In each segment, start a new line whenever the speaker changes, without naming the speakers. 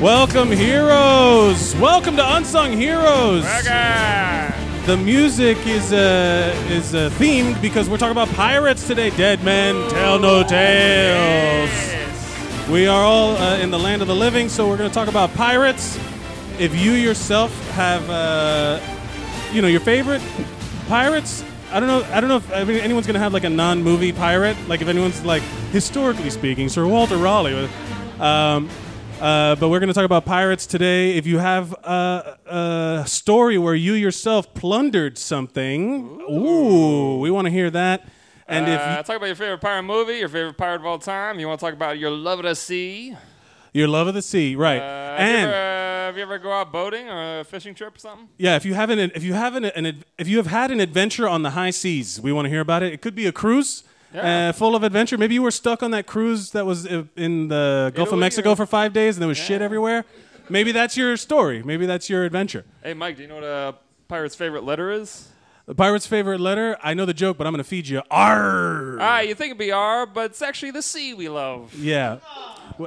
Welcome, heroes! Welcome to Unsung Heroes. The music is uh, is uh, themed because we're talking about pirates today. Dead men tell no tales. We are all uh, in the land of the living, so we're going to talk about pirates. If you yourself have, uh, you know, your favorite pirates, I don't know. I don't know if I mean, anyone's going to have like a non-movie pirate. Like if anyone's like historically speaking, Sir Walter Raleigh. Um, uh, but we're going to talk about pirates today. If you have a, a story where you yourself plundered something, ooh, we want to hear that. And if
Uh, talk about your favorite pirate movie, your favorite pirate of all time. You want to talk about your love of the sea?
Your love of the sea, right?
Uh, have, you
and
ever, uh, have you ever go out boating or a fishing trip or something?
yeah, if you haven't, if you haven't, an, ad- if you have had an adventure on the high seas, we want to hear about it. It could be a cruise.
Yeah.
Uh, full of adventure. Maybe you were stuck on that cruise that was uh, in the Gulf of
Italy
Mexico
or-
for five days, and there was shit everywhere. Maybe that's your story. Maybe that's your adventure.
Hey, Mike, do you know what a pirate's favorite letter is?
The pirate's favorite letter. I know the joke, but I'm gonna feed you. R.
Ah, you think it'd be R, but it's actually the sea we love.
Yeah.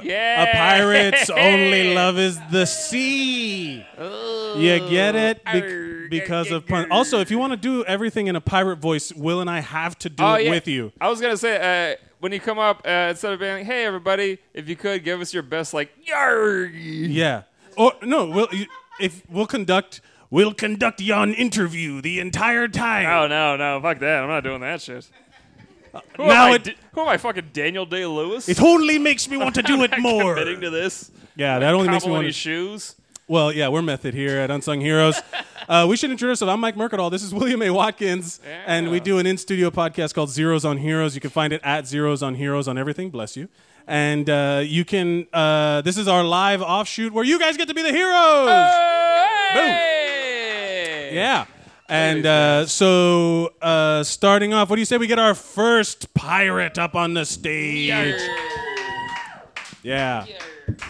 Yeah.
A pirate's only love is the sea. You get it Bec-
Arr,
because
arr,
of pun.
arr.
Also, if you want to do everything in a pirate voice, Will and I have to do
Oh,
it
yeah.
with you.
I was gonna say uh, when you come up, uh, instead of being like, "Hey, everybody," if you could give us your best, like, "Yarg."
Yeah. Or no, we'll you- if we'll conduct we'll conduct yon interview the entire time.
Oh no, no, fuck that! I'm not doing that shit. Who,
Uh, now
am, I,
it-
D- who am I, fucking Daniel Day Lewis?
It only makes me want to do it more.
committing to this.
Yeah, that only makes me
Cobbling
want
his
to.
shoes.
Well, yeah, we're method here at Unsung Heroes. Uh, we should introduce it. I'm Mike Mercadal. This is William A. Watkins, and we do an in-studio podcast called Zeros on Heroes. You can find it at Zeros on Heroes on everything. Bless you. And uh, you can. Uh, this is our live offshoot where you guys get to be the heroes.
Hey!
Yeah. And uh, so, uh, starting off, what do you say we get our first pirate up on the stage? Yeah.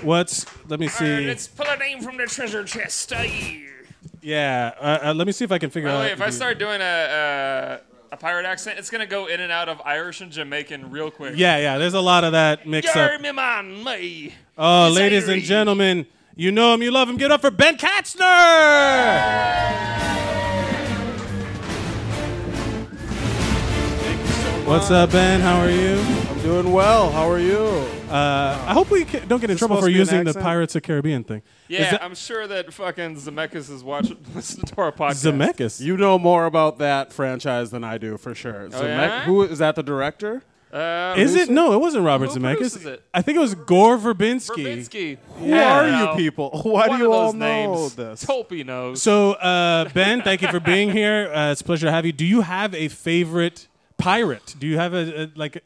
What's? Let me see.
Let's pull a name from the treasure chest. Aye.
Yeah. Uh, uh, let me see if I can figure
By the
out.
way, if I
the-
start doing a, uh, a pirate accent, it's gonna go in and out of Irish and Jamaican real quick.
Yeah, yeah. There's a lot of that mix up.
Yar, me man, me.
Oh, ladies and
Irie.
gentlemen, you know him, you love him. Get up for Ben Katzner! What's up, Ben? How are you?
Doing well. How are you?
Uh, I hope we ca- don't get in trouble
supposed
for
to be an
using the
accent?
Pirates of Caribbean thing.
Yeah,
Is that-
I'm sure that fucking Zemeckis is watching, listening to our podcast.
Zemeckis.
You know more about that franchise than I do, for sure. So,
Oh, yeah?
Mac- who is that? The director?
Uh,
Is it? No, it wasn't Robert
Who
Zemeckis.
produces it?
I think it was Gore Verbinski.
Verbinski.
Who are you people? Why
One
do you
of those
all
names.
know this?
Tolpe knows.
So, uh, Ben, thank you for being here. Uh, it's a pleasure to have you. Do you have a favorite pirate? Do you have a, a like?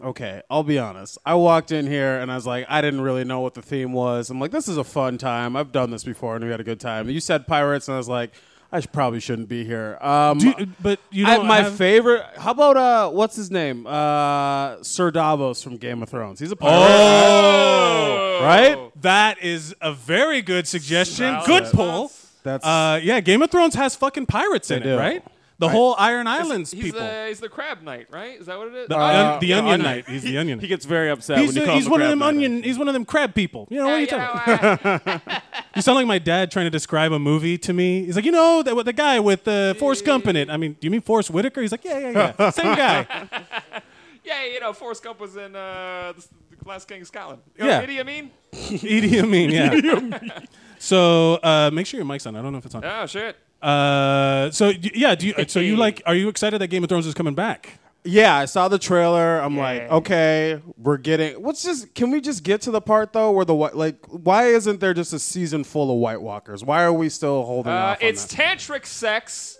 Okay, I'll be honest. I walked in here and I was like, I didn't really know what the theme was. I'm like, this is a fun time. I've done this before and we had a good time. You said pirates, and I was like, I should, probably shouldn't be here. Um,
Do you- but you
I-
don't
my
have-
favorite. How about uh, what's his name? Uh, Sir Davos from Game of Thrones. He's a pirate,
Oh!
right?
That is a very good suggestion.
Solid.
Good pull.
That's
Uh, yeah, Game of Thrones has fucking pirates in
They
it,
do.
right? The whole Iron Islands
he's,
people.
the, he's the crab knight, right? Is that what it is?
the,
Oh,
un- the
yeah,
Onion
Onion.
Knight. He's the Onion.
he gets very upset
he's
when you
a-
call
he's
him a
one of
crab
them
knight, I
onion.
think.
He's one of them crab people. You know what
yeah,
are you
you
talking? about?
know, uh,
You sound like my dad trying to describe a movie to me. He's like, you know, that the guy with the uh, Forrest Gump in it. I mean, do you mean Forrest Whitaker? He's like, yeah, yeah, yeah, same guy.
yeah, you know, Forrest Gump was in uh, the Last King of Scotland. You
Yeah.
know, Idi Amin?
Idi Amin, yeah. So uh, make sure your mic's on. I don't know if it's on.
Oh shit.
Uh, so d- yeah, do you, so you like? Are you excited that Game of Thrones is coming back?
Yeah, I saw the trailer. I'm like,
Yeah.
okay, we're getting. What's just? Can we just get to the part though where the white? Like, why isn't there just a season full of White Walkers? Why are we still holding
Uh,
off? on
it's
that?
tantric sex.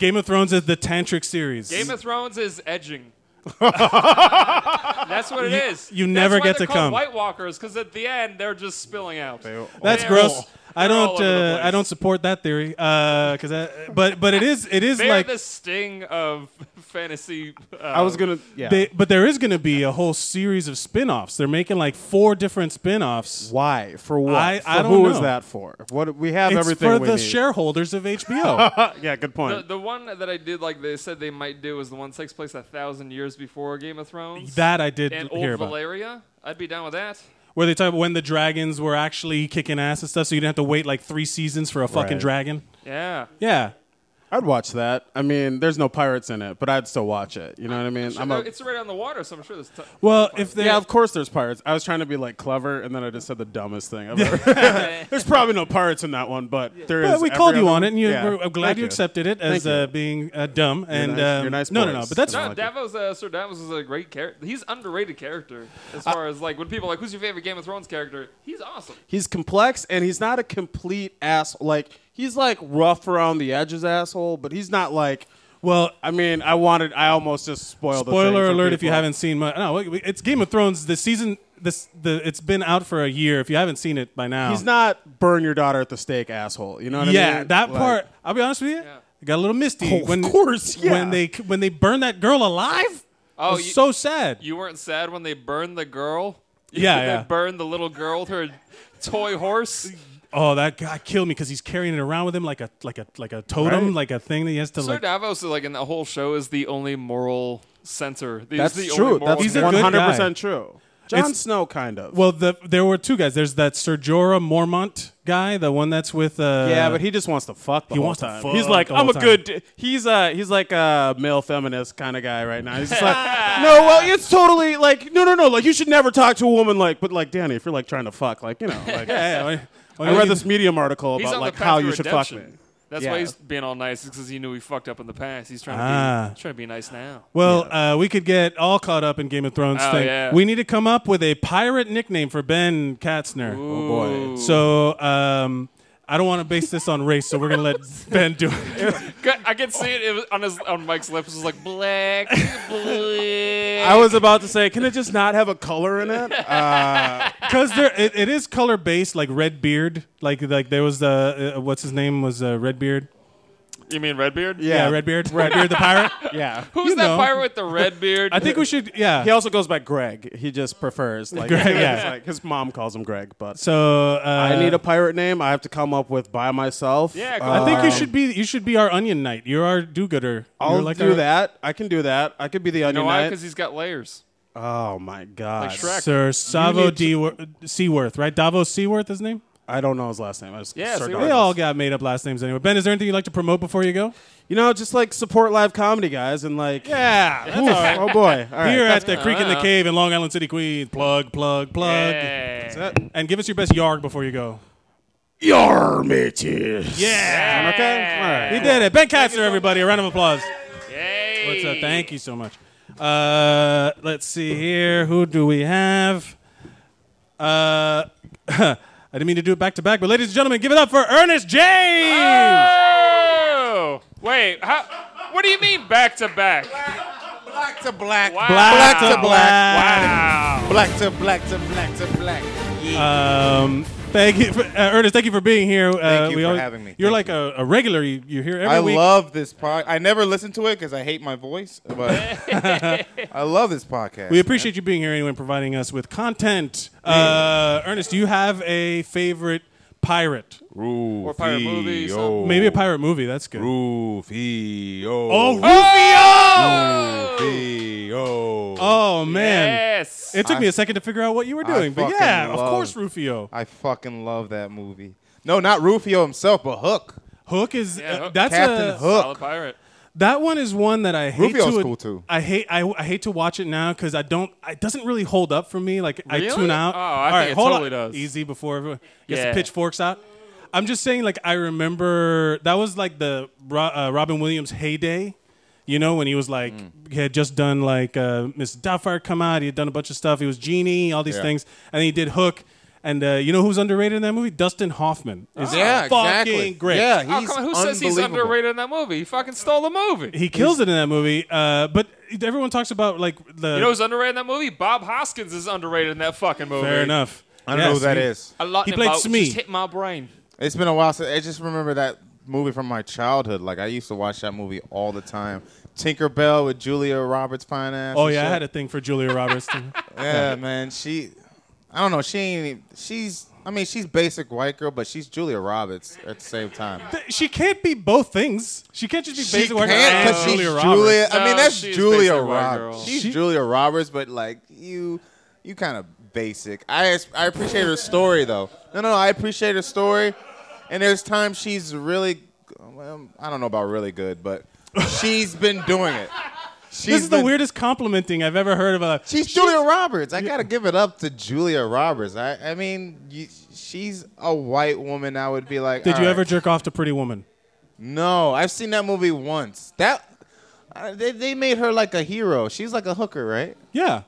Game of Thrones is the tantric series.
Game of Thrones is edging. That's what it is.
you
That's
never
why
get
they're
to
called
come.
White Walkers, because at the end they're just spilling out.
That's
They're
gross.
all-
I
they're all
don't.
over the
Uh,
place.
I don't support that theory. Uh, 'cause I, but but it is it is
They're
like.
the sting of fantasy. Uh,
I was gonna. Yeah.
They, but there is going to be a whole series of spin-offs. They're making like four different spin-offs.
why? For what?
I- I
For
don't
who
know.
is that for? What we have
It's
everything
for
we
the
need.
shareholders of HBO.
yeah, good
the,
point.
the one that I did, like they said they might do, is the one that takes place a thousand years before Game of Thrones.
that I did
and
hear
Old
about.
Valeria. I'd be down with that.
where they talk about when the dragons were actually kicking ass and stuff, so you didn't have to wait like three seasons for a fucking
Right.
dragon.
Yeah.
Yeah,
I'd watch that. I mean, there's no pirates in it, but I'd still watch it. You know what I mean? I'm
No,
a,
it's right on the water, so I'm sure there's. T-
well, if they
yeah, of course there's pirates. I was trying to be like clever, and then I just said the dumbest thing I've ever. there's probably no pirates in that one, but there is.
Well, we
every
called you
other-
on it, and you,
Yeah.
we're, I'm glad
Thank
you, accepted it as
Thank you.
uh, being uh, dumb. and
nice-
um,
you're nice
no, no, no,
boys.
but that's
I
no,
like it.
Davos, uh, Sir Davos is a great character. He's underrated character as far as like when people are like, who's your favorite Game of Thrones character? He's awesome.
He's complex, and he's not a complete ass. Like he's like rough around the edges asshole, but he's not like.
well.
I mean, I wanted. I almost just spoiled. the thing
Spoiler
for
alert! If you
people.
haven't seen, my, no, we- we- it's Game of Thrones. The season, this, the it's been out for a year. If you haven't seen it by now,
he's not burn your daughter at the stake, asshole. You know what I mean?
yeah, that
Like-
part. I'll be honest with you. It got a little misty
Oh, of
when,
course, yeah.
when they when they burned that girl alive.
Oh,
it was
you-
so sad.
You weren't sad when they burned the girl?
Yeah,
They
yeah.
burned the little girl with her toy horse.
oh, that guy killed me because he's carrying it around with him like a like a like a totem,
Right.
like a thing that he has to
Sir
like.
Davos, like in the whole show, is the only moral center. He's
That's
the
true.
Only moral
That's
He's a
character.
good guy.
100% true. Jon
It's-
Snow, kind of.
Well, the, there were two guys. There's that Sir Jorah Mormont guy, the one that's with. Uh,
yeah, but he just wants to fuck the
He
whole
wants to
time.
fuck
he's like,
the
I'm
whole
a
time.
good. d-" He's a he's like a male feminist kind of guy right now. He's just like, no, well, it's totally like, no, no, no, like you should never talk to a woman like, but like Danny, if you're like trying to fuck, like you know, like
Yeah, yeah,
I read this medium article
He's
about
on
like
the path
how
to
you should fuck
redemption.
me.
That's
Yeah.
why he's being all nice because he knew he fucked up in the past. He's trying to
Ah.
be trying to be nice now.
Well, uh, we could get all caught up in Game of Thrones
Oh,
thing.
yeah.
We need to come up with a pirate nickname for Ben Katzner.
Oh boy.
So um, I don't want to base this on race, so we're gonna let Ben do it.
Good- I could see it, it was on his on Mike's lips. It was like black, black.
I was about to say, can it just not have a color in it? Uh,
Because there, it, it is color based, like red beard. Like like there was the uh, what's his name was uh, red beard.
You mean Redbeard?
Yeah,
Yeah.
red beard. Red beard the pirate.
yeah.
Who's
you
that
know.
pirate with the red beard?
I think we should. Yeah.
He also goes by Greg. He just prefers like,
Greg,
it's
yeah.
like his mom calls him Greg, but
So uh,
I need a pirate name. I have to come up with by myself.
Yeah, go
Uh,
I think you should be you should be our onion knight. You're our do-gooder.
I'll
You're like
do
our-
that. I can do that. I could be the
you
onion
know why?
knight.
Because he's got layers.
oh my god,
Like Shrek.
Uh, Sir Savo
need
D. Wor- Seaworth, right? Davos Seaworth, his name.
I don't know his last name. I just
Yeah,
Sir
see,
Douglas.
They all got made up last names anyway. Ben, is there anything you'd like to promote before you go?
You know, just like support live comedy, guys, and like
Yeah,
Oof. oh boy, all right.
here
that's-
at the Creek
Uh-huh.
in the Cave in Long Island City, Queens. Plug, plug, plug.
Hey.
And give us your best yarg before you go.
Yar, matey.
Yeah,
Okay, all right.
he did it. Ben Katzner, everybody, a round of applause.
Yay.
What's up? Thank you so much. Uh, let's see here. Who do we have? Uh, I didn't mean to do it back to back, but ladies and gentlemen, give it up for Ernest James.
Oh! Wait, how, what do you mean back to back?
Black to black.
Wow.
Black
to black.
Wow.
Black to black to black to black. Yeah.
Um, thank you, for, uh, Ernest. Thank you for being here. Uh,
Thank you
we
for
always-
having me.
You're
Thank
like a, a regular. You, you're here every
I
week.
love this pod. I never listen to it because I hate my voice, but I love this podcast.
we appreciate you being here anyway and providing us with content. Uh, Ernest, do you have a favorite pirate?
Or pirate movie. something.
Maybe a pirate movie. That's good.
Rufio.
Oh, Ru-
Rufio.
oh man.
Yes.
It took
I-
me a second to figure out what you were
I
doing, but
fucking
yeah, of
love-
course, Rufio.
I fucking love that movie. No, not Rufio himself, but Hook.
Hook is
Yeah,
uh,
Hook.
that's
Captain
a,
Hook.
Solid pirate.
that one is one that I hate
Rufio's
to
cool, too.
I hate I, I hate to watch it now because I don't it doesn't really hold up for me. Like I
Really?
tune out.
Oh, I
All
think
right,
it
hold
totally
on.
does.
Easy before everyone gets
Yeah.
the pitchforks out. I'm just saying, like I remember that was like the Ro- uh, Robin Williams heyday. You know when he was like
Mm.
he had just done like uh, Miss Doubtfire come out. He had done a bunch of stuff. He was Genie, all these
Yeah.
things, and he did Hook. And uh, you know who's underrated in that movie? Dustin Hoffman is
Yeah,
fucking
exactly.
great.
Yeah,
Oh,
he's
come on. Who says he's
unbelievable.
underrated in that movie? He fucking stole the movie.
He kills it in that movie. Uh, but everyone talks about like the.
you know who's underrated in that movie? Bob Hoskins is underrated in that fucking movie.
fair enough.
I don't know who that is.
A lot
He played
about,
Smee.
Just hit my brain.
It's been a while since I just remember that movie from my childhood. Like I used to watch that movie all the time. Tinker Bell with Julia Roberts fine ass.
Oh
and
yeah, I had
shit.
a thing for Julia Roberts. too.
Yeah, man. She I don't know, she ain't she's I mean, she's basic white girl, but she's Julia Roberts at the same time.
Th- she can't be both things. She can't just be
She
basic white
can't
and
because she's
Julia
Julia.
Roberts.
I mean,
No,
that's
she's
Julia
basic white girl.
Roberts. She's
She-
Julia Roberts, but like you, you kind of basic. I I appreciate her story though. No, no, no, I appreciate her story. And there's times she's really, well, I don't know about really good, but she's been doing it. She's
This is the
been-
weirdest complimenting I've ever heard of a.
She's Julia Roberts. I gotta give it up to Julia Roberts. I, I mean, you, she's a white woman. I would be like,
Did
all
you
right.
ever jerk off to Pretty Woman?
No, I've seen that movie once. That uh, they, they made her like a hero. She's like a hooker, right?
Yeah,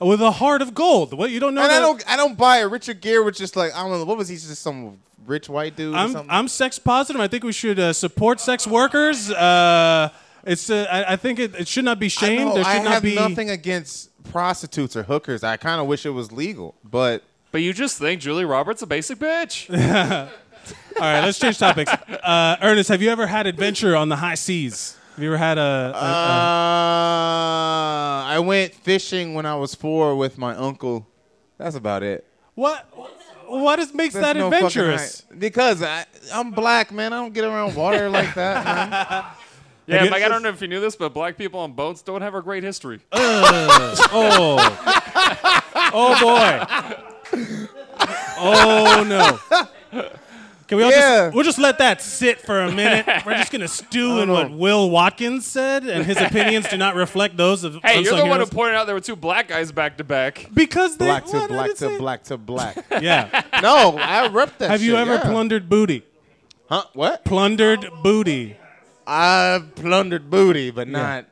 with a heart of gold. What you don't know?
And I
that-
don't, I don't buy it. Richard Gere was just like, I don't know, what was he? Just some rich white dude? or
I'm
something?
I'm sex positive. I think we should uh, support sex workers. Uh, it's uh, I, I think it, it should not be
I
shamed.
know,
there should
I
not
have
be
nothing against prostitutes or hookers. I kind of wish it was legal, but
But you just think Julie Roberts a basic bitch.
All right, let's change topics. Uh, Ernest, have you ever had adventure on the high seas? Have you ever had a? a-
uh, I went fishing when I was four with my uncle. That's about it.
what? What is makes
That's
that
no fucking
adventurous?
right. because I, I'm black, man. I don't get around water like that. man.
yeah,
you-
Mike, I don't know if you knew this, but black people on boats don't have a great history.
Oh. oh boy. Oh no. Can we all
Yeah.
just we'll just let that sit for a minute. We're just gonna stew in what Will Watkins said, and his opinions do not reflect those of.
hey, you're
Unsung
the one who
Heroes.
pointed out there were two black guys back to back.
because they,
black to
what did
black
it
to
say?
black to black.
Yeah.
no, I rep that.
Have you
shit,
ever
yeah. Oh,
plundered booty?
Huh? What?
Plundered booty.
I've plundered booty, but not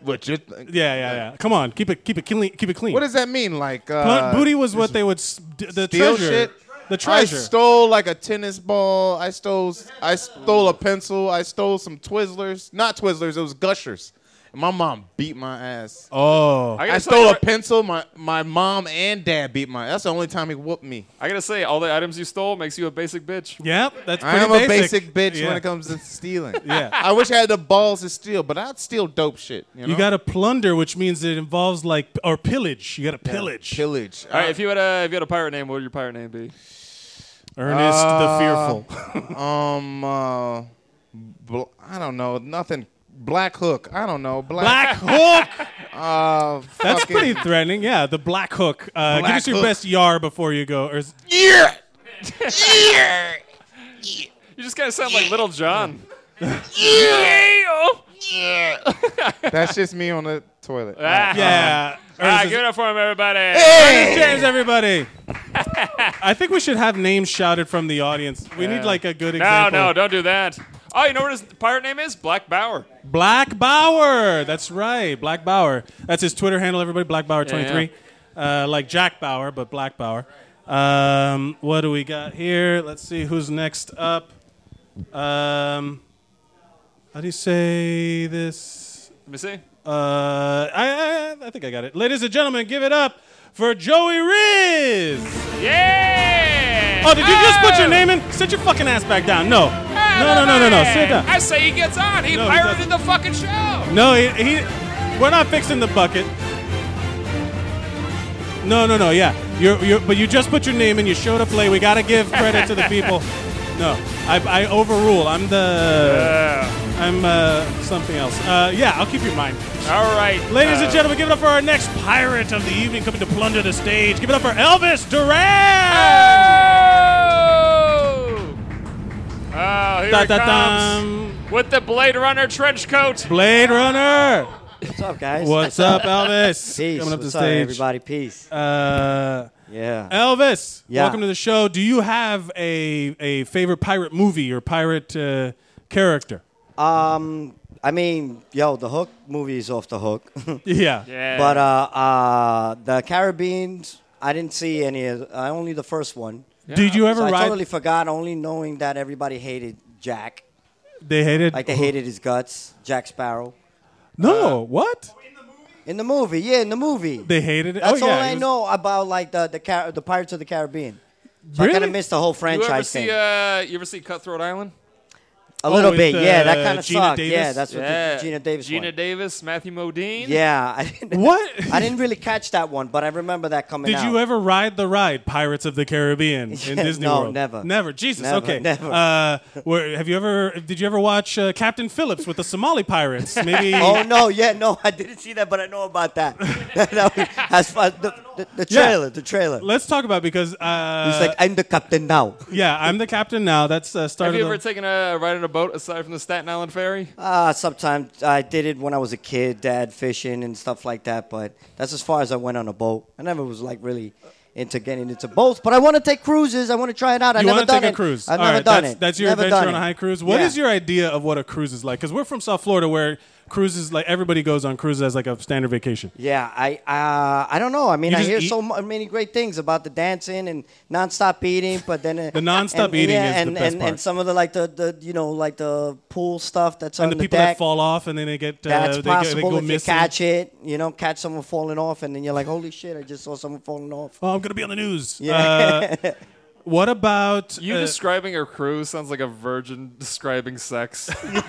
what you. Th-
Yeah, yeah, yeah. Come on, keep it, keep it clean, keep it clean.
What does that mean? Like uh,
Plun- booty was what they would s- d- the
steal
treasure,
shit?
the treasure.
I stole like a tennis ball. I stole. I stole a pencil. I stole some Twizzlers. Not Twizzlers. It was Gushers. And my mom beat my ass.
oh,
I
I, gotta tell you
stole a
right-
pencil. My my mom and dad beat my. That's the only time he whooped me.
I gotta say, all the items you stole makes you a basic bitch.
yep, that's
I
pretty
am a basic bitch
Yeah.
when it comes to stealing.
Yeah.
I wish I had the balls to steal, but I'd steal dope shit. You, know?
You got to plunder, which means it involves like or pillage. You got to pillage.
pillage.
All right, if you had a if you had a pirate name, what would your pirate name be?
Ernest
Uh,
the Fearful.
Um, uh, bl- I don't know. Nothing. Black Hook. I don't know. Black.
Black Hook.
Uh,
That's
fucking-
pretty threatening. Yeah, the Black Hook.
Black
Uh, give us your
Hook.
best yar before you go. Or, s-
Yeah.
You just kind of sound like Little John.
That's just me on the toilet. um,
Ah.
yeah.
All right,
Ernest,
give it up for him, everybody.
is- James, everybody. I think we should have names shouted from the audience. We need like a good
No,
example.
no, don't do that. Oh, you know what his pirate name is? Black Bauer.
Black Bauer. That's right. Black Bauer. That's his Twitter handle, everybody. Black Bauer23. Uh, like Jack Bauer, but Black Bauer. Um, what do we got here? Let's see who's next up. Um, how do you say this?
Let me see.
Uh, I, I, I think I got it. Ladies and gentlemen, give it up for Joey Riz.
Yeah!
Oh, did you just put your name in? Sit your fucking ass back down. No. No, no, no, no, no. Sit down.
I say he gets on. He
No, he
pirated the fucking show. Oh,
No, he, he. We're not fixing the bucket. No, no, no. Yeah, you're, you're. But you just put your name in. You showed up late. We gotta give credit to the people. No, I, I overrule. I'm the.
Uh,
I'm uh, something else. Uh, yeah, I'll keep you in mind.
all right.
Ladies
Uh,
and gentlemen, give it up for our next pirate of the evening coming to plunder the stage. Give it up for Elvis Duran.
Oh! Oh, here it comes.
Da-da-dum.
With the Blade Runner trench coat.
Blade Runner.
What's up, guys?
What's up, Elvis?
Peace.
Coming up
What's
the
up,
stage.
everybody? Peace.
Uh,
Yeah.
Elvis,
Yeah.
welcome to the show. Do you have a a favorite pirate movie or pirate uh, character?
Um, I mean, yo, the Hook movie is off the hook.
Yeah.
Yeah.
but uh, uh, the Caribbeans, I didn't see any. Of, uh, only the first one.
Did you ever
So I
ride?
totally forgot. Only knowing that everybody hated Jack,
they hated.
like they hated his guts, Jack Sparrow. Uh,
No, what?
In the movie, yeah, in the movie.
They hated it.
That's
oh, yeah,
all
it
I
was-
know about like the the, Car- the Pirates of the Caribbean. So I
Really?
kind of missed the whole
you ever
franchise
see
thing.
uh, you ever see Cutthroat Island?
a little
with,
bit, yeah.
uh,
That kind of
Gina
sucked. Yeah,
Davis?
that's what the Gina Davis.
Gina
one.
Davis, Matthew Modine.
Yeah, Uh, I didn't,
What?
I didn't really catch that one, but I remember that coming
Did
out.
you ever ride the ride Pirates of the Caribbean in
Yeah,
Disney
no,
World?
never.
Never. Jesus.
Never,
okay.
never.
Uh, where, have you ever? Did you ever watch uh, Captain Phillips with the Somali pirates? Maybe.
Oh no, yeah, no, I didn't see that, but I know about that. that was, as far, the, The, the
Yeah.
trailer, the trailer.
Let's talk about it because uh,
He's like, I'm the captain now.
yeah, I'm the captain now. That's uh,
Have
started.
you ever
the-
taken a ride on a boat aside from the Staten Island ferry?
Uh, sometimes I did it when I was a kid, dad fishing and stuff like that, but that's as far as I went on a boat. I never was like really into getting into boats, but I want to take cruises. I want to try it out. I've
you
never
want to
done
take a
it.
cruise?
I've
All
never
right,
done
that's,
it.
That's your
never
adventure
done
on a
it.
high cruise. What is
Yeah.
your idea of what a cruise is like? Because we're from South Florida, where cruises like everybody goes on cruises as like a standard vacation.
Yeah, I uh, I don't know. I mean,
You
I
just
hear
eat-
so mu- many great things about the dancing and nonstop eating, but then uh,
The nonstop
and-
eating
yeah,
is the
and,
best
and,
part.
and some of the like the, the you know like the pool stuff that's on
And the
the
people
deck.
that fall off and then they get uh,
That's
they, go- they
possible
go
if
missing.
you catch it. You know, catch someone falling off, and then you're like, "Holy shit! I just saw someone falling off."
Oh, I'm gonna be on the news. Uh, what about
You
uh,
describing a cruise sounds like a virgin describing sex. you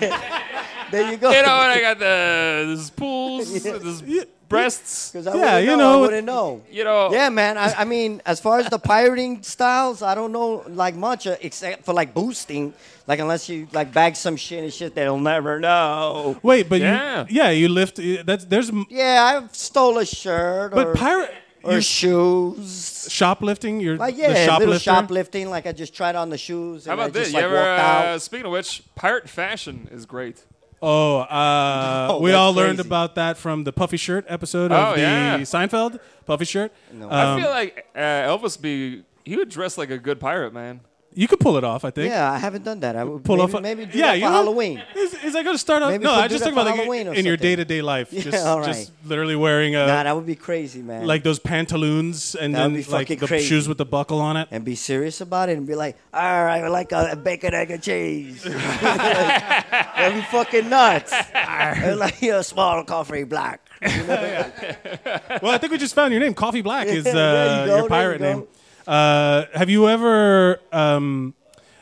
There you go.
know, and I got the there's pools, there's breasts.
'Cause I
Yeah,
wouldn't
you
know,
know,
I wouldn't know.
You know,
Yeah, man. I, I mean, as far as the pirating styles, I don't know like much uh, except for like boosting. Like unless you like bag some shit and shit, they'll never know.
Wait, but
Yeah.
you yeah you lift. That's there's m-
Yeah, I stole a shirt
but
or,
pirate
or
you
shoplifting.
shoplifting. You're
Like
the
yeah, little
shoplifter.
shoplifting. Like I just tried on the shoes
How
and I
about
just
this?
like
you ever,
walked out.
uh, speaking of which, pirate fashion is great.
Oh, uh,
No,
we
that's
all learned
crazy.
about that from the puffy shirt episode
Oh,
of the
yeah.
Seinfeld puffy shirt. Um, No.
I feel like uh, Elvis be he would dress like a good pirate man.
you could pull it off. I think.
yeah, I haven't done that. I would
Pull
maybe,
off.
maybe do
yeah,
that
you
for
know,
Halloween.
Is, is that going to start off?
Maybe
no,
we'll
I
do
just
that
talking about
for
like
Halloween or
in your
something.
day to day life. Just,
all right.
just literally wearing a,
Nah, that would be crazy, man.
like those pantaloons and
That would
then
be
like
fucking
the
crazy.
shoes with the buckle on it.
and be serious about it and be like, all right, I like a, bacon, egg, and cheese. That'd be fucking nuts. Or like a small coffee black.
well, I think we just found your name. Coffee Black is uh,
Yeah, there you go,
your pirate
there you
name. Uh, have you ever? Um,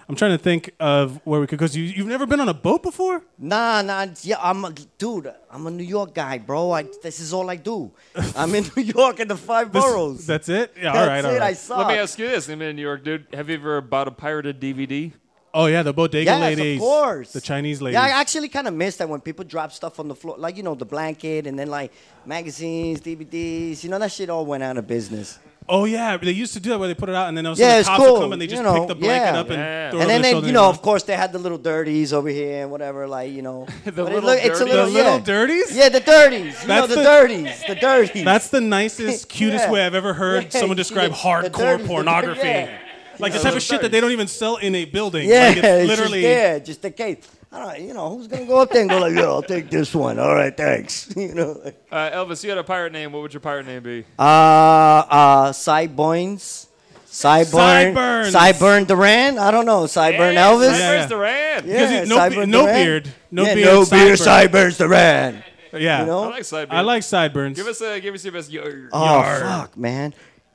I'm trying to think of where we could because you, you've never been on a boat before.
Nah, nah, it's- yeah, I'm a dude. I'm a New York guy, bro. I, this is all I do. I'm in New York in the five
This-
boroughs.
That's it. Yeah.
That's
all right.
it.
all right.
I saw.
Let me ask you this: I'm in New York, dude. Have you ever bought a pirated DVD?
Oh yeah, the bodega
Yes,
ladies.
of course.
The Chinese ladies.
Yeah, I actually kind of miss that when people drop stuff on the floor, like you know the blanket, and then like magazines, DVDs. You know that shit all went out of business.
oh yeah, they used to do that where they put it out and then all of a
Yeah,
sudden the
it's
cops
cool,
would come and they
you
just
know,
pick the blanket
yeah.
up and
Yeah.
throw it
and
over
then,
their
they,
shoulder
you
and
know,
run.
of course, they had the little dirties over here and whatever, like you know. the
little
it's a
dirties?
the
little,
little
yeah.
dirties.
Yeah, the dirties. You know,
That's
the,
the-
dirties. The dirties.
That's the nicest, cutest
Yeah.
way I've ever heard
Yeah,
someone
you
describe
get the
hardcore
dirty-
pornography.
yeah.
Like the type of shit that they don't even sell in a building.
yeah,
like it's
it's
literally.
just there, just in case. I don't, you know, who's gonna go up there and go like, "Yeah, I'll take this one." All right, thanks. You know, like,
Uh, Elvis, you had a pirate name. What would your pirate name be?
uh, uh, sideburns, sideburn,
Sideburns.
sideburn Duran. I don't know, sideburn Elvis.
Yeah,
Where's
yeah.
Duran?
Because
Yeah,
he- no be-
Sideburn
no
Duran.
beard, no
yeah,
beard,
no beard,
sideburn.
sideburns Duran.
Yeah.
You know?
I like side
I
beard.
like sideburns.
Give us a give us your best. Yarr.
Oh fuck, man.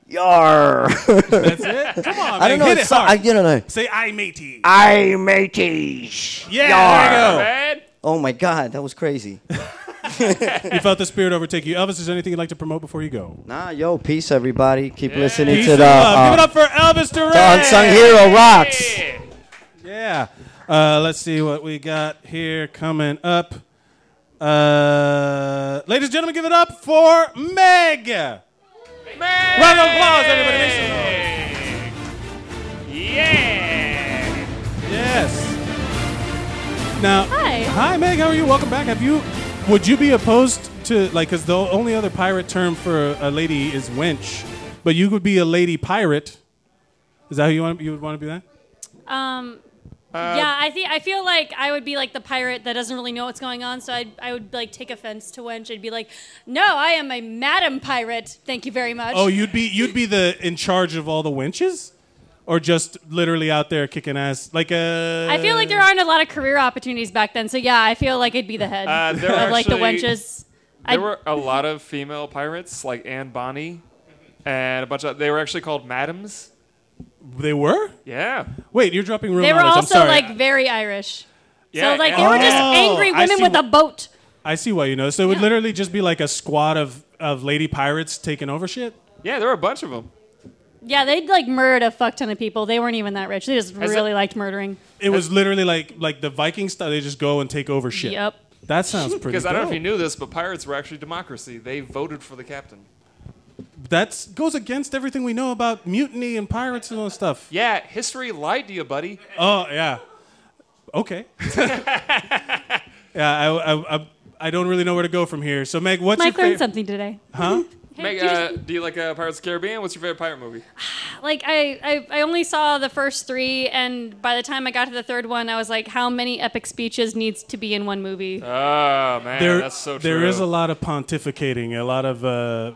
Yar.
That's it. Come on, man.
I don't know.
Hit
it's
it
so-
hard.
I, you know, like,
Say I matey.
I mateys.
yeah.
All
There
right.
Oh my god, that was crazy.
you go. You felt the spirit overtake you. Elvis, is there anything you'd like to promote before you go?
nah, yo, peace everybody. Keep listening
Peace
to
and
the,
love. Give
uh,
it up for Elvis Duran.
the unsung hero rocks.
Yeah. Uh, let's see what we got here coming up. Uh, ladies and gentlemen, give it up for Meg. Round of applause, everybody. Make some noise.
Yeah.
Yes. Now,
Hi.
hi, Meg. How are you? Welcome back. Have you? Would you be opposed to like? Because the only other pirate term for a lady is wench, but you could be a lady pirate. Is that who you want? You would want to be that?
Um,
Uh,
yeah, I think I feel like I would be like the pirate that doesn't really know what's going on, so I'd, I would like take offense to Wench. I'd be like, "No, I am a madam pirate. Thank you very much."
Oh, you'd be you'd be the in charge of all the winches, or just literally out there kicking ass like uh, a.
I feel like there aren't a lot of career opportunities back then, so yeah, I feel like I'd be the head
Uh,
of
there were
like the
actually-
wenches. I,
There were a lot of female pirates, like Anne Bonny, and a bunch of. They were actually called madams.
they were.
Yeah.
Wait, you're dropping real
they were
knowledge. I'm
also
sorry.
like very Irish,
Yeah.
so like
Anne
they were just
Oh,
angry
I
women
see
with
wh-
a boat.
I see why you know. So it would literally just be like a squad of of lady pirates taking over shit.
Yeah, there were a bunch of them.
Yeah, they'd like murdered a fuck ton of people. They weren't even that rich. They just
Has it-
really liked murdering.
It was literally like like the Viking style. They just go and take over shit.
Yep.
That sounds pretty.
Because I don't know if
dope.
you knew this, but pirates were actually democracy. They voted for the captain.
That goes against everything we know about mutiny and pirates and all this stuff.
Yeah, history lied to you, buddy.
Oh yeah. Okay. yeah, I, I, I, I don't really know where to go from here. So Meg, what's
Mike
your favorite?
learned something today.
Huh?
Meg,
do you
uh, do you like uh, Pirates of the Caribbean? What's your favorite pirate movie?
Like I, I, I only saw the first three, and by the time I got to the third one, I was like, how many epic speeches needs to be in one movie?
Oh
Ah,
man,
There,
that's so true.
there is a lot of pontificating, a lot of uh,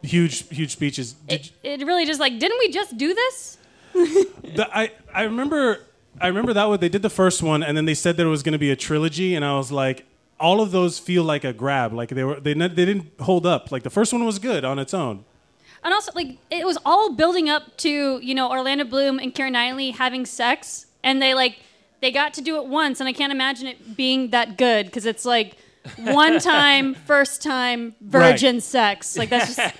huge, huge speeches. Did
It, it really just like, didn't we just do this?
The, I I remember I remember that one. They did the first one, and then they said there was going to be a trilogy, and I was like, all of those feel like a grab. Like they were they ne- they didn't hold up. Like the first one was good on its own.
And also, like, it was all building up to you know Orlando Bloom and Karen Knightley having sex, and they like they got to do it once, and I can't imagine it being that good because it's like one time, first time virgin sex. Like that's just.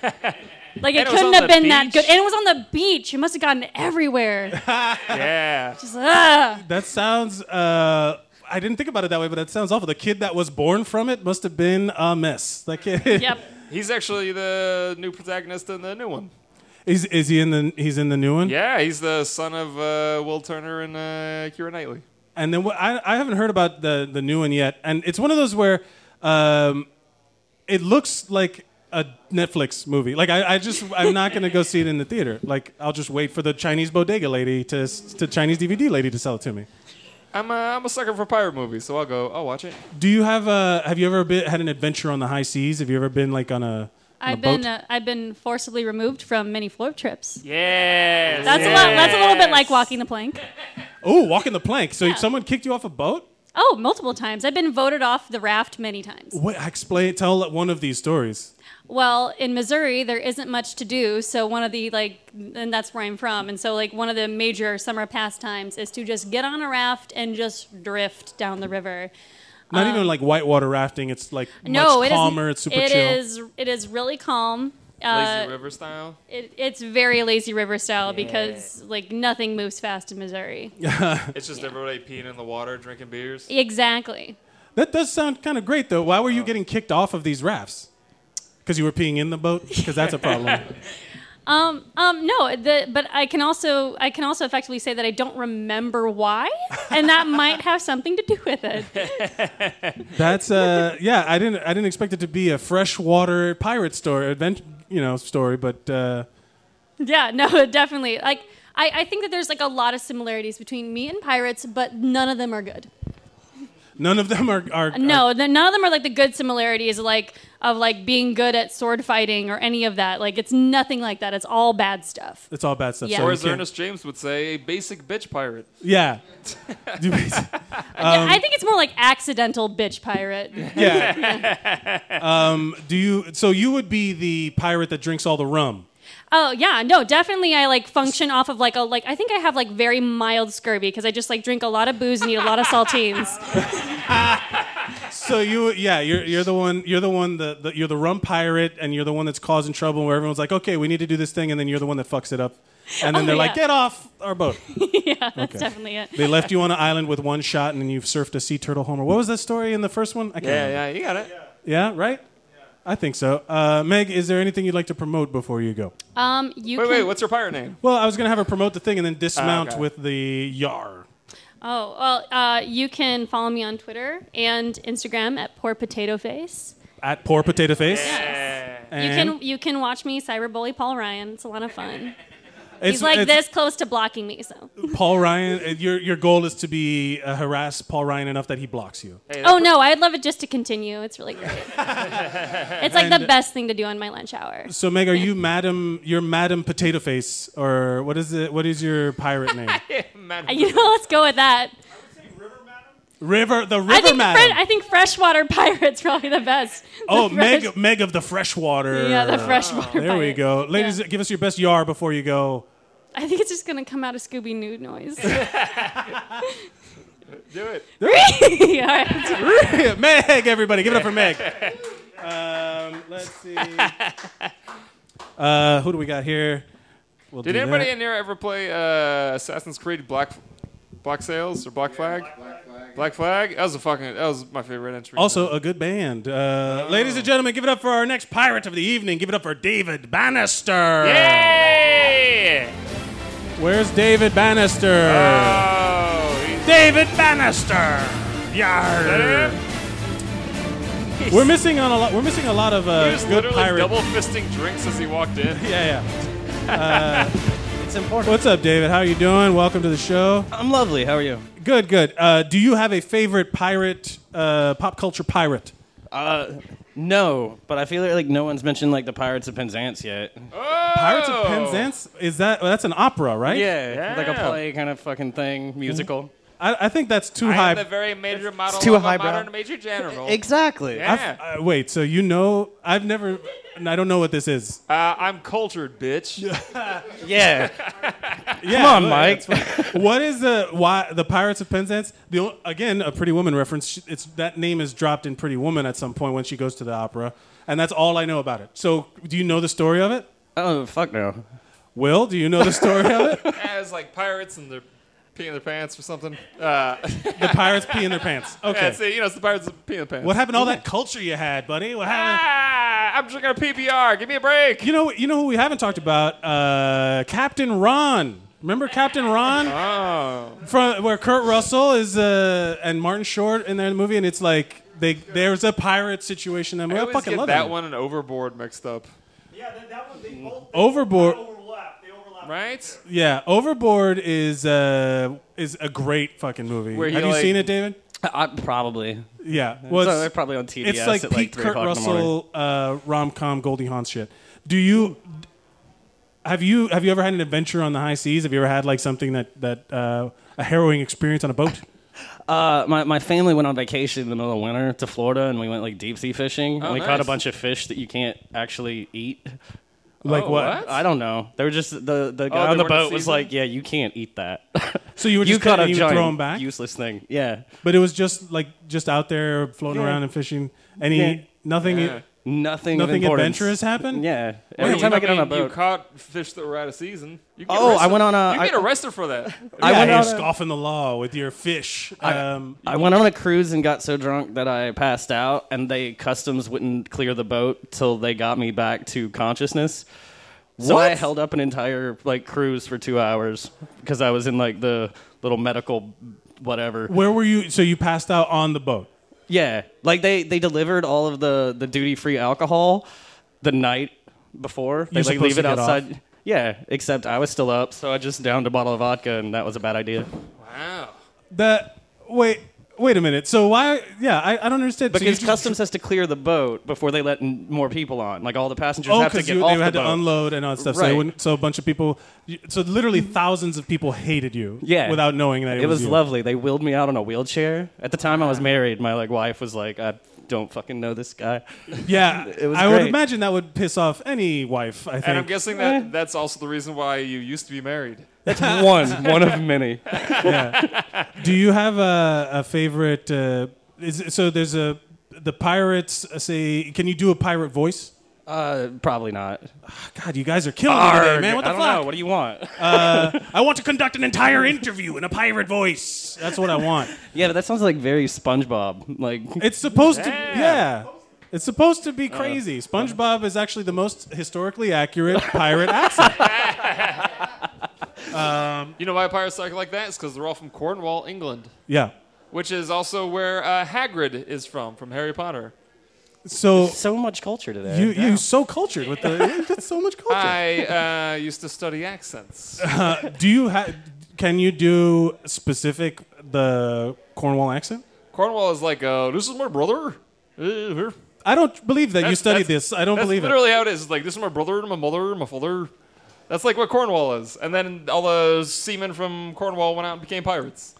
Like it,
And it was
couldn't
on
have
the
been that good,
beach.
and it was on the beach. It must have gotten everywhere.
yeah.
Just, ah.
That sounds. Uh, I didn't think about it that way, but that sounds awful. The kid that was born from it must have been a mess. That kid.
Yep.
He's actually the new protagonist in the new one.
Is is he in the he's in the new one?
Yeah, he's the son of uh, Will Turner and uh, Kira Knightley.
And then what, I, I haven't heard about the, the new one yet. And it's one of those where um, it looks like a Netflix movie. Like, I, I just, I'm not going to go see it in the theater. Like, I'll just wait for the Chinese bodega lady to, s- to Chinese DVD lady to sell it to me.
I'm a, I'm a sucker for pirate movies, so I'll go. I'll watch it.
Do you have a, have you ever been, had an adventure on the high seas? Have you ever been like on a, on a
I've
boat?
been uh, I've been forcibly removed from many float trips.
Yes.
That's a lot. That's a little bit like walking the plank.
oh, walking the plank. So someone kicked you off a boat?
Oh, multiple times. I've been voted off the raft many times.
What, explain, tell one of these stories.
Well, in Missouri, there isn't much to do. So one of the like, and that's where I'm from. And so like one of the major summer pastimes is to just get on a raft and just drift down the river.
Not even like whitewater rafting. It's like
Um, no,
much
it is
calmer. It's super
it
chill.
is- it is really calm.
Lazy
Uh,
River style.
it, it's very lazy river style because like nothing moves fast in Missouri.
It's just everybody peeing in the water, drinking beers.
Exactly.
That does sound kind of great, though. Why were you getting kicked off of these rafts? Because you were peeing in the boat? Because that's a problem.
Um, um, no, the, but I can also I can also effectively say that I don't remember why, and that might have something to do with it.
that's uh, yeah. I didn't I didn't expect it to be a freshwater pirate story, adventure, you know, story. But uh,
Yeah, no, definitely. Like I, I think that there's like a lot of similarities between me and pirates, but none of them are good.
none of them are are
No,
are-
the, none of them are like the good similarities like of like being good at sword fighting or any of that. Like it's nothing like that. It's all bad stuff.
it's all bad stuff.
Yeah.
so
Or
you
as
can't-
Ernest James would say, a basic bitch pirate.
yeah. You- Um,
Yeah, I think it's more like accidental bitch pirate.
yeah. Um, do you? So you would be the pirate that drinks all the rum.
Oh yeah, no, definitely. I like function off of like a like. I think I have like very mild scurvy because I just like drink a lot of booze and eat a lot of saltines.
So you, yeah, you're, you're the one, you're the one, the, the you're the rum pirate, and you're the one that's causing trouble. Where everyone's like, okay, we need to do this thing, and then you're the one that fucks it up, and then
Oh,
they're like,
yeah.
get off our boat.
yeah, that's definitely it.
they left you on an island with one shot, and then you've surfed a sea turtle home. Or what was that story in the first one? I can't
Yeah,
remember.
yeah, you got it.
yeah, right. I think so. Uh, Meg, is there anything you'd like to promote before you go?
Um, you
Wait,
can,
wait, what's your pirate name?
Well, I was gonna have her promote the thing and then dismount
okay.
with the yar.
Oh well, uh, you can follow me on Twitter and Instagram at Poor Potato Face.
At poor potato face.
You
And
can you can watch me cyberbully Paul Ryan. It's a lot of fun.
it's,
He's like
it's
this close to blocking me. So
Paul Ryan. uh, Your your goal is to be uh, harass Paul Ryan enough that he blocks you.
oh no, I'd love it just to continue. It's really great. it's like the best thing to do on my lunch hour.
So Meg, are you Madam? You're Madam Potato Face, or what is it? What is your pirate name?
You know, let's go with that.
River, the River
I think, the
Madam.
fre- I think freshwater pirates probably the best. The
oh,
fresh-
Meg, Meg of the freshwater.
Yeah, the freshwater.
There we
pirate.
go. Ladies, give us your best yar before you go.
I think it's just gonna come out a Scooby Doo noise.
Do it.
All right.
Meg, everybody, give it up for Meg. Um, let's see. Uh, who do we got here? We'll
Did
do
anybody
that.
in here ever play uh, Assassin's Creed Black Black Sails or Black Flag?
Black flag,
Black Flag. That was a fucking. That was my favorite entry.
Also, a good band.
Oh.
Uh, Ladies and gentlemen, give it up for our next pirate of the evening. Give it up for David Bannister.
Yay!
Where's David Bannister?
Oh, he's
David Bannister.
dead.
We're missing on a lot. We're missing a lot of
He
uh,
was
good
literally
pirate.
double fisting drinks as he walked in.
Yeah, yeah.
Uh, It's important.
What's up, David? How are you doing? Welcome to the show.
I'm lovely. How are you?
Good, good. Uh, do you have a favorite pirate, uh, pop culture pirate?
Uh, no, but I feel like no one's mentioned like the Pirates of Penzance yet.
Oh. Pirates of Penzance is that? Well, that's an opera, right? Mm-hmm.
Yeah, like a
Oh. Yeah.
play kind of fucking thing, musical.
I, I think that's too
I
high.
am the very major model
too
of a
highbrow.
modern major general.
E, Exactly.
I've-
Yeah.
uh, wait, so you know? I've never. and I don't know what this is.
Uh, I'm cultured, bitch.
Yeah.
Yeah,
Come on,
look,
Mike.
that's fine. what is the why the Pirates of Penzance? The o- again a Pretty Woman reference. She- It's that name is dropped in Pretty Woman at some point when she goes to the opera, and that's all I know about it. So, do you know the story of it?
oh fuck no.
Will, do you know the story of it?
As like pirates and they're peeing their pants or something. Uh,
The pirates pee in their pants. Okay.
yeah, see, you know, it's the pirates and peeing their pants.
What happened to all that culture you had, buddy? What happened?
Ah, I'm drinking a PBR. Give me a break.
You know, you know who we haven't talked about? Uh, Captain Ron. Remember Captain Ron?
Oh.
From where Kurt Russell is uh, and Martin Short in their movie, and it's like they there's a pirate situation. in That
I
movie. I,
always
fucking
get
love
that
movie.
one and Overboard mixed up, Mm.
Overboard.
right?
Yeah, Overboard is uh, is a great fucking movie.
Where he,
Have you
like-
seen it, David?
I, probably.
Yeah. Uh, Well,
so they're
it's,
uh, probably on TBS
it's like
at
peak
like three
Kurt
o'clock in the morning.
Russell uh, rom com Goldie Hawn shit. Do you have you have you ever had an adventure on the high seas? Have you ever had like something that that uh, a harrowing experience on a boat?
Uh, my, my family went on vacation in the middle of winter to Florida, and we went like deep sea fishing.
Oh,
and we caught a
nice.
bunch of fish that you can't actually eat.
Like
Oh,
what? Oh,
I don't know. They were just the the guy
they
on the
weren't
boat was
seasoned?
like, "Yeah, you can't eat that."
So you were
you
just
caught a
and you would
giant
throw them back,
useless thing. Yeah,
but it was just like just out there floating
Yeah.
around and fishing. Any
Yeah.
nothing
Yeah.
nothing. of
nothing
importance.
adventurous happened.
Yeah. Every
Wait,
time I
you-
get on a
mean, You
boat,
caught fish that were out of season. You can get
Oh, I
arrested-
went on a-
You
I-
get arrested for that.
I
Yeah,
went
you're
on a-
scoffing the law with your fish. um,
I went on a cruise and got so drunk that I passed out, and they customs wouldn't clear the boat till they got me back to consciousness. So I held up an entire like cruise for two hours because I was in like the little medical whatever.
where were you? So you passed out on the boat.
Yeah, like they they delivered all of the the duty free alcohol the night before. They
You're
like
supposed
leave
to
it
get off.
outside. Yeah, except I was still up, so I just downed a bottle of vodka, and that was a bad idea.
Wow.
That wait, wait a minute. So why? Yeah, I, I don't understand. So you
Because
just-
customs has to clear the boat before they let n- more people on. Like all the passengers
Oh,
have to
because
get
you
off
they had
the
to
boat.
unload and all that stuff. So, it
Right.
wouldn't- so a bunch of people, you- so literally thousands of people hated you.
Yeah.
without knowing that it,
it was
you. Ah.
lovely. They wheeled me out on a wheelchair. At the time I was married, my like wife was like, "I don't fucking know this guy."
Yeah,
It was
I would
great.
imagine that would piss off any wife. I think.
And I'm guessing that that's also the reason why you used to be married.
Eh. That's one, one of many.
Do you have a, a favorite? Uh, is it- so there's a the pirates uh, say. Can you do a pirate voice? Ah,
Uh, probably not.
God, you guys are killing me today, man. What the
I don't
fuck? Uh,
know. What do you want?
I want to conduct an entire interview in a pirate voice. That's what I want.
yeah, but that sounds like very SpongeBob. Like
It's supposed to, yeah. It's supposed to
Uh.
be crazy. SpongeBob is actually the most historically accurate pirate accent.
Um, You know why pirates talk like that? It's because they're all from Cornwall, England,
Yeah.
which is also where uh, Hagrid is from, from Harry Potter.
So
so much culture to that.
you you so cultured with the you got so much culture.
I uh, used to study accents.
Do you ha- can you do specific the Cornwall accent?
Cornwall is like, uh, this is my brother. Uh, here.
I don't believe that you
That's-
studied
that's-
this. I don't
That's
believe it.
literally how it is. It's like, this is my brother, my mother, my father. That's like what Cornwall is. And then all the seamen from Cornwall went out and became pirates.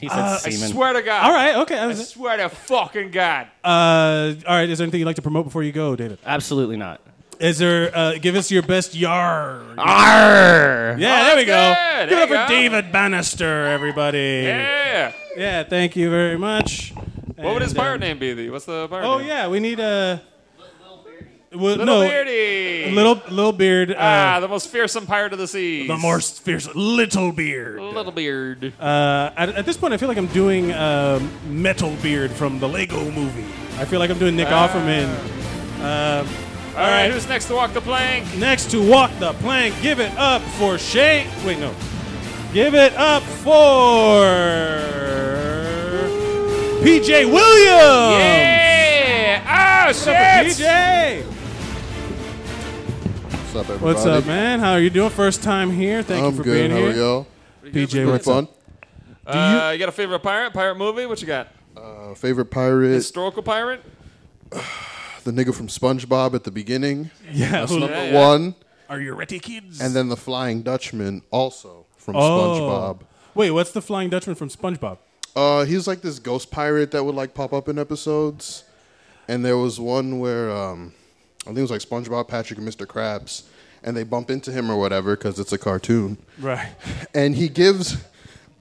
he said
I
semen.
swear to God.
Uh, All right, okay. I
I
was,
swear to fucking God.
uh, all right, is there anything you'd like to promote before you go, David?
Absolutely not.
Is there? Uh, give us your best yar.
Arr!
Yeah,
Oh,
there we go.
that's good.
Give it up
There you
for
go.
David Bannister, everybody.
Yeah.
Yeah, thank you very much.
What would his pirate name be? Lee? What's the pirate
um, Oh
name?
yeah, we need a. Well,
Little
no,
Beardy.
little little beard. Uh,
ah, the most fearsome pirate of the seas.
the more fierce little beard.
Little beard.
Uh, at, at this point, I feel like I'm doing um, Metal Beard from the Lego Movie. I feel like I'm doing Nick Offerman. Um,
Ah. All right, who's next to walk the plank?
Next to walk the plank, give it up for Shay. Wait, no. Give it up for PJ Williams.
Yeah! Oh,
What's up,
shit!
PJ?
What's up, everybody?
What's up, man? How are you doing? First time here. Thank
I'm
you for
good.
being
How
here.
are y'all?
PJ,
Pretty
what's up?
fun.
Uh, you got a favorite pirate? Pirate movie? What you got?
Uh, favorite pirate?
Historical pirate?
the nigga from SpongeBob at the beginning.
Yeah,
That's
who-
number
yeah.
one.
are you ready, kids?
And then the Flying Dutchman, also from
Oh.
SpongeBob.
Wait, what's the Flying Dutchman from SpongeBob?
Uh, he was like this ghost pirate that would like pop up in episodes, and there was one where um, I think it was like SpongeBob, Patrick, and Mr. Krabs, and they bump into him or whatever because it's a cartoon,
Right.
and he gives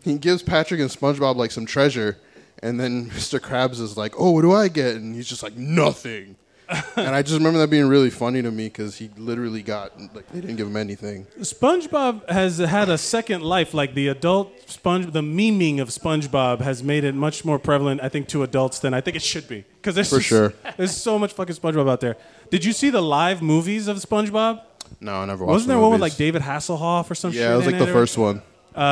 he gives Patrick and SpongeBob like some treasure, and then Mr. Krabs is like, "Oh, what do I get?" and he's just like, "Nothing." and I just remember that being really funny to me because he literally got like they didn't give him anything.
SpongeBob has had a second life. Like the adult Sponge, the memeing of SpongeBob has made it much more prevalent, I think, to adults than I think it should be. Because there's
For
just-
sure.
there's so much fucking SpongeBob out there. Did you see the live movies of SpongeBob?
No, I never watched.
Wasn't
the
there one with
movies.
like David Hasselhoff or some shit?
Yeah, it was
in
like the
or-
first one.
Um,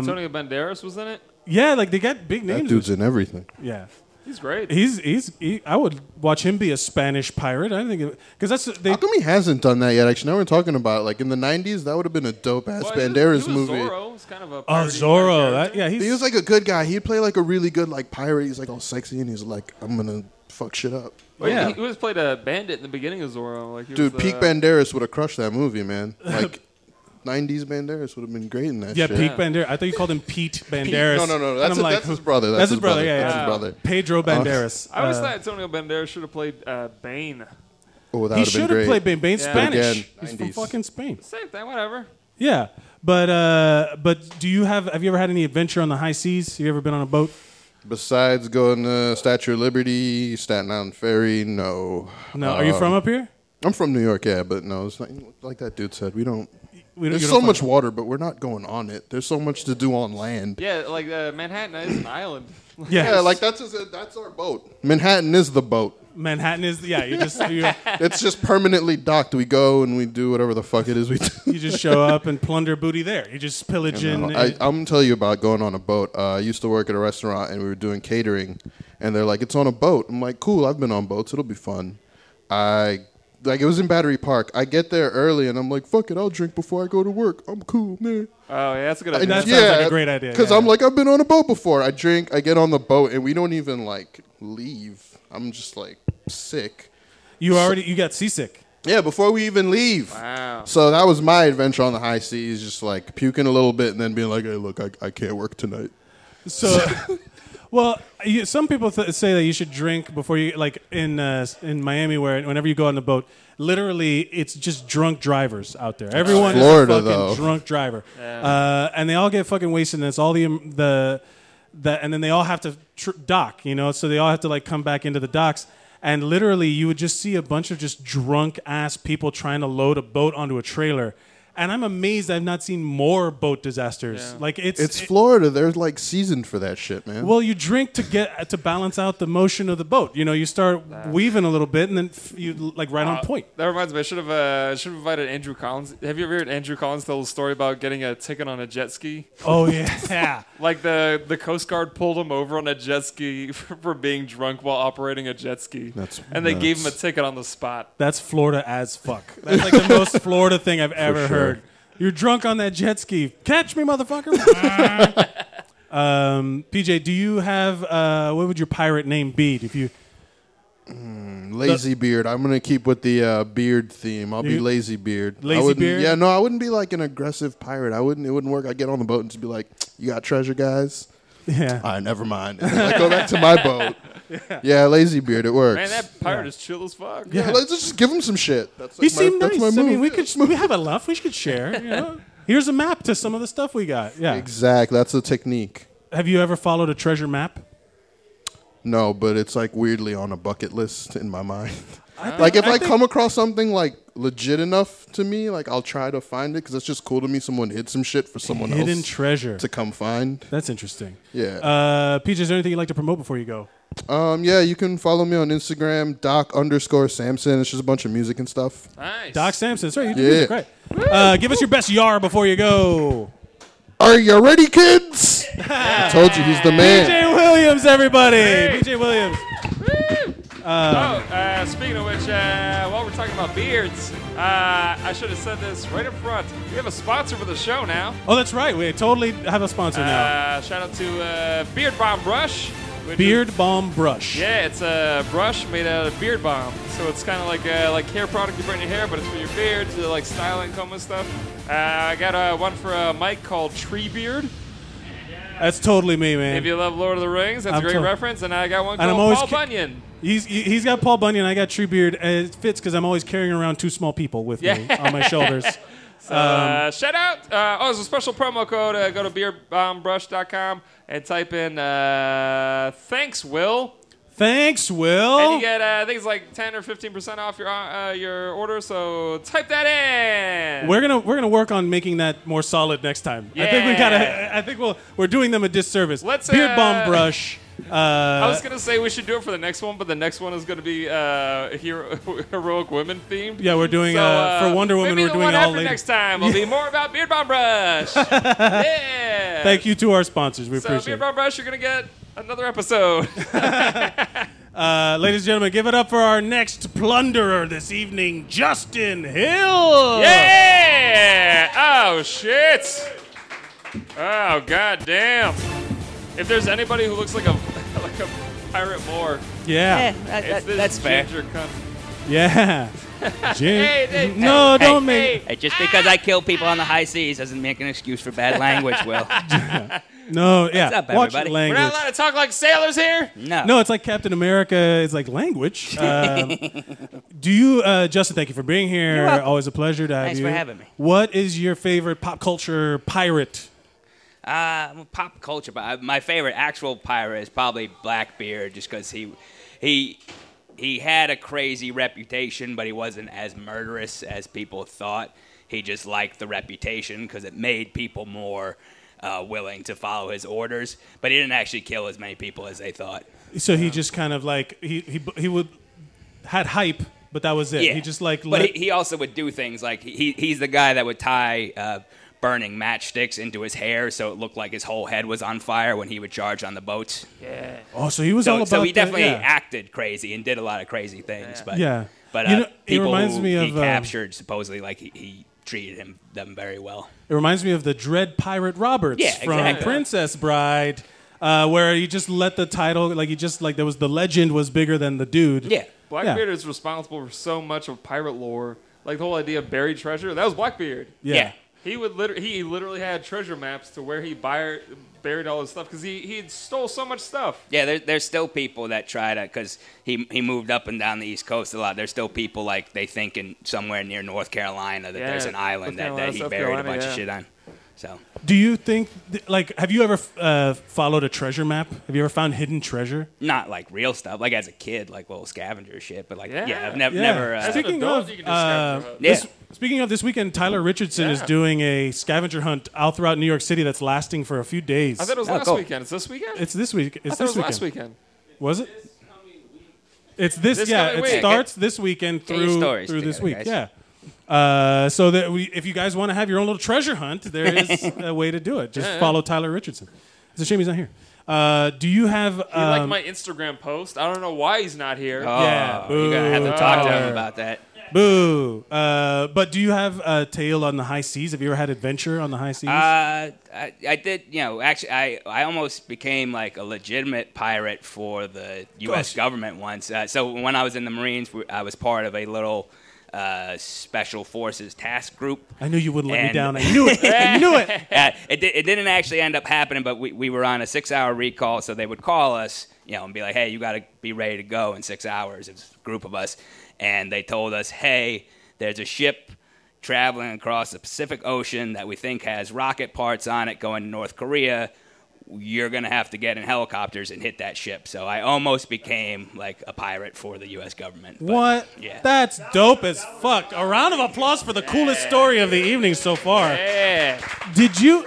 Antonio Banderas was in it.
yeah, like they got big names.
That dude's in everything.
yeah.
He's great.
He's he's he, I would watch him be a Spanish pirate. I think because that's they
How come he hasn't done that yet? Actually, now we're talking about it. like in the '90s, that would have been a dope ass
Well, he was-
Banderas
he was
movie.
Zorro. He's kind of a
Oh,
parody
Zorro. That,
character.
yeah, he's,
He was like a good guy. He'd play like a really good like pirate. He's like all sexy and he's like, I'm gonna fuck shit up.
Well, he-
yeah.
He, was played a bandit in the beginning of Zorro. Like he
Dude,
was,
peak
uh,
Banderas would have crushed that movie, man. Like '90s Banderas would have been great in that.
yeah,
shit.
Pete Banderas. I thought you called him Pete Banderas.
No, no, no.
And
That's,
I'm
his-
like,
that's his brother. That's, his brother.
Yeah,
that's
yeah.
his brother. Uh,
Pedro Banderas.
I always
Uh,
thought Antonio Banderas should have played uh, Bane.
Oh, that
he
would have been
should have
great.
played Bane. Bane's
Yeah.
Spanish.
Again,
He's from
90s.
fucking Spain.
Same thing, whatever.
Yeah, but uh, but do you have have you ever had any adventure on the high seas? Have you ever been on a boat?
Besides going to Statue of Liberty, Staten Island Ferry, no.
No. Are you
Um,
from up here?
I'm from New York, yeah, but no, it's like, like that dude said. We don't.
We don't-
There's
you
so
don't
much
fucking-
water, but we're not going on it. There's so much to do on land.
Yeah, like uh, Manhattan is an island.
Yeah,
Yeah, like that's his, that's our boat. Manhattan is the boat.
Manhattan is. Yeah, you just you,
It's just permanently docked. We go and we do whatever the fuck it is we do.
you just show up and plunder booty there. You just pillage
uh, I,
and.
am gonna tell you about going on a boat. Uh, I used to work at a restaurant and we were doing catering, and they're like, "It's on a boat." I'm like, "Cool, I've been on boats. It'll be fun." I like it was in Battery Park. I get there early and I'm like, "Fuck it, I'll drink before I go to work. I'm cool, man."
Oh, yeah, that's a good
I-
idea.
That sounds like a great idea,
Because
yeah.
I'm like, I've been on a boat before. I drink, I get on the boat, and we don't even like leave. I'm just like sick.
you already you got seasick.
Yeah, before we even leave.
Wow.
So that was my adventure on the high seas, just like puking a little bit and then being like, hey, look, I, I can't work tonight.
So, well, you, some people th- say that you should drink before you, like in uh, in Miami, where whenever you go on the boat, literally it's just drunk drivers out there. Everyone
Florida,
is a fucking
though.
drunk driver, uh, and they all get fucking wasted. And it's all the um, the the, and then they all have to tr- dock, you know. So they all have to like come back into the docks. And literally, you would just see a bunch of just drunk ass people trying to load a boat onto a trailer. And I'm amazed I've not seen more boat disasters. Like it's
It's
it-
Florida. They're like seasoned for that shit, man.
well, you drink to get to balance out the motion of the boat. You know, you start weaving a little bit, and then f- you like right on point.
Uh, That reminds me. I should have uh, should have invited Andrew Collins. Have you ever heard Andrew Collins tell the story about getting a ticket on a jet ski?
Oh yeah,
Like the the Coast Guard pulled him over on a jet ski for, for being drunk while operating a jet ski.
That's
and they gave him a
nuts.
ticket on the spot.
that's Florida as fuck. That's like the most Florida thing I've ever
sure.
heard. You're drunk on that jet ski. Catch me, motherfucker. um, PJ, do you have uh, what would your pirate name be if you?
Hmm. lazy beard. I'm gonna keep with the uh, beard theme. I'll be
You-
lazy beard. I
Lazy
wouldn't-
beard?
Yeah, no, I wouldn't be like an aggressive pirate. I wouldn't. It wouldn't work. I'd get on the boat and just be like, "You got treasure, guys."
Yeah,
All right, never mind. And then I go back to my boat. Yeah. lazy beard. It works.
Man, that pirate is chill as fuck.
yeah, let's just give him some shit. That's
he
like my,
seemed
that's
nice.
my
I mean, we
move.
could we have a laugh. We could share. You know? Here's a map to some of the stuff we got. Yeah.
Exactly. That's the technique.
Have you ever followed a treasure map?
No, but it's like weirdly on a bucket list in my mind. like if
I
I,
think-
come across something like legit enough to me, like I'll try to find it because it's just cool to me. Someone hid some shit for someone
Hidden
else
treasure.
to come find.
That's interesting.
Yeah.
Uh, PJ, is there anything you'd like to promote before you go?
Um, yeah, you can follow me on Instagram, Doc underscore Samson. It's just a bunch of music and stuff.
Nice.
Doc Samson, that's right. You do
Yeah.
music, right. Uh, give us your best yar before you go.
Are you ready, kids? I told you he's the man.
PJ Williams, everybody. PJ Williams. Um,
Oh, uh, speaking of which, uh, while we're talking about beards, uh, I should have said this right up front. We have a sponsor for the show now.
Oh, that's right. We totally have a sponsor now.
Uh, shout out to uh, Beard Bomb Brush. which is-
Beard Balm Brush.
Yeah, it's a brush made out of beard bomb. So it's kind of like uh, like hair product you put in your hair, but it's for your beard to like style and comb and stuff. Uh, I got uh, one for uh, Mike called Tree Beard.
That's totally me,
If
man.
you love Lord of the Rings, that's
I'm
a great
tot-
reference. And I got one
And I'm
called
always
Paul
ki-
Bunyan.
He's he- he's got Paul Bunyan. I got Tree Beard. And it fits because I'm always carrying around two small people with me
Yeah.
on my shoulders. um,
Uh, shout out. Uh, oh, there's a special promo code. Uh, go to beerbombrush.com and type in uh, thanks, Will.
Thanks, Will.
And you get, uh, I think it's like 10 or 15% off your uh, your order. So type that in.
We're gonna we're gonna work on making that more solid next time. I think we
Yeah.
gotta. I think we'll we're doing them a disservice.
Let's,
beard bomb
uh,
brush.
I
Uh,
was gonna say we should do it for the next one, but the next one is gonna be uh, hero- heroic women themed.
Yeah, we're doing, uh, for Wonder Woman,
Maybe
we're
the
doing
one
all
after
ladies.
next time. will be more about Beard Bomb Brush. yeah.
thank you to our sponsors. We
So
appreciate
Beard
it.
Bomb Brush, you're gonna get another episode.
Uh, ladies and gentlemen, give it up for our next plunderer this evening, Justin Hill.
yeah. Oh shit. Oh god damn. If there's anybody who looks like a like a pirate more,
Yeah.
Eh, that-
it's
that-
this
that's fair.
ginger cunt.
Yeah. Jim-
Hey, hey,
no,
hey,
don't
hey.
make
Hey, just because I kill people on the high seas doesn't make an excuse for bad language, Will.
no. Yeah.
up,
Watch
everybody?
We're not
language.
allowed to talk like sailors here.
No.
No, it's like Captain America. It's like language. Um, do you, uh, Justin? Thank you for being
You're
here.
welcome.
Always a pleasure to have
Thanks
you.
for having me.
What is your favorite pop culture pirate?
Uh, I'm a pop culture, but I- my favorite actual pirate is probably Blackbeard, just because he, he, he had a crazy reputation, but he wasn't as murderous as people thought. He just liked the reputation because it made people more uh, willing to follow his orders. But he didn't actually kill as many people as they thought.
So he just kind of like he he he would had hype, but that was it.
Yeah.
He just like
But
let-
he, he also would do things like he he's the guy that would tie uh, burning matchsticks into his hair so it looked like his whole head was on fire when he would charge on the boats.
oh, so he was
So,
all about.
so he
the-
definitely
yeah.
acted crazy and did a lot of crazy things. But
Yeah.
but uh,
You know, it
people
reminds
who
me
he
of, uh,
captured supposedly like he, he treated him them very well.
It reminds me of the Dread Pirate Roberts
Yeah,
from
exactly.
Princess Bride, uh, where you just let the title like you just like there was the legend was bigger than the dude.
Yeah.
Blackbeard is responsible for so much of pirate lore, like the whole idea of buried treasure. That was Blackbeard.
Yeah.
Yeah.
He would liter- he literally had treasure maps to where he buyer- buried all his stuff because he he had stole so much stuff.
Yeah, there, there's still people that try to because he he moved up and down the East Coast a lot. There's still people like they think in somewhere near North Carolina that
Yeah,
there's an island
North
that,
Carolina,
that he
South
buried a
Carolina,
bunch of
yeah.
shit on. So
Do you think th- like have you ever uh, followed a treasure map? Have you ever found hidden treasure?
not like real stuff, like as a kid, like little scavenger shit. But like, yeah,
Yeah.
I've nev- never. Uh,
Speak-
speaking
adult,
of,
you can just
uh,
scavenger hunt.
this-
Yeah.
speaking of this weekend, Tyler Richardson is doing a scavenger hunt all throughout New York City that's lasting for a few days.
I thought it was
Oh,
last
cool.
weekend. It's this weekend.
it's this week. It's
I thought it
this
was
weekend.
last weekend.
Was it? It's this,
This
yeah.
coming
It
week.
starts this weekend
Get your
through
stories
through this week,
together,
yeah. Uh, so that we, if you guys want to have your own little treasure hunt, there is a way to do it. Just follow Tyler Richardson. It's a shame he's not here. Uh, do you have?
He liked
um,
my Instagram post. I don't know why he's not here.
oh,
yeah,
you're gonna have to
boo,
talk to
Tyler.
him about that.
Boo. Uh, but do you have a tale on the high seas? Have you ever had adventure on the high seas?
Uh, I, I did, you know, actually, I, I almost became like a legitimate pirate for the U.S. government once. Uh, so when I was in the Marines, we- I was part of a little uh, special forces task group.
I knew you wouldn't let me
and-
down. I knew it. I knew it.
Uh, it, di- it didn't actually end up happening, but we, we were on a six hour recall, so they would call us, you know, and be like, hey, you got to be ready to go in six hours. It's a group of us. And they told us, hey, there's a ship traveling across the Pacific Ocean that we think has rocket parts on it going to North Korea. you're gonna have to get in helicopters and hit that ship. So I almost became like a pirate for the U.S. government.
What?
Yeah.
That's dope as fuck. A round of applause for the coolest story of the evening so far.
Yeah.
Did you?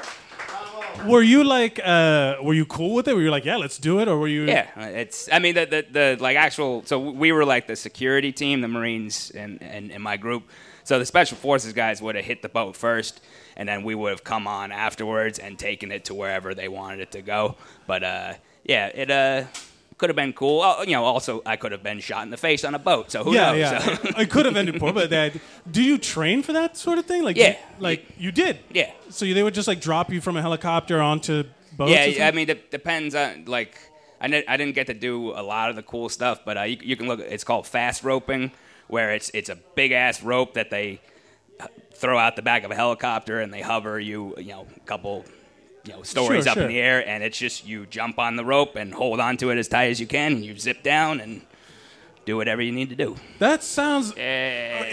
Were you like, uh, were you cool with it? Were you like, yeah, let's do it, or were you?
Yeah, uh, it's. I mean, the, the the like actual. So we were like the security team, the Marines, and and, and my group. So the special forces guys would have hit the boat first, and then we would have come on afterwards and taken it to wherever they wanted it to go. But uh, yeah, it uh could have been cool. Oh, you know, also I could have been shot in the face on a boat. So who
yeah,
knows?
yeah.
So-
it could have ended poor, but that. Do you train for that sort of thing? Like,
Yeah.
you- like you did.
yeah.
So they would just like drop you from a helicopter onto boats. or
Yeah, I
something?
mean, it depends on like. I didn't, I didn't get to do a lot of the cool stuff, but uh, you, you can look. It's called fast roping, where it's it's a big ass rope that they h- throw out the back of a helicopter and they hover you, you know, a couple, you know, stories
Sure,
up
sure.
in the air, and it's just you jump on the rope and hold on to it as tight as you can, and you zip down and do whatever you need to do.
that sounds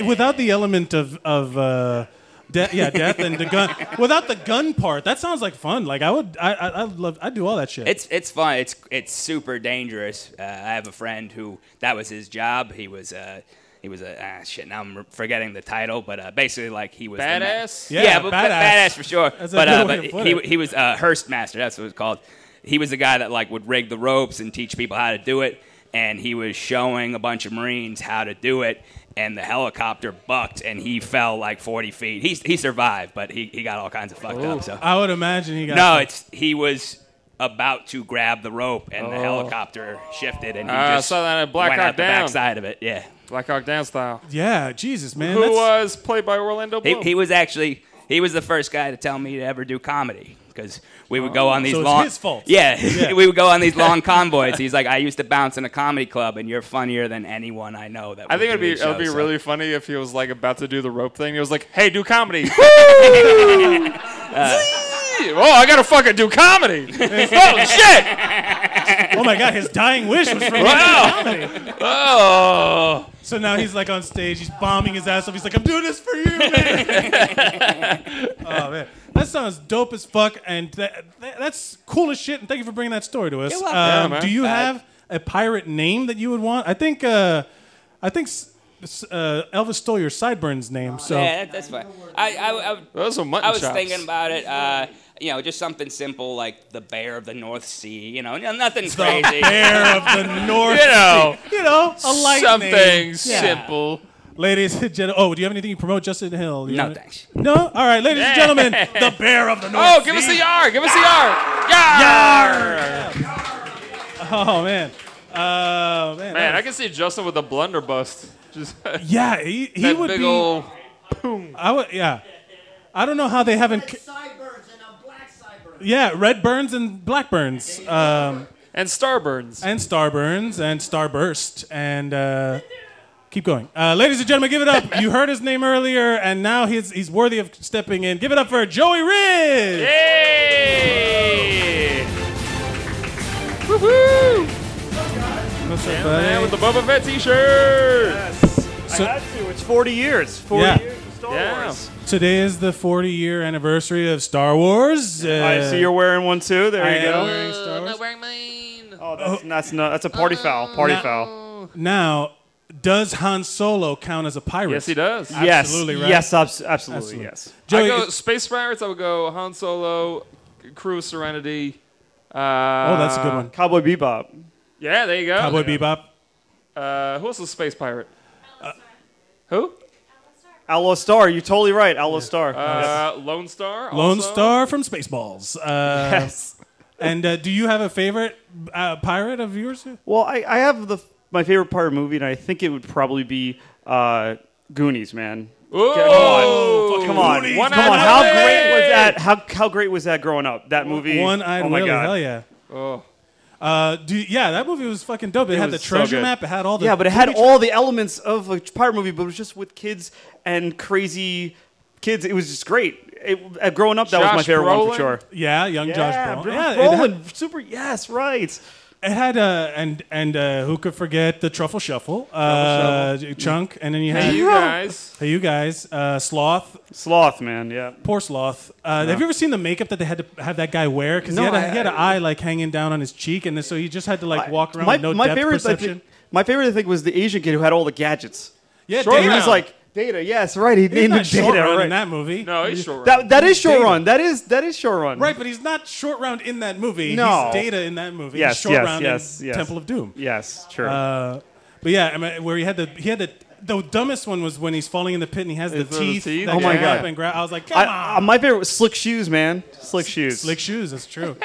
without the element of of. Uh, De- yeah, death and the gun. Without the gun part, that sounds like fun. Like I would, I, I, I love, I'd do all that shit.
It's it's fun. It's it's super dangerous. Uh, I have a friend who that was his job. He was uh, he was a ah, shit. Now I'm forgetting the title, but uh, basically like he was the ma-
Badass?
yeah,
Yeah,
but, but
badass.
badass for sure.
That's a
but
good
uh,
way
but
to put
he
it.
he was uh, Hearst master. That's what it's called. He was the guy that like would rig the ropes and teach people how to do it. And he was showing a bunch of Marines how to do it. And the helicopter bucked, and he fell like 40 feet. He he survived, but he, he got all kinds of fucked up. So
I would imagine he got
no, it's he was about to grab the rope, and the helicopter shifted, and he
Uh, Oh. I
just
saw that at Black
went
Hawk
out the
Down.
backside of it. Yeah,
Black Hawk Down style.
Yeah, Jesus, man.
Who
that's-
was played by Orlando
he,
Bloom?
he was actually he was the first guy to tell me to ever do comedy because we would
Oh.
go on these
So it's
long.
his fault.
Yeah,
Yeah.
we would go on these long convoys. He's like, I used to bounce in a comedy club, and you're funnier than anyone I know. That
I think
would
it'd be
do the
it'd be
show," so-
really funny if he was like about to do the rope thing. He was like, "Hey, do comedy." Woo! oh, I gotta fucking do comedy. oh shit!
oh my God, his dying wish was from
Wow. Oh.
So now he's like on stage, he's bombing his ass off. He's like, I'm doing this for you, man. oh man, that sounds dope as fuck, and that, that- that's cool as shit. And thank you for bringing that story to us.
Yeah,
Um,
man.
do you have a pirate name that you would want? I think, uh, I think s- s- uh, Elvis stole your sideburns name, so
Yeah, that- that's fine. I I, I, would-
Those are mutton
I was
chops.
thinking about it. Uh, you know, just something simple like the bear of the North Sea. You know, nothing
the
crazy.
Bear of the North.
You know,
Sea. you know, a light
something
name. Yeah.
simple.
Ladies and gentlemen, oh, do you have anything you promote, Justin Hill? You
No,
wanna-
thanks.
No, all right, ladies and gentlemen, the Bear of the North.
Oh, give us the
Sea.
yar! Give us the yar! Yar!
Oh man. Oh man.
Man, I can see Justin with a blunderbust. Just he
yeah, he, he
that
would
big
be.
old.
I would. Yeah. I don't know how they haven't. c-
Sideburns and a black sideburn.
Yeah, red burns and black burns, um,
And Starburns.
and star burns and starburst, and uh, keep going, uh, ladies and gentlemen. Give it up. You heard his name earlier, and now he's he's worthy of stepping in. Give it up for Joey Ridge.
Hey! Woohoo!
What's up,
Man with
buddy?
the Boba Fett t-shirt!
So-
I had to. It's 40 years. 40
Yeah.
years of Star
Yeah.
Wars.
Today is the 40 year anniversary of Star Wars. Uh,
I see you're wearing one too. There
I
you
am
go.
wearing Star Wars.
wearing mine.
Oh, that's, that's not. That's a
Uh,
party foul. Party foul.
Now, does Han Solo count as a pirate?
Yes, he does.
Yes.
Absolutely, right?
Yes. abs- absolutely.
Absolutely.
Yes.
I
Joey,
go
it's-
Space Pirates, I would go Han Solo, Crew of Serenity. Uh,
oh, that's a good one.
Uh, Cowboy Bebop.
Oh, Yeah, there you go.
Cowboy Bebop.
Uh, who else is Space Pirate?
Uh,
who?
Outlaw Star. You're totally right. Outlaw Star.
Uh, Lone Star.
Lone
also.
Star from Spaceballs. Uh,
yes.
And uh, do you have a favorite uh, pirate of yours?
Well, I, I have the my favorite part of the movie, and I think it would probably be uh, Goonies, man.
Ooh.
Come on, come on,
Goonies.
come on!
One-eyed
How
Willy.
great was that? How how great was that growing up? That movie.
One-eyed
oh my
Willy.
god.
Hell yeah.
Oh.
Uh, do yeah, that movie was fucking dope. It, had the
was so
treasure
good.
map. It had all the
Yeah, but it had
booby
all the elements of a pirate movie, but it was just with kids and crazy kids. It was just great. It, uh, growing up, that was my
Josh
favorite one
Brolin?
for sure.
tra- yeah, young Josh Brolin.
Josh
Yeah, it had-
Brolin, super. Yes, right.
It had uh, and and uh, who could forget the truffle shuffle, uh, chunk, and then you
Hey,
had
you guys.
hey you guys, uh, sloth,
sloth man, yeah,
poor sloth. Uh,
Yeah.
Have you ever seen the makeup that they had to have that guy wear? Because
No,
he, had
I-
a- he had an eye like hanging down on his cheek, and so he just had to like walk around
my,
with no
my
depth
favorite I think-
perception.
my favorite I think was the Asian kid who had all the gadgets.
Yeah,
Short
Data.
Round. He was like Data. Yes, right. He
He's
named
not
it
short
Data.
round in
right.
that movie. No,
he's short
That that is short run. That is that is short run.
Right, but he's not short round in that movie.
No.
he's Data in that movie.
Yes,
he's short
yes,
round
yes,
in
yes.
Temple of Doom.
Yes, sure.
Uh, but yeah, I mean, where he had the he had the the dumbest one was when he's falling in the pit and he has the
Is it the
teeth.
teeth?
that
Oh my
come
God.
up And grab. I was like, come on.
I, uh, my favorite was slick shoes, man. Slick shoes.
Slick shoes. That's true.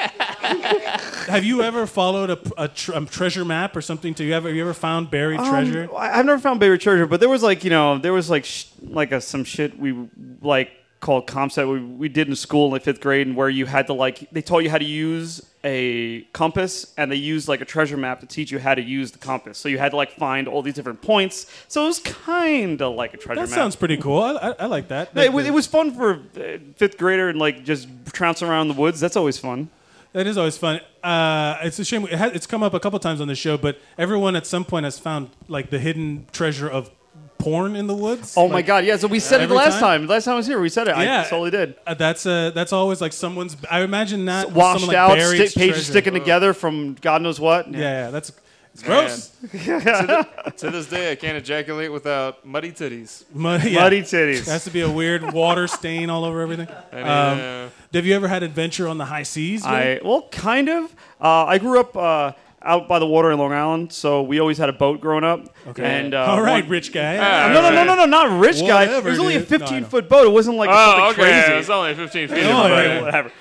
have you ever followed a, a, tr- um treasure map or something? Do you ever have you ever found buried
Um,
treasure?
I, I've never found buried treasure, but there was like you know there was like sh- like a, some shit we like called comps that we, we did in school in like fifth grade, and where you had to like they taught you how to use a compass, and they used like a treasure map to teach you how to use the compass. So you had to like find all these different points. So it was kind of like a treasure
That
map.
sounds pretty cool. I, I, I like that.
No, it, was, it was fun for uh, fifth grader and like just trouncing around the woods. That's always fun.
That is always fun. Uh, it's a shame. It ha- it's come up a couple times on the show, but everyone at some point has found like the hidden treasure of porn in the woods.
Oh my
Like,
god! Yeah, so we said it
every
last time. Last time I was here, we said it.
Yeah.
I totally did.
Uh, that's uh, that's always like someone's. I imagine that
washed
someone, like,
out,
buried
stick, pages
treasure.
sticking together from God knows what.
Yeah, yeah, that's it's gross.
to, thi- to this day, I can't ejaculate without muddy titties.
Muddy, yeah.
Muddy titties.
Has to be a weird water stain all over everything.
mean,
Um,
uh,
have you ever had adventure on the high seas?
I well, kind of. Uh, I grew up uh, out by the water in Long Island, so we always had a boat growing up.
Okay.
And uh,
all right,
one-
rich guy.
Ah,
Uh, no, no, no, no, no, not rich guy. It
Whatever,
was only a
dude. No, I
15
know.
foot boat. It wasn't like
oh,
something
okay.
crazy.
It's only 15 feet.
Oh,
away.
yeah.
Whatever.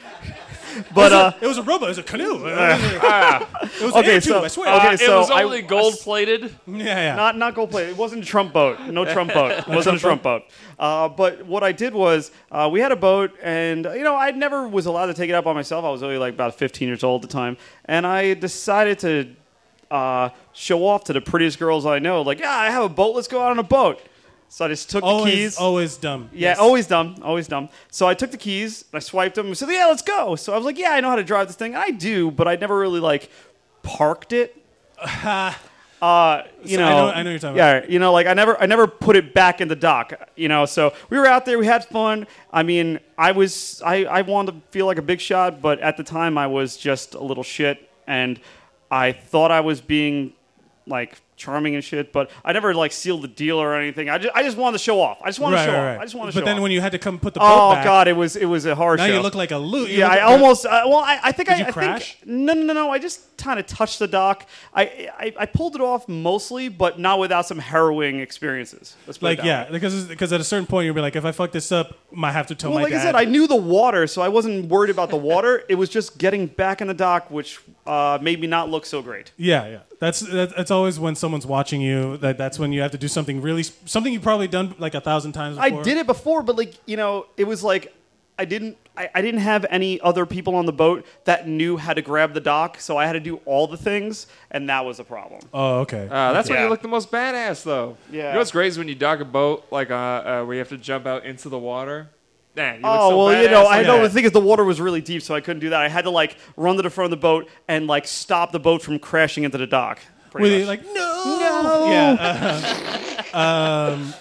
But uh, Ah.
it was a rowboat. It was a canoe. it was
okay,
air tube,
so
I swear.
okay,
it
so
was
I-
only gold plated.
yeah, yeah.
Not not gold plate. It wasn't a Trump boat. No Trump boat. It wasn't a Trump boat. Uh, but what I did was uh, we had a boat, and you know I never was allowed to take it out by myself. I was only like about 15 years old at the time, and I decided to uh, show off to the prettiest girls I know. Like, yeah, I have a boat. Let's go out on a boat. So I just took
always,
the keys.
always dumb.
Yeah, always dumb, always dumb. So I took the keys, and I swiped them, and said, "Yeah, let's go." So I was like, "Yeah, I know how to drive this thing. I do, but I never really like parked it." uh, you
So I
know,
know- I know you're talking
yeah, you know, like I never, I never put it back in the dock. You know, so we were out there, we had fun. I mean, I was, I, I wanted to feel like a big shot, but at the time, I was just a little shit, and I thought I was being like charming and shit, but I never like sealed the deal or anything. I just, I just wanted to show off. I just wanted
Right,
to show
right,
off.
right.
I just wanted to
But
show
then
off.
when you had to come put the boat
Oh
back,
god, it was it was a harsh.
now you look like a loot.
yeah, I almost. I, well, I, I think
Did
I,
you
I
crash?
think no, no, no, no. I just kind of touched the dock. I, I I pulled it off mostly, but not without some harrowing experiences. Let's put it
like
that
yeah,
way.
because because at a certain point you'll be like, if I fuck this up, I have to tell
Well,
my
like
dad.
I said, I knew the water, so I wasn't worried about the water. it was just getting back in the dock, which uh, made me not look so great.
Yeah, yeah. That's that, that's always when someone's watching you. That that's when you have to do something really s- something you've probably done like a thousand times.
I
before.
did it before, but like you know, it was like I didn't I, I didn't have any other people on the boat that knew how to grab the dock, so I had to do all the things, and that was a problem.
Oh, okay.
Uh, that's when
Yeah.
you look the most badass, though.
Yeah.
You know what's great is when you dock a boat, like uh, uh, where you have to jump out into the water. Man, you look
Oh
so
well,
badass
you know, I
like
know
that.
the thing is the water was really deep, so I couldn't do that. I had to like run to the front of the boat and like stop the boat from crashing into the dock.
Were
pretty
they
much.
like no? No. Yeah. uh, um,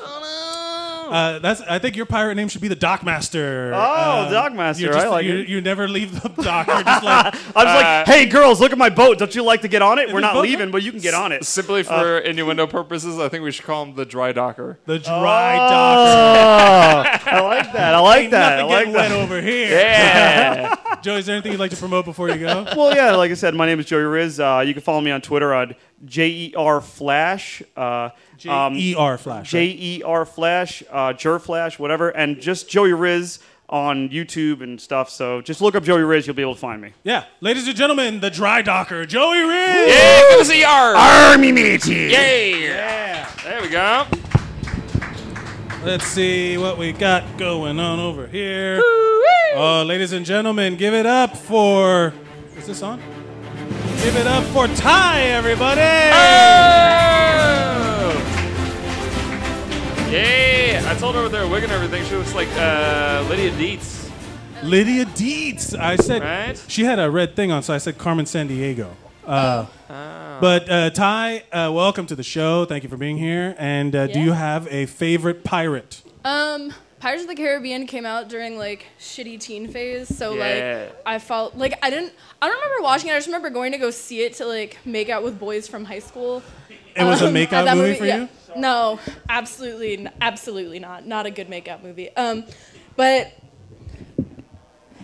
uh, that's. I think your pirate name should be the Dockmaster.
Oh,
Uh,
Dockmaster,
you're just-
I like
you,
it.
You never leave the dock. You're just like
I was
Uh,
like, "Hey girls, look at my boat. Don't you like to get on it? We're not leaving, but you can get on it." Uh,
Simply for innuendo purposes, I think we should call him the dry docker.
the dry
oh,
dock.
I like that. I like
Ain't
that. I
nothing
like
getting
that.
wet over here.
Yeah.
Joey, is there anything you'd like to promote before you go?
well, yeah, like I said, my name is Joey Riz. Uh, you can follow me on Twitter on J-E-R Flash. Uh, um,
E R Flash. right?
J-E-R Flash, uh, Jer Flash, whatever, and just Joey Riz on YouTube and stuff. So just look up Joey Riz. You'll be able to find me.
Yeah, ladies and gentlemen, the dry docker, Joey Reed.
yeah, good to see you.
Army matey.
Yeah. There we go.
Let's see what we got going on over here. Oh, ladies and gentlemen, give it up for. Is this on? Give it up for Ty, everybody!
Yeah, I told her with her wig and everything, she looks like uh, Lydia Dietz.
Lydia Dietz. I said
Right?
she had a red thing on, so I said Carmen San Diego. Uh,
Oh.
But uh, Ty, uh, welcome to the show. Thank you for being here. And uh, do
Yeah.
you have a favorite pirate?
Um, Pirates of the Caribbean came out during like shitty teen phase, so
Yeah.
like I felt like I didn't. I don't remember watching it. I just remember going to go see it to like make out with boys from high school. Um,
It was a makeout
at that
movie for you?
No, absolutely, n- absolutely not. Not a good makeout movie. Um, but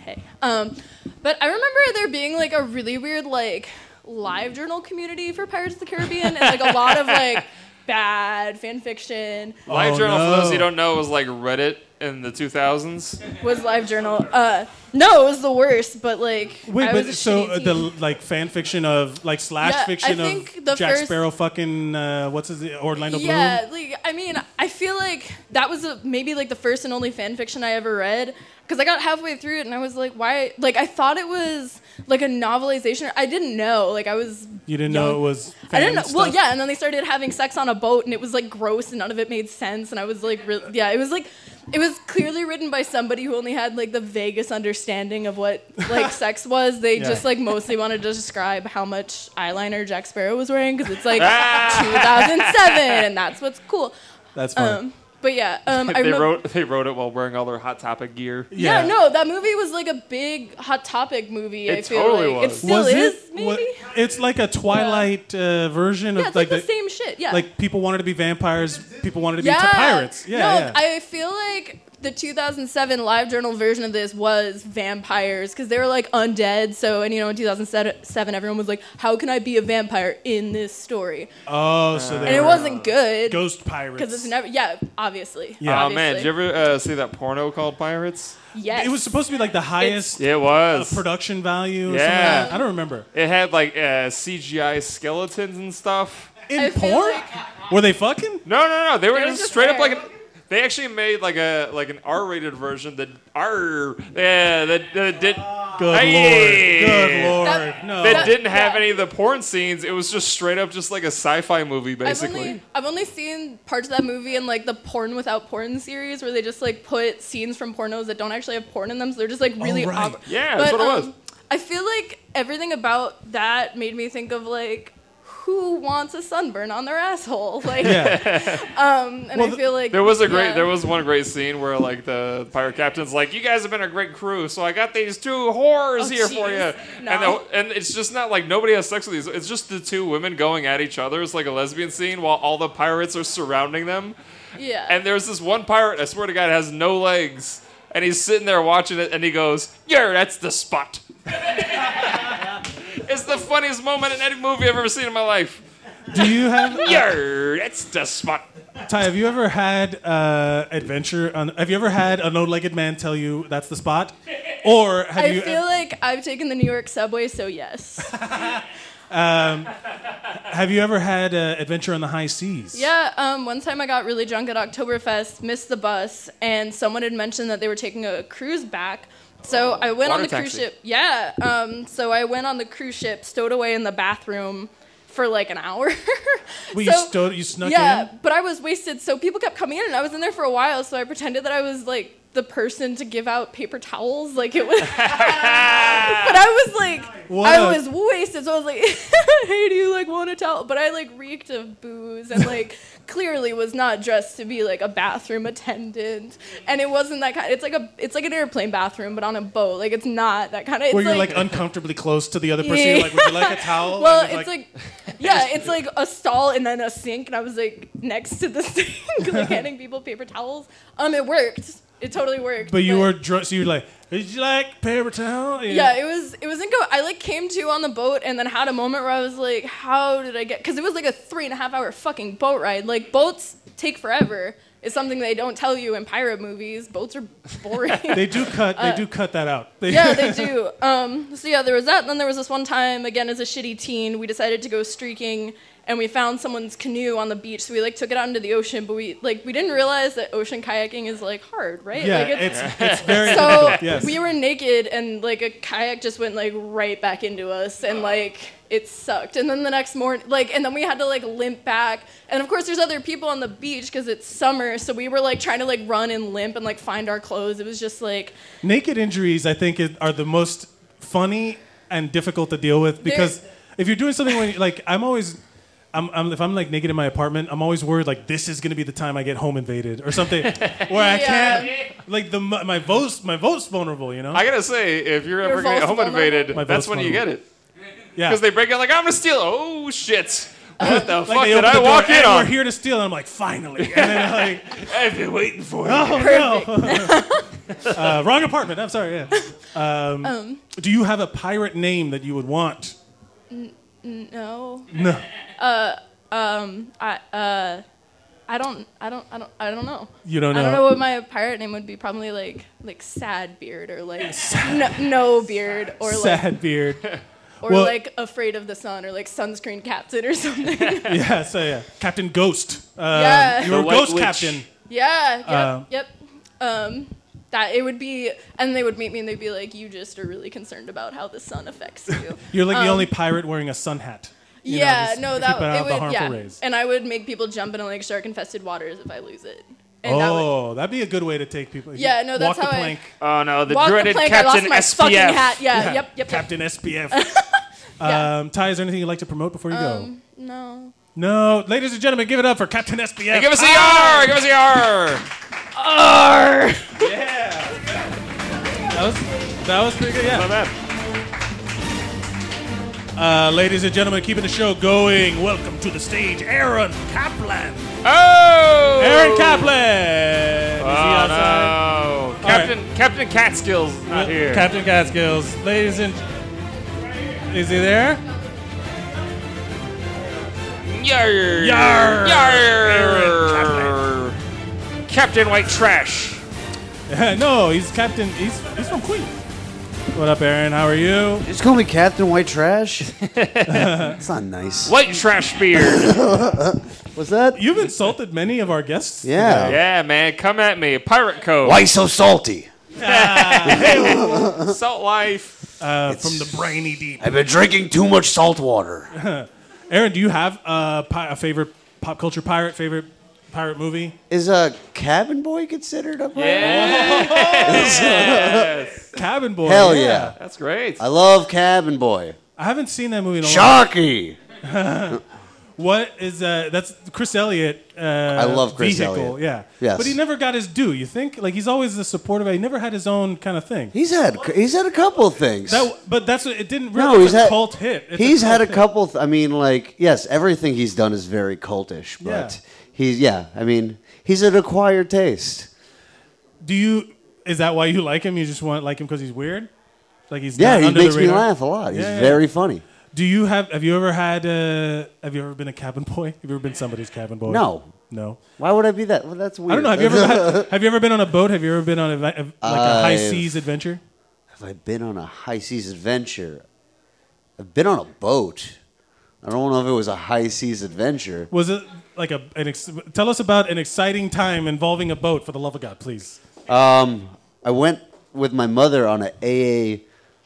hey, um, but I remember there being like a really weird like live journal community for Pirates of the Caribbean and like a lot of like bad fan fiction.
Oh,
Live Journal,
no.
for those who don't know, was like Reddit in the 2000s.
was live journal uh no it was the worst but like
Wait,
I
but
was a
so
shitty
uh,
teen.
the like fan fiction of like slash
Yeah, I
fiction
think the
of Jack
first-
Sparrow fucking uh, what's his Orlando
yeah
Bloom.
like i mean i feel like that was a, maybe like the first and only fan fiction i ever read because i got halfway through it and i was like why like i thought it was like a novelization i didn't know like i was
You didn't know it was. Fan
I didn't know. Well,
stuff?
yeah, and then they started having sex on a boat, and it was like gross, and none of it made sense. And I was like, really, yeah, it was like, it was clearly written by somebody who only had like the vaguest understanding of what like sex was. They
Yeah.
just like mostly wanted to describe how much eyeliner Jack Sparrow was wearing because it's like
Ah!
2007, and that's what's cool.
That's
fun.
Um, but yeah, um, I
they
remember.
wrote they wrote it while wearing all their Hot Topic gear.
yeah. no, that movie was like a big hot topic movie. I
It
feel
totally
like
was.
it still
Was it-
is. maybe?
What, it's like a Twilight uh, version
yeah,
of
it's
like,
like, the same shit. Yeah,
Like people wanted to be vampires, people wanted to be t- pirates. Yeah,
no,
yeah.
I feel like the 2007 Live Journal version of this was vampires because they were like undead. So, and you know, in 2007, everyone was like, "How can I be a vampire in this story?"
oh, so they
and it
were
wasn't good.
ghost pirates.
Because it's never, yeah, obviously.
Yeah. Oh
obviously.
man, did you ever uh, see that porno called Pirates?
Yes.
It was supposed to be like the highest.
It was.
uh, production value. Or
Yeah.
something. I don't remember.
It had like uh, CGI skeletons and stuff.
In porn? Were they fucking?
No, no, no. They were
They were
just
just
straight up
there.
like. An, they actually made like a like an R-rated version that R yeah that, that did.
Good lord. Good lord.
That,
No.
that
That-
didn't have any of the porn scenes. It was just straight up just like a sci-fi movie basically.
I've only, I've only seen parts of that movie in like the porn without porn series where they just like put scenes from pornos that don't actually have porn in them, so they're just like
Oh,
really
right.
awkward.
Yeah, that's what it was.
I feel like everything about that made me think of like who wants a sunburn on their asshole? Like um and I feel like
there was a great
yeah.
there was one great scene where like the pirate captain's like you guys have been a great crew so i got these two whores
Oh,
here for
jeez.
you
No.
and the, and it's just not like nobody has sex with these it's just the two women going at each other it's like a lesbian scene while all the pirates are surrounding them
Yeah.
and there's this one pirate i swear to god has no legs and he's sitting there watching it and he goes yeah that's the spot it's the funniest moment in any movie i've ever seen in my life
Do you have?
yeah that's the spot
Ty, have you ever had uh, adventure? On, have you ever had a no-legged man tell you that's the spot? Or have
I
you?
feel like I've taken the New York subway, so yes.
um, have you ever had uh, adventure on the high seas?
Yeah, um, one time I got really drunk at Oktoberfest, missed the bus, and someone had mentioned that they were taking a cruise back. So I went on
Water
the cruise
taxi.
ship. Yeah, um, so I went on the cruise ship, stowed away in the bathroom for like an hour.
Wait, you,
so-
sto- you snuck
yeah,
in.
but I was wasted, so people kept coming in, and I was in there for a while, so I pretended that I was like the person to give out paper towels. Like it was. but I was like,
What
I
a-
was wasted, so I was like, hey, do you like want a towel? But I like reeked of booze and like clearly was not dressed to be like a bathroom attendant. And it wasn't that kind it's like a it's like an airplane bathroom, but on a boat. Like it's not that kind of it's
Where you're
like,
like, uncomfortably close to the other person. You're like, would you like a towel?
well,
And they're
it's like, yeah, it's like a stall and then a sink, and I was like next to the sink, like handing people paper towels. Um, it worked. It totally worked.
But you were drunk, so you're like, would you like paper towel?
Yeah, it was it was inco- I like came to on the boat and then had a moment where I was like, how did I get? Because it was like a three and a half hour fucking boat ride. Like boats take forever. It's something they don't tell you in pirate movies. Boats are boring.
they do cut. They
Uh,
do cut that out.
yeah, they do. Um, so yeah, there was that. And then there was this one time, again as a shitty teen, we decided to go streaking, and we found someone's canoe on the beach. So we like took it out into the ocean, but we like we didn't realize that ocean kayaking is like hard, right?
Yeah,
like,
it's- it's very
so
difficult, yes.
we were naked, and like a kayak just went like right back into us, and like it sucked. And then the next morning, like, and then we had to like limp back. And of course, there's other people on the beach because it's summer, so we were like trying to like run and limp and like find our clothes. It was just like
Naked injuries, I think, is- are the most funny and difficult to deal with because If you're doing something when like I'm always. I'm, I'm, if I'm like naked in my apartment, I'm always worried like this is gonna be the time I get home invaded or something, where I can't like the my my vote's my vote's vulnerable, you know.
I gotta say, if you're ever
Your
gonna get
vote's
home
vulnerable.
invaded,
My vote's
that's when you get it.
Yeah.
Because they break out like, I'm gonna steal. Oh shit! What the
Like,
uh, fuck
they
did
open
I
the door,
walk in
"And
on?
We're here to steal, and I'm like, finally. And then like,
I've been waiting for
Oh no! uh, wrong apartment. I'm sorry. Yeah. Um,
Um.
Do you have a pirate name that you would want?
N- no.
No.
Uh, um, I, uh, I don't, I don't, I don't, I don't know.
You don't
I don't
know.
know what my pirate name would be. Probably like, like sad beard or like no, no beard or like,
Sad beard.
or
Well-
like afraid of the sun or like sunscreen captain or something.
yeah. So yeah, Captain Ghost. Uh,
Yeah.
You were
The White
Ghost
Witch.
Captain.
yeah. Yep.
Uh,
yep. Um, that it would be, and they would meet me and they'd be like, "You just are really concerned about how the sun affects you."
You're like the
Um,
only pirate wearing a sun hat. You know,
yeah,
just
no,
keep
that
it out
it
of the
would,
harmful
yeah,
rays.
and I would make people jump into like shark-infested waters if I lose it. And that would,
Oh, that'd be a good way to take people.
Yeah, no, that's
Walk
how
the
I-
plank.
Oh
Walk
no,
the dreaded plank, I lost Captain my fucking SPF. hat. Yeah, yep, yep, yep.
Captain SPF. um, Ty, is there anything you'd like to promote before you
Um,
go?
no.
No, ladies and gentlemen, give it up for Captain SPF.
Hey, give us a yar! Give us a yar!
R. Yeah. That was that was pretty good. Yeah. Uh, ladies and gentlemen, keeping the show going. Welcome to the stage, Aaron Kaplan.
Oh!
Aaron Kaplan. Is he outside?
Oh,
All right.
Captain Captain Catskills not here.
Captain Catskills, ladies and is he there?
Yar!
Yar!
Yar! Captain White Trash.
no, he's Captain. He's he's from Queens. What up, Aaron? How are you?
Just call me Captain White Trash. it's not nice.
White Trash Beard.
What's that?
You've insulted many of our guests.
Yeah.
Yeah, man. Come at me. Pirate Code.
Why so salty?
Salt life.
Uh, from the brainy deep.
I've been drinking too much salt water.
Aaron, do you have a, pi- a favorite pop culture pirate? Favorite pirate movie?
Is a uh, Cabin Boy considered a pirate?
Cabin Boy.
Hell yeah.
That's great.
I love Cabin Boy.
I haven't seen that movie in a
Sharky.
long What is uh, that's Chris Elliott? Uh, I
love Chris
vehicle,
Elliott.
Yeah,
Yes.
But he never got his due. You think? Like he's always the supportive. He never had his own kind of thing.
He's had he's had a couple things.
That, but that's what- it. Didn't really.
no, he's
it's a
had
cult hit. It's
he's had a
cult hit.
couple. Th- I mean, like yes, everything he's done is very cultish, but he's yeah. I mean, he's an acquired taste.
Do you? Is that why you like him? You just want like him because he's weird? Like he's
yeah,
not
he
under
makes
the
me
radar?
laugh a lot. He's
Yeah, yeah.
very funny.
Do you have? Have you ever had? Uh, have you ever been a cabin boy? Have you ever been somebody's cabin boy?
No.
No.
Why would I be that? Well, that's weird.
I don't know. Have you ever had, have you ever been on a boat? Have you ever been on a, like a high
I've-
seas adventure?
Have I been on a high seas adventure? I've been on a boat. I don't know if it was a high seas adventure.
Was it like a? An ex- tell us about an exciting time involving a boat for the love of God, please.
Um, I went with my mother on a AA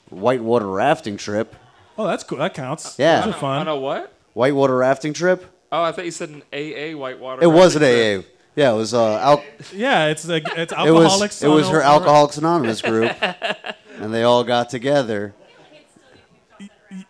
whitewater rafting trip.
Oh, that's cool. That counts.
Yeah.
Those are fun.
On a what?
Whitewater rafting trip.
Oh, I thought you said an AA Whitewater.
It was an AA. Yeah, it was uh, al-
Yeah, it's like it's
it
alcoholics.
was it was her
Anonymous.
Alcoholics Anonymous group, and they all got together.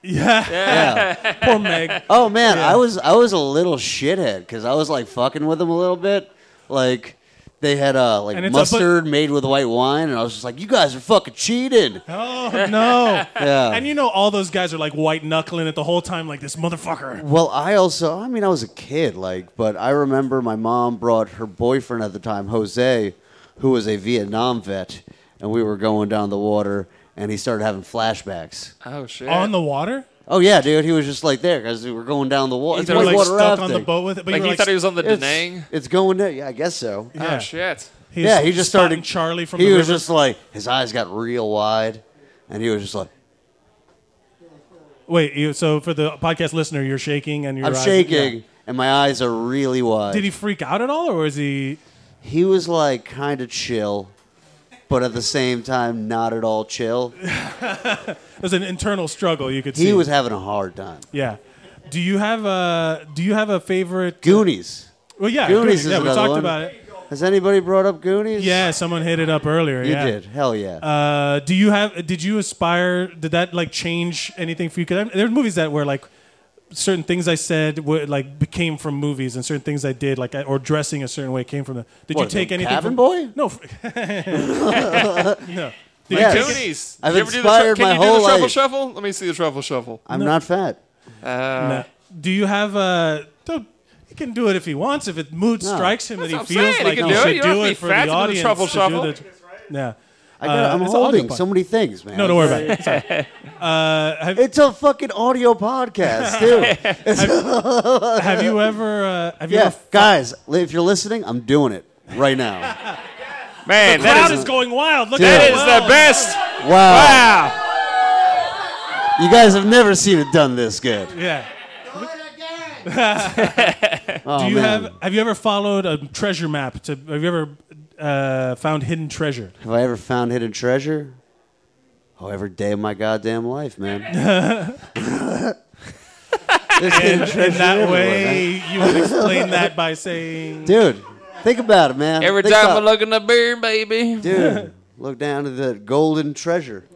Yeah.
Yeah.
Poor Meg.
Oh man,
Yeah.
I was I was a little shithead because I was like fucking with them a little bit. Like they had
And
uh like
it's a bu-
mustard made with white wine, and I was just like, you guys are fucking cheating.
Oh no!
Yeah.
And you know all those guys are like white knuckling it the whole time, like this motherfucker.
Well, I also, I mean, I was a kid, like, but I remember my mom brought her boyfriend at the time, Jose, who was a Vietnam vet, and we were going down the water, and he started having flashbacks.
Oh shit.
On the water?
Oh yeah, dude, he was just like there because we were going down the water.
You were, like, stuck on the boat with it, but Like, you were, he like, thought he was on the
it's,
Danang?
It's going there. Yeah, I guess so.
Yeah. Oh, shit. He was
yeah, he just
spotting
started.
Charlie from
He
the
was
river.
just like his eyes got real wide, and he was just like,
Wait, you, so for the podcast listener, you're shaking and you're
"I'm shaking," and my eyes are really wide.
Did he freak out at all, or was he?
He was like kind of chill, but at the same time, not at all chill.
It was an internal struggle. You could see
He was having a hard time.
Yeah. Do you have a Do you have a favorite
Goonies?
Well, yeah,
Goonies
Goonies.
is
yeah, we
another
talked
one.
about it.
Has anybody brought up Goonies?
Yeah, someone hit it up earlier.
You
Oh, yeah.
did. Hell yeah.
Uh, do you have? Did you aspire? Did that like change anything for you? Because there's movies that were like certain things I said were, like became from movies, and certain things I did like I- or dressing a certain way came from them. Did you
What,
take
the
anything
Cabin
from
Boy?
No. no. Did
Yes.
you take-
Goonies.
I've
you ever do the
inspired
tru-
my
can you do
whole
the truffle
life.
shuffle? Let me see the truffle shuffle.
I'm not fat.
Uh,
No. Do you have Uh, don't- he can do it if he wants. If it mood
No.
strikes him
That's
that
what
he
I'm saying.
feels
He
like
can
he
do it.
should
You don't
do
have to be
it for the
fat to do the
audience
truffle
to
shuffle.
do the. Yeah.
I got,
Uh,
I'm
it's an audio
holding
pod-
so many things, man.
No, don't worry about it. Uh, It's all right.
it's a fucking audio podcast, too.
have, have you ever? Uh, have you
yeah,
ever?
guys, li- if you're listening, I'm doing it right now.
Man, the
that
crowd
is-
is, going wild. Look
Dude.
at
That
how
is the
well-
best.
Wow. Wow. You guys have never seen it done this good.
Yeah.
Oh,
Do you
man.
have? Have you ever followed a treasure map? To have you ever uh, found hidden treasure?
Have I ever found hidden treasure? Oh, every day of my goddamn life, man. There's hidden
In, in
treasure
that
everywhere,
way,
man.
you would explain that by saying,
Dude, think about it, man.
Every
Think
time I
about-
look in the beer, baby.
Dude, look down to the golden treasure.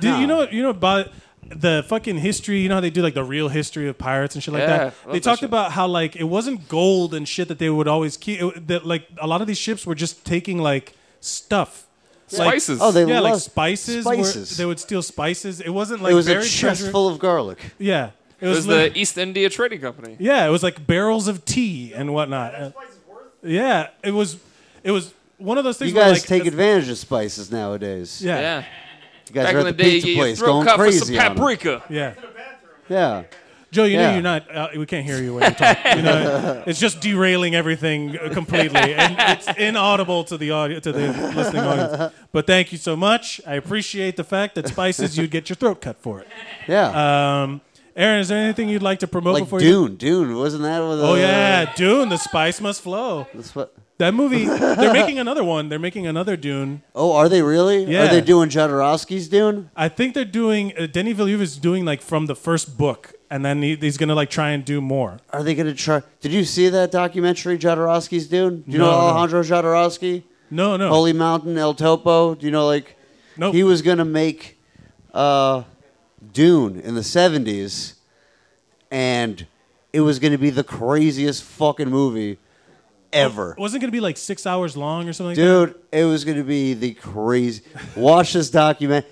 "Do you know? what- You know about the fucking history? You know how they do like the real history of pirates and shit like
Yeah, I
that.
love
They
that
talked
shit.
about how like it wasn't gold and shit that they would always keep. It, that like a lot of these ships were just taking like stuff." Like-
Spices. Oh, they
yeah, like
love
spices. were-
spices.
they would steal spices. It wasn't like
it was a
buried
chest
treasure.
full of garlic.
Yeah,
It was,
lit-
the East India Trading Company.
Yeah, it was like barrels of tea and whatnot. Uh, Yeah, it was. It was one of those things.
You
where
guys
like,
take advantage of spices nowadays.
Yeah.
Yeah.
You guys
Back
are
in
at
the
the,
day, you
pizza
get your
place
throat
going
cut for
crazy.
some
on 'em.
paprika.
Yeah.
Yeah.
Joe, you know
Yeah.
you're not. Uh, we can't hear you when you talk. You know, it's just derailing everything uh, completely, and it's inaudible to the audio to the listening audience. But thank you so much. I appreciate the fact that spices you'd get your throat cut for it.
Yeah.
Um, Aaron, is there anything you'd like to promote
Like
before you?
Dune. Dune. Wasn't that with
Oh
uh,
yeah, Dune. The spice must flow. That movie. They're making another one. They're making another Dune.
Oh, are they really?
Yeah.
Are they doing Jodorowsky's Dune?
I think they're doing. Uh, Denny Villeneuve is doing like from the first book, and then he, he's gonna like try and do more.
Are they going to try? Did you see that documentary, Jodorowsky's Dune? Do you
No,
know
no.
Alejandro Jodorowsky?
No, no.
Holy Mountain, El Topo. Do you know, like,
nope.
he was going to make uh, Dune in the 70s, and it was going to be the craziest fucking movie ever.
It wasn't gonna be like six hours long or something. like
Dude, it was going to be the crazy. Watch this document.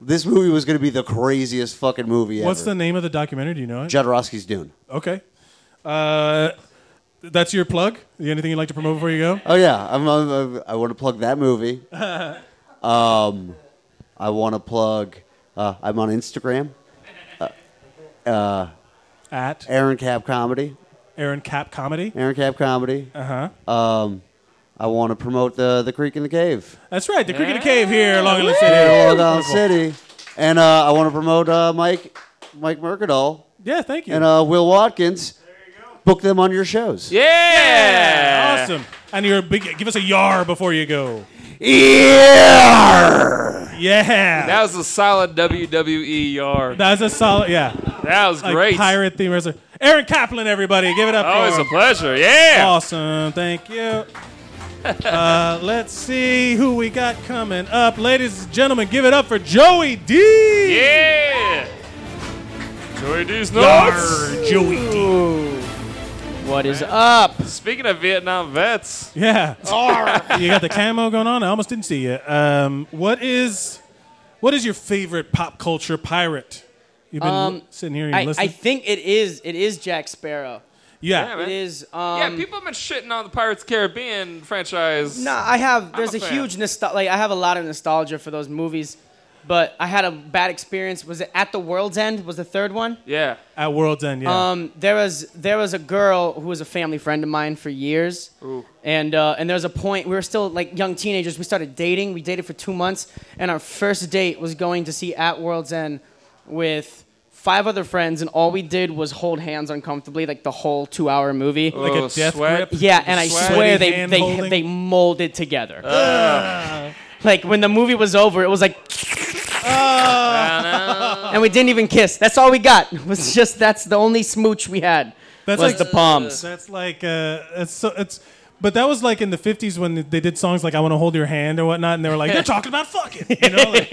This movie was going to be the craziest fucking movie
that?
ever.
What's the name of the documentary? Do you know it?
Jodorowsky's Dune.
okay. Uh, that's your plug. Anything you'd like to promote before you go?
Oh yeah, I'm, I'm, I'm- i want to plug that movie. um, I want to plug. Uh, I'm on Instagram. Uh, uh,
At
Aaron Cap Comedy.
Aaron Cap Comedy.
Aaron Cap Comedy.
Uh
huh. Um, I want to promote the the Creek in the Cave.
That's right. The Creek in the Cave here, Long Island City.
Here in Long Island
Wonderful.
City, and uh, I want to promote uh, Mike Mike Mercadal.
Yeah, thank you.
And uh, Will Watkins. Book them on your shows.
Yeah. Awesome. And you're a big. Give us a yar before you go.
Yeah.
Yeah.
That was a solid WWE yard.
That's a solid. Yeah.
That was
Like
great.
Pirate theme. wrestler. Aaron Kaplan, everybody, give it up.
Always
for
a
him.
pleasure. Yeah.
Awesome. Thank you. Uh, let's see who we got coming up, ladies and gentlemen. Give it up for Joey D.
Yeah. Joey D's nuts.
Yarr, Joey D.
What is up?
Speaking of Vietnam vets.
Yeah.
Arr.
you got the camo going on. I almost didn't see you. Um, what is what is your favorite pop culture pirate? You've been
Um,
sitting here and
I, I
listening.
think it is. It is Jack Sparrow.
Yeah.
Yeah, man.
it is.
yeah,
Um,
people have been shitting on the Pirates Caribbean franchise.
No, I have.
I'm
There's a,
fan.
huge nostalgia. Like I have a lot of nostalgia for those movies, but I had a bad experience. Was it at the World's End? Was the third one?
Yeah.
At World's End, yeah.
Um, there was there was a girl who was a family friend of mine for years,
Ooh.
and uh, and there was a point we were still like young teenagers. We started dating. We dated for two months, and our first date was going to see At World's End with five other friends, and all we did was hold hands uncomfortably like the whole two-hour movie,
Like a Oh, death sweat. grip?
Yeah, and I
Sweaty
swear they
hand
they,
holding?
they molded together.
Ugh.
Like when the movie was over, it was like
Oh.
and we didn't even kiss. That's all we got. It was just that's the only smooch we had.
was the Palms.
That's like uh, that's so it's. But that was like in the '50s when they did songs like "I Want to Hold Your Hand" or whatnot, and they were like, "They're talking about fucking." You know, like,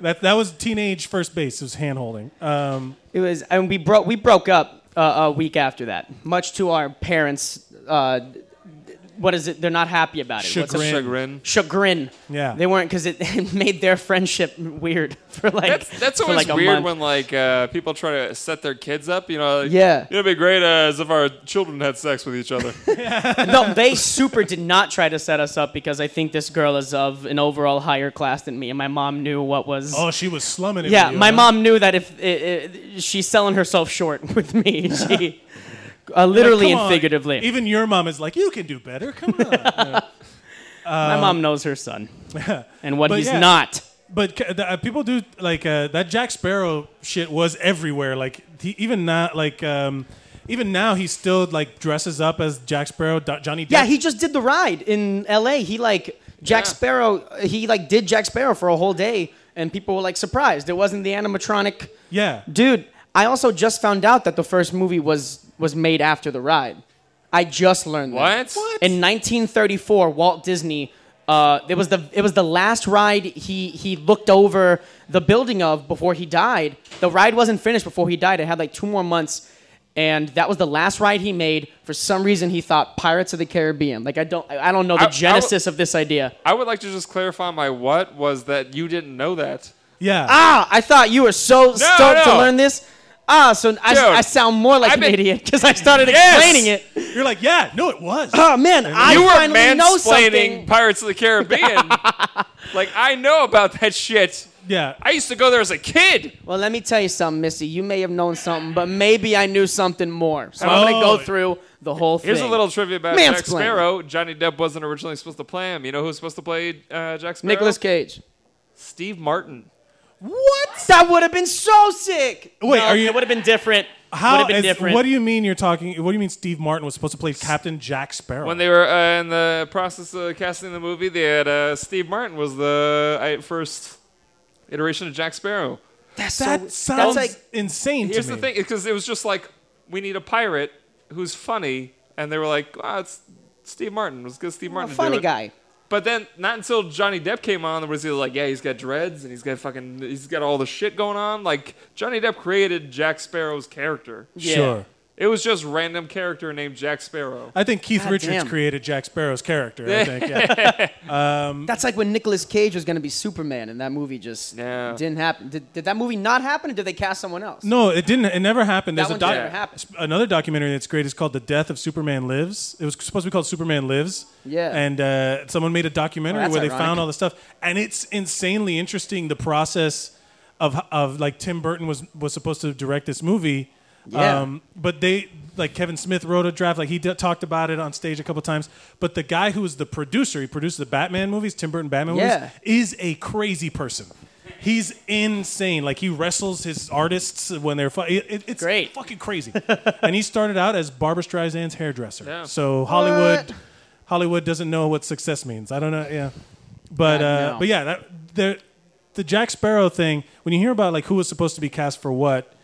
that that was teenage first base. It was hand holding. Um,
it was, and we broke we broke up uh, a week after that, much to our parents. Uh, what is it? They're not happy about it. What's
Chagrin.
it?
Chagrin.
Chagrin.
Yeah.
They weren't because it, it made their friendship weird for like.
That's, that's
for
always
like a
weird
month.
when like uh, people try to set their kids up. You know, like,
Yeah.
it'd be great uh, as if our children had sex with each other.
no, they super did not try to set us up because I think this girl is of an overall higher class than me, and my mom knew what was.
oh, she was slumming it.
yeah,
with you,
my
huh?
mom knew that if i i she's selling herself short with me, she uh, literally
Like, come
and
on.
figuratively.
Even your mom is like, "You can do better." Come on. Yeah.
my
Um,
mom knows her son and what
But
he's
yeah.
not.
But ca- the, uh, people do like uh, that Jack Sparrow shit was everywhere. Like he, even now, like um, even now, he still like dresses up as Jack Sparrow, Do- Johnny Depp.
Yeah, he just did the ride in L.A. He like Jack Sparrow. He like did Jack Sparrow for a whole day, and people were like surprised. It wasn't the animatronic
yeah.
dude. I also just found out that the first movie was was made after the ride. I just learned that. What? In 1934, Walt Disney. Uh, it was the it was the last ride he he looked over the building of before he died. The ride wasn't finished before he died. It had like two more months, and that was the last ride he made. For some reason, he thought Pirates of the Caribbean. Like I don't I I don't know the
I- I w-
genesis of this idea.
I would like to just clarify my what was that you didn't know that.
Yeah.
Ah, I thought you were so stoked to
no.
learn this. Ah, so I,
Dude,
I sound more like
I've
an
been-
idiot because I started
Yes!
explaining it.
You're like, yeah, no, it was.
Oh man, I
you were
finally know
mansplaining
something.
Pirates of the Caribbean. like I know about that shit.
Yeah.
I used to go there as a kid.
Well, let me tell you something, Missy. You may have known something, but maybe I knew something more. So I'm gonna
Oh.
go through the whole thing.
Here's a little trivia about Jack
Mansplaining.
Sparrow. Johnny Depp wasn't originally supposed to play him. You know who's supposed to play uh, Jack Sparrow?
Nicolas Cage.
Steve Martin.
What? That would have been so sick.
Wait,
No,
are you-
It would have been different.
How?
Would have been
is-
different.
What do you mean you're talking? What do you mean Steve Martin was supposed to play Captain Jack Sparrow?
When they were uh, in the process of casting the movie, they had uh, Steve Martin was the uh, first iteration of Jack Sparrow.
That's
that
that's
sounds
like-
insane
Here's
to
the
me.
thing, because it was just like we need a pirate who's funny, and they were like, "Ah, it's Steve Martin. Let's get Steve Martin." to do
funny
it."
guy.
But then, not until Johnny Depp came on, was he like, "Yeah, he's got dreads and he's got fucking, he's got all the shit going on." Like Johnny Depp created Jack Sparrow's character.
Yeah. Sure.
It was just random character named Jack Sparrow.
I think Keith
God
Richards
damn.
created Jack Sparrow's character. I think. Yeah. um,
That's like when Nicolas Cage was gonna be Superman, and that movie just didn't happen. Did, did that movie not happen, or did they cast someone else?
No, it didn't. It never happened.
That
There's
one
a doc-
never happened.
Another documentary that's great is called "The Death of Superman Lives." It was supposed to be called "Superman Lives."
Yeah.
And uh, someone made a documentary
Oh, that's
where they
ironic.
found all the stuff, and it's insanely interesting. The process of of like Tim Burton was was supposed to direct this movie. Um,
Yeah.
but they like Kevin Smith wrote a draft. Like he d- talked about it on stage a couple times. But the guy who was the producer, he produced the Batman movies, Tim Burton Batman
Yeah.
movies, is a crazy person. He's insane. Like he wrestles his artists when they're fu- it, it- it's Great. fucking crazy. and he started out as Barbara Streisand's hairdresser.
Yeah.
So Hollywood, Hollywood doesn't know what success means. I don't know. Yeah, but
God,
uh,
no.
but yeah, that the the Jack Sparrow thing. When you hear about like who was supposed to be cast for what,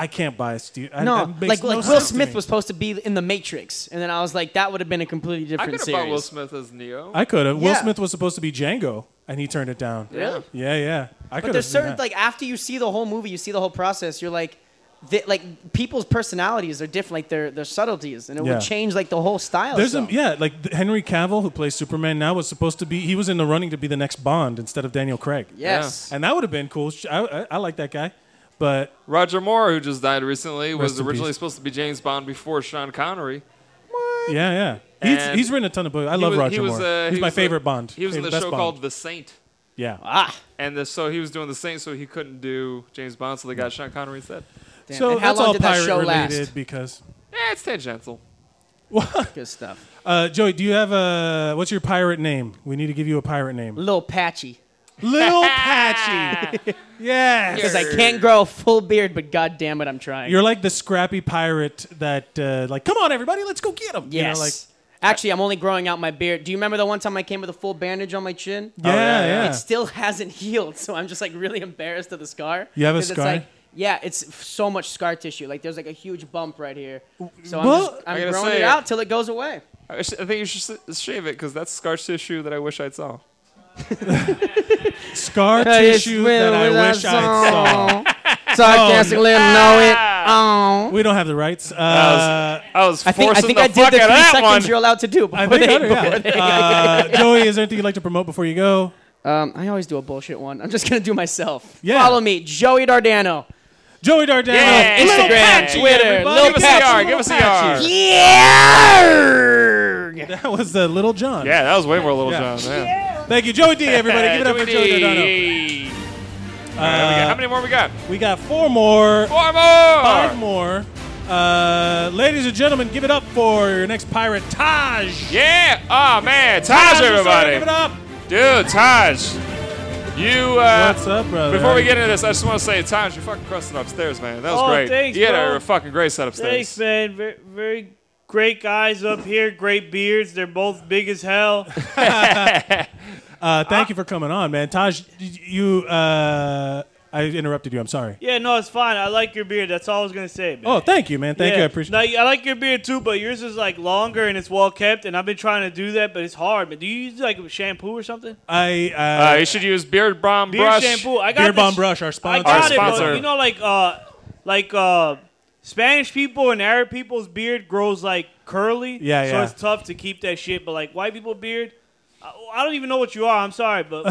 I can't buy a Steve. I-
no,
that
like,
makes no
like Will
sense to
Smith
me.
was supposed to be in the Matrix, and then I was like, that would have been a completely
I
different
could have
series.
bought Will Smith as Neo.
I could have. Will
Yeah.
Smith was supposed to be Django, and he turned it down.
Really?
Yeah, yeah. I could
but
have.
there's certain like after you see the whole movie, you see the whole process. You're like, th- like people's personalities are different, like their their subtleties, and it
Yeah.
would change like the whole style.
There's
Oh, so.
a, yeah, like th- Henry Cavill, who plays Superman now, was supposed to be. He was in the running to be the next Bond instead of Daniel Craig.
Yes. Yeah.
and that would have been cool. Sh- I, I, I like that guy, but
Roger Moore, who just died recently,
Rest
was
in
originally
peace.
supposed to be James Bond before Sean Connery.
yeah, yeah. He's,
And
he's written a ton of books. I
he
love
was-
Roger
he was,
Moore.
uh,
he's
he
my
was the-
favorite Bond.
He was in the
best
show
Bond.
called The Saint.
Yeah.
Ah.
And the, so he was doing The Saint, so he couldn't do James Bond, so they got Sean Connery instead.
So that's all pirate related because
Yeah, it's tangential.
Good stuff.
uh, Joey, do you have a what's your pirate name? We need to give you a pirate name.
Little patchy.
Little patchy. yeah.
Because I can't grow a full beard, but god damn it, I'm trying.
You're like the scrappy pirate that uh, like come on everybody, let's go get him.
yes. Actually, I'm only growing out my beard. Do you remember the one time I came with a full bandage on my chin?
Yeah, Oh, yeah, yeah.
It still hasn't healed, so I'm just like really embarrassed of the scar.
You have a
'Cause it's
scar?
like- yeah, it's f- so much scar tissue. Like there's like a huge bump right here. So
Well-
I'm, just,
I
I'm
gotta
growing
say-
it out till it goes away.
I sh- I think you should s- shave it because that's scar tissue that I wish I saw.
Scar
Yeah, it's
tissue
with-
that I
with
wish
that
I
song.
saw.
Sarcastic little know it.
Oh. We don't have the rights. Uh,
I was- I was
I think, I,
forcing
think
the
I did
fuck
the
out of
three
that
seconds
one.
you're
allowed to do before
I think
they-
I did, yeah.
before they-
Uh, Joey, is there anything you'd like to promote before you go?
Um, I always do a bullshit one. I'm just gonna do myself.
Yeah.
Follow me, Joey Dardano.
Joey Dardano.
Yeah.
Little
Instagram,
patchy,
Twitter,
everybody.
Lil
Give us a
Patchy.
yard, give us a yard.
Yeah.
Uh, That was uh, Little John.
Yeah, that was way more Little
Yeah.
John. Yeah.
Thank you, Joey D. Everybody, give it up for Joey Dardano.
Dardano. how many more we got?
We got four more.
Four more.
Five more. Uh, ladies and gentlemen, give it up for your next pirate, Taj.
Yeah. Oh man, Taj,
Taj,
everybody.
give it up.
dude. Taj, you. Uh,
What's up, brother?
Before we
How
get into this, I just want to say, Taj, you fucking crusted upstairs, man. That was
Oh,
great.
thanks,
you had
bro.
a fucking great set upstairs.
Thanks, man. Very, very great guys up here. Great beards. They're both big as hell.
Uh, thank you for coming on, man. Taj, did you. Uh, I interrupted you. I'm sorry.
yeah, no, it's fine. I like your beard. That's all I was gonna say. Man.
Oh, thank you, man. Thank you. I appreciate.
it. I like your beard too, but yours is like longer and it's well kept. And I've been trying to do that, but it's hard. But do you use like shampoo or something?
I
uh, you should use Beard Bomb
Beard
Brush.
shampoo. I got the sh- I got it, but you know, like uh, like uh, Spanish people and Arab people's beard grows like curly.
Yeah,
So
yeah.
it's tough to keep that shit. But like white people beard, I, I don't even know what you are. I'm sorry, but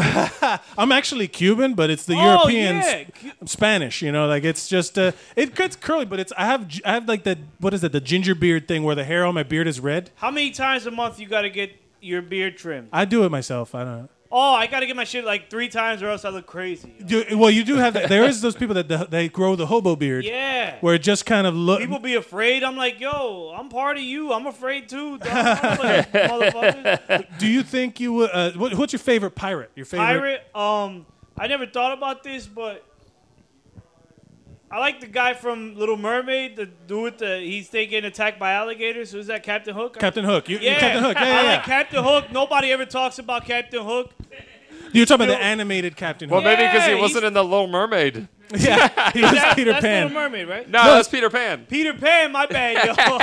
I'm actually Cuban, but it's the
Oh,
European
yeah.
Spanish. You know, like it's just uh, it gets curly, but it's I have I have like the what is it the ginger beard thing where the hair on my beard is red.
how many times a month you got to get your beard trimmed?
I do it myself. I don't.
Oh, I got to get my shit like three times, or else I look crazy.
Do, well, you do have that. There is those people that the, they grow the hobo beard.
Yeah.
Where it just kind of look.
People be afraid. I'm like, yo, I'm part of you. I'm afraid too. dog. I'm like, motherfucker.
do you think you would? Uh, what, what's your favorite pirate? Your favorite
Pirate. Um, I never thought about this, but I like the guy from Little Mermaid. The dude with the he's taking attacked by alligators. Who's that? Captain Hook.
Captain Hook. You, you Captain Hook. Yeah, yeah,
I
yeah.
like Captain Hook. Nobody ever talks about Captain Hook.
You're talking about the animated Captain.
Well,
Hook.
maybe because he
Yeah,
wasn't in the Little Mermaid.
Yeah, he was Peter
that's
Pan.
Little Mermaid, right?
No, that's Peter Pan.
Peter Pan, my bad, yo.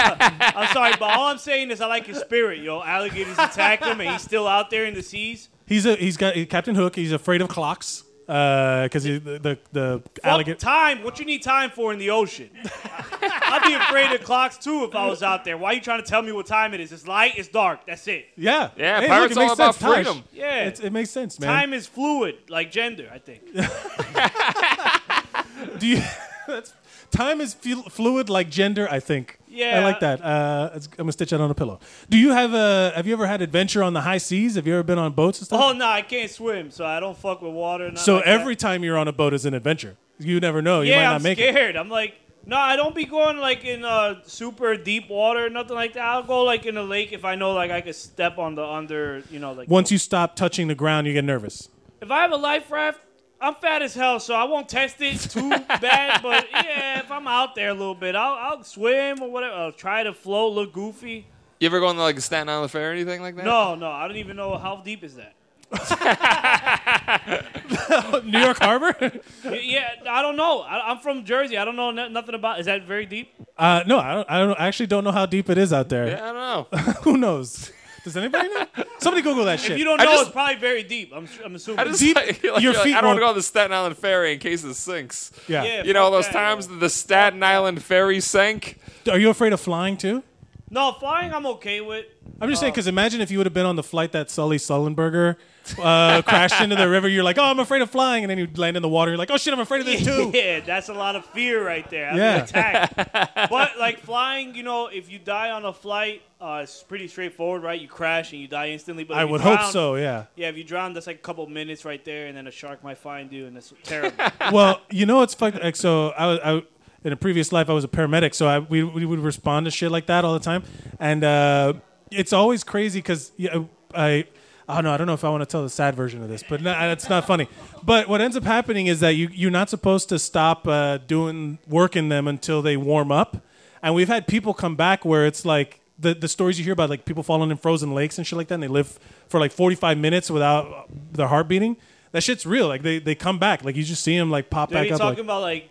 I'm sorry, but all I'm saying is I like his spirit, yo. Alligators attack him, and he's still out there in the seas.
He's a he's got Captain Hook. He's afraid of clocks because he the the, the
Fuck
alligator.
time. What you need time for in the ocean? I'd be afraid of clocks too if I was out there. Why are you trying to tell me what time it is? It's light, it's dark. That's it.
Yeah.
Yeah,
Hey,
pirates
look, it
all
makes
about
sense, Taj.
freedom.
Yeah.
It's- it makes sense, man.
Time is fluid, like gender, I think.
Do you? that's, time is flu- fluid like gender. I think.
Yeah.
I like that. Uh, it's- I'm gonna stitch that on a pillow. Do you have a? Have you ever had adventure on the high seas? Have you ever been on boats and stuff?
oh no, I can't swim, so I don't fuck with water. and
so
like that.
every time you're on a boat is an adventure. You never know. you
yeah,
might
I'm
not make it.
scared. I'm like, no, I don't be going like in uh, super deep water, nothing like that. I'll go like in a lake if I know like I could step on the under, you know, like.
Once you stop touching the ground, you get nervous.
If I have a life raft, I'm fat as hell, so I won't test it too bad. But yeah, if I'm out there a little bit, I'll, I'll swim or whatever. I'll try to float, look goofy.
You ever go on like Staten Island Fair or anything like that?
No, no, I don't even know how deep is that.
New York Harbor?
Y- yeah, I don't know. I, I'm from Jersey. I don't know no- nothing about. Is that very deep?
Uh, no, I don't, I don't. I actually don't know how deep it is out there.
Yeah, I
don't
know. Who knows? Does anybody know? Somebody Google that shit.
If you don't know, it's probably very deep. I'm, su- I'm assuming.
I just like, like, you're like, I don't want to go on the Staten Island ferry in case it sinks.
Yeah. Yeah,
you know all
fuck
those times that the Staten Island ferry sank.
Are you afraid of flying too?
No, flying I'm okay with.
I'm just saying because imagine if you would have been on the flight that Sully Sullenberger uh, crashed into the river. You're like, oh, I'm afraid of flying, and then you land in the water. You're like, oh shit, I'm afraid of this too.
Yeah, that's a lot of fear right there. I'm
Yeah.
attacked. but like flying, you know, if you die on a flight, uh, it's pretty straightforward, right? You crash and you die instantly. But
I
if you
would hope
drown-
so, yeah.
Yeah, if you drown, that's like a couple minutes right there, and then a shark might find you, and that's terrible.
well, you know, it's fucked. Like, so I, was- I, in a previous life, I was a paramedic, so I, we, we would respond to shit like that all the time, and uh, it's always crazy because I. Oh no! I don't know if I want to tell the sad version of this, but no, it's not funny. But what ends up happening is that you you're not supposed to stop uh, doing work in them until they warm up, and we've had people come back where it's like the the stories you hear about like people falling in frozen lakes and shit like that, and they live for like 45 minutes without their heart beating. That shit's real. Like they, they come back. Like you just see them like pop
Are
back
you
up.
talking
Like,
about like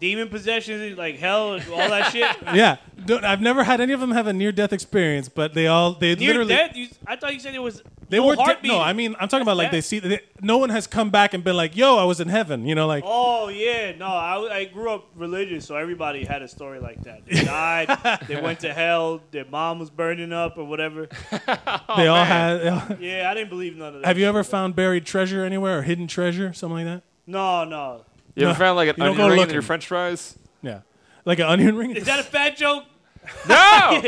demon possessions, like hell, and all that shit.
yeah, Don't- I've never had any of them have a near death experience, but they all they
Near
literally
death. You, I thought you said it was.
they
no
weren't de-
heartbeat.
no. I mean, I'm talking about like
bad.
they see they, no one has come back and been like, "Yo, I was in heaven," you know, like
Oh yeah, no. I, I grew up religious, so everybody had a story like that. They died, they went to hell, their mom was burning up or whatever. Oh,
They all man. had-
yeah, I didn't believe none of that.
Have you ever found buried treasure anywhere or hidden treasure, something like that?
No, no.
You ever
No,
found like an
you don't
onion
go
ring in
looking.
your French fries?
Yeah, like an onion ring.
Is that a fat joke?
No.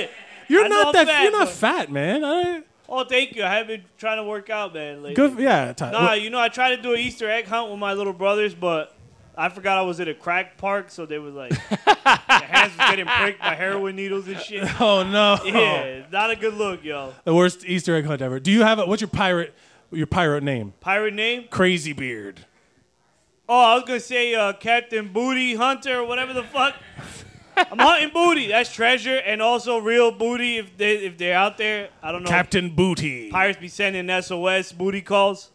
You're
I know
not
I'm
that.
fat,
you're not
but-
fat, man. I,
Oh, thank you. I have been trying to work out, man. Lately.
Good- yeah, Ty-
Nah,
wh-
you know, I tried to do an Easter egg hunt with my little brothers, but I forgot I was at a crack park, so they was like, my hands was getting pricked by heroin needles and shit.
Oh, no.
Yeah, not a good look, yo.
the worst Easter egg hunt ever. Do you have a, what's your pirate your pirate name?
Pirate name?
Crazy Beard.
Oh, I was gonna say uh, Captain Booty Hunter or whatever the fuck. I'm hunting booty. That's treasure and also real booty if they if they're out there. I don't know.
Captain Booty.
Pirates be sending SOS booty calls.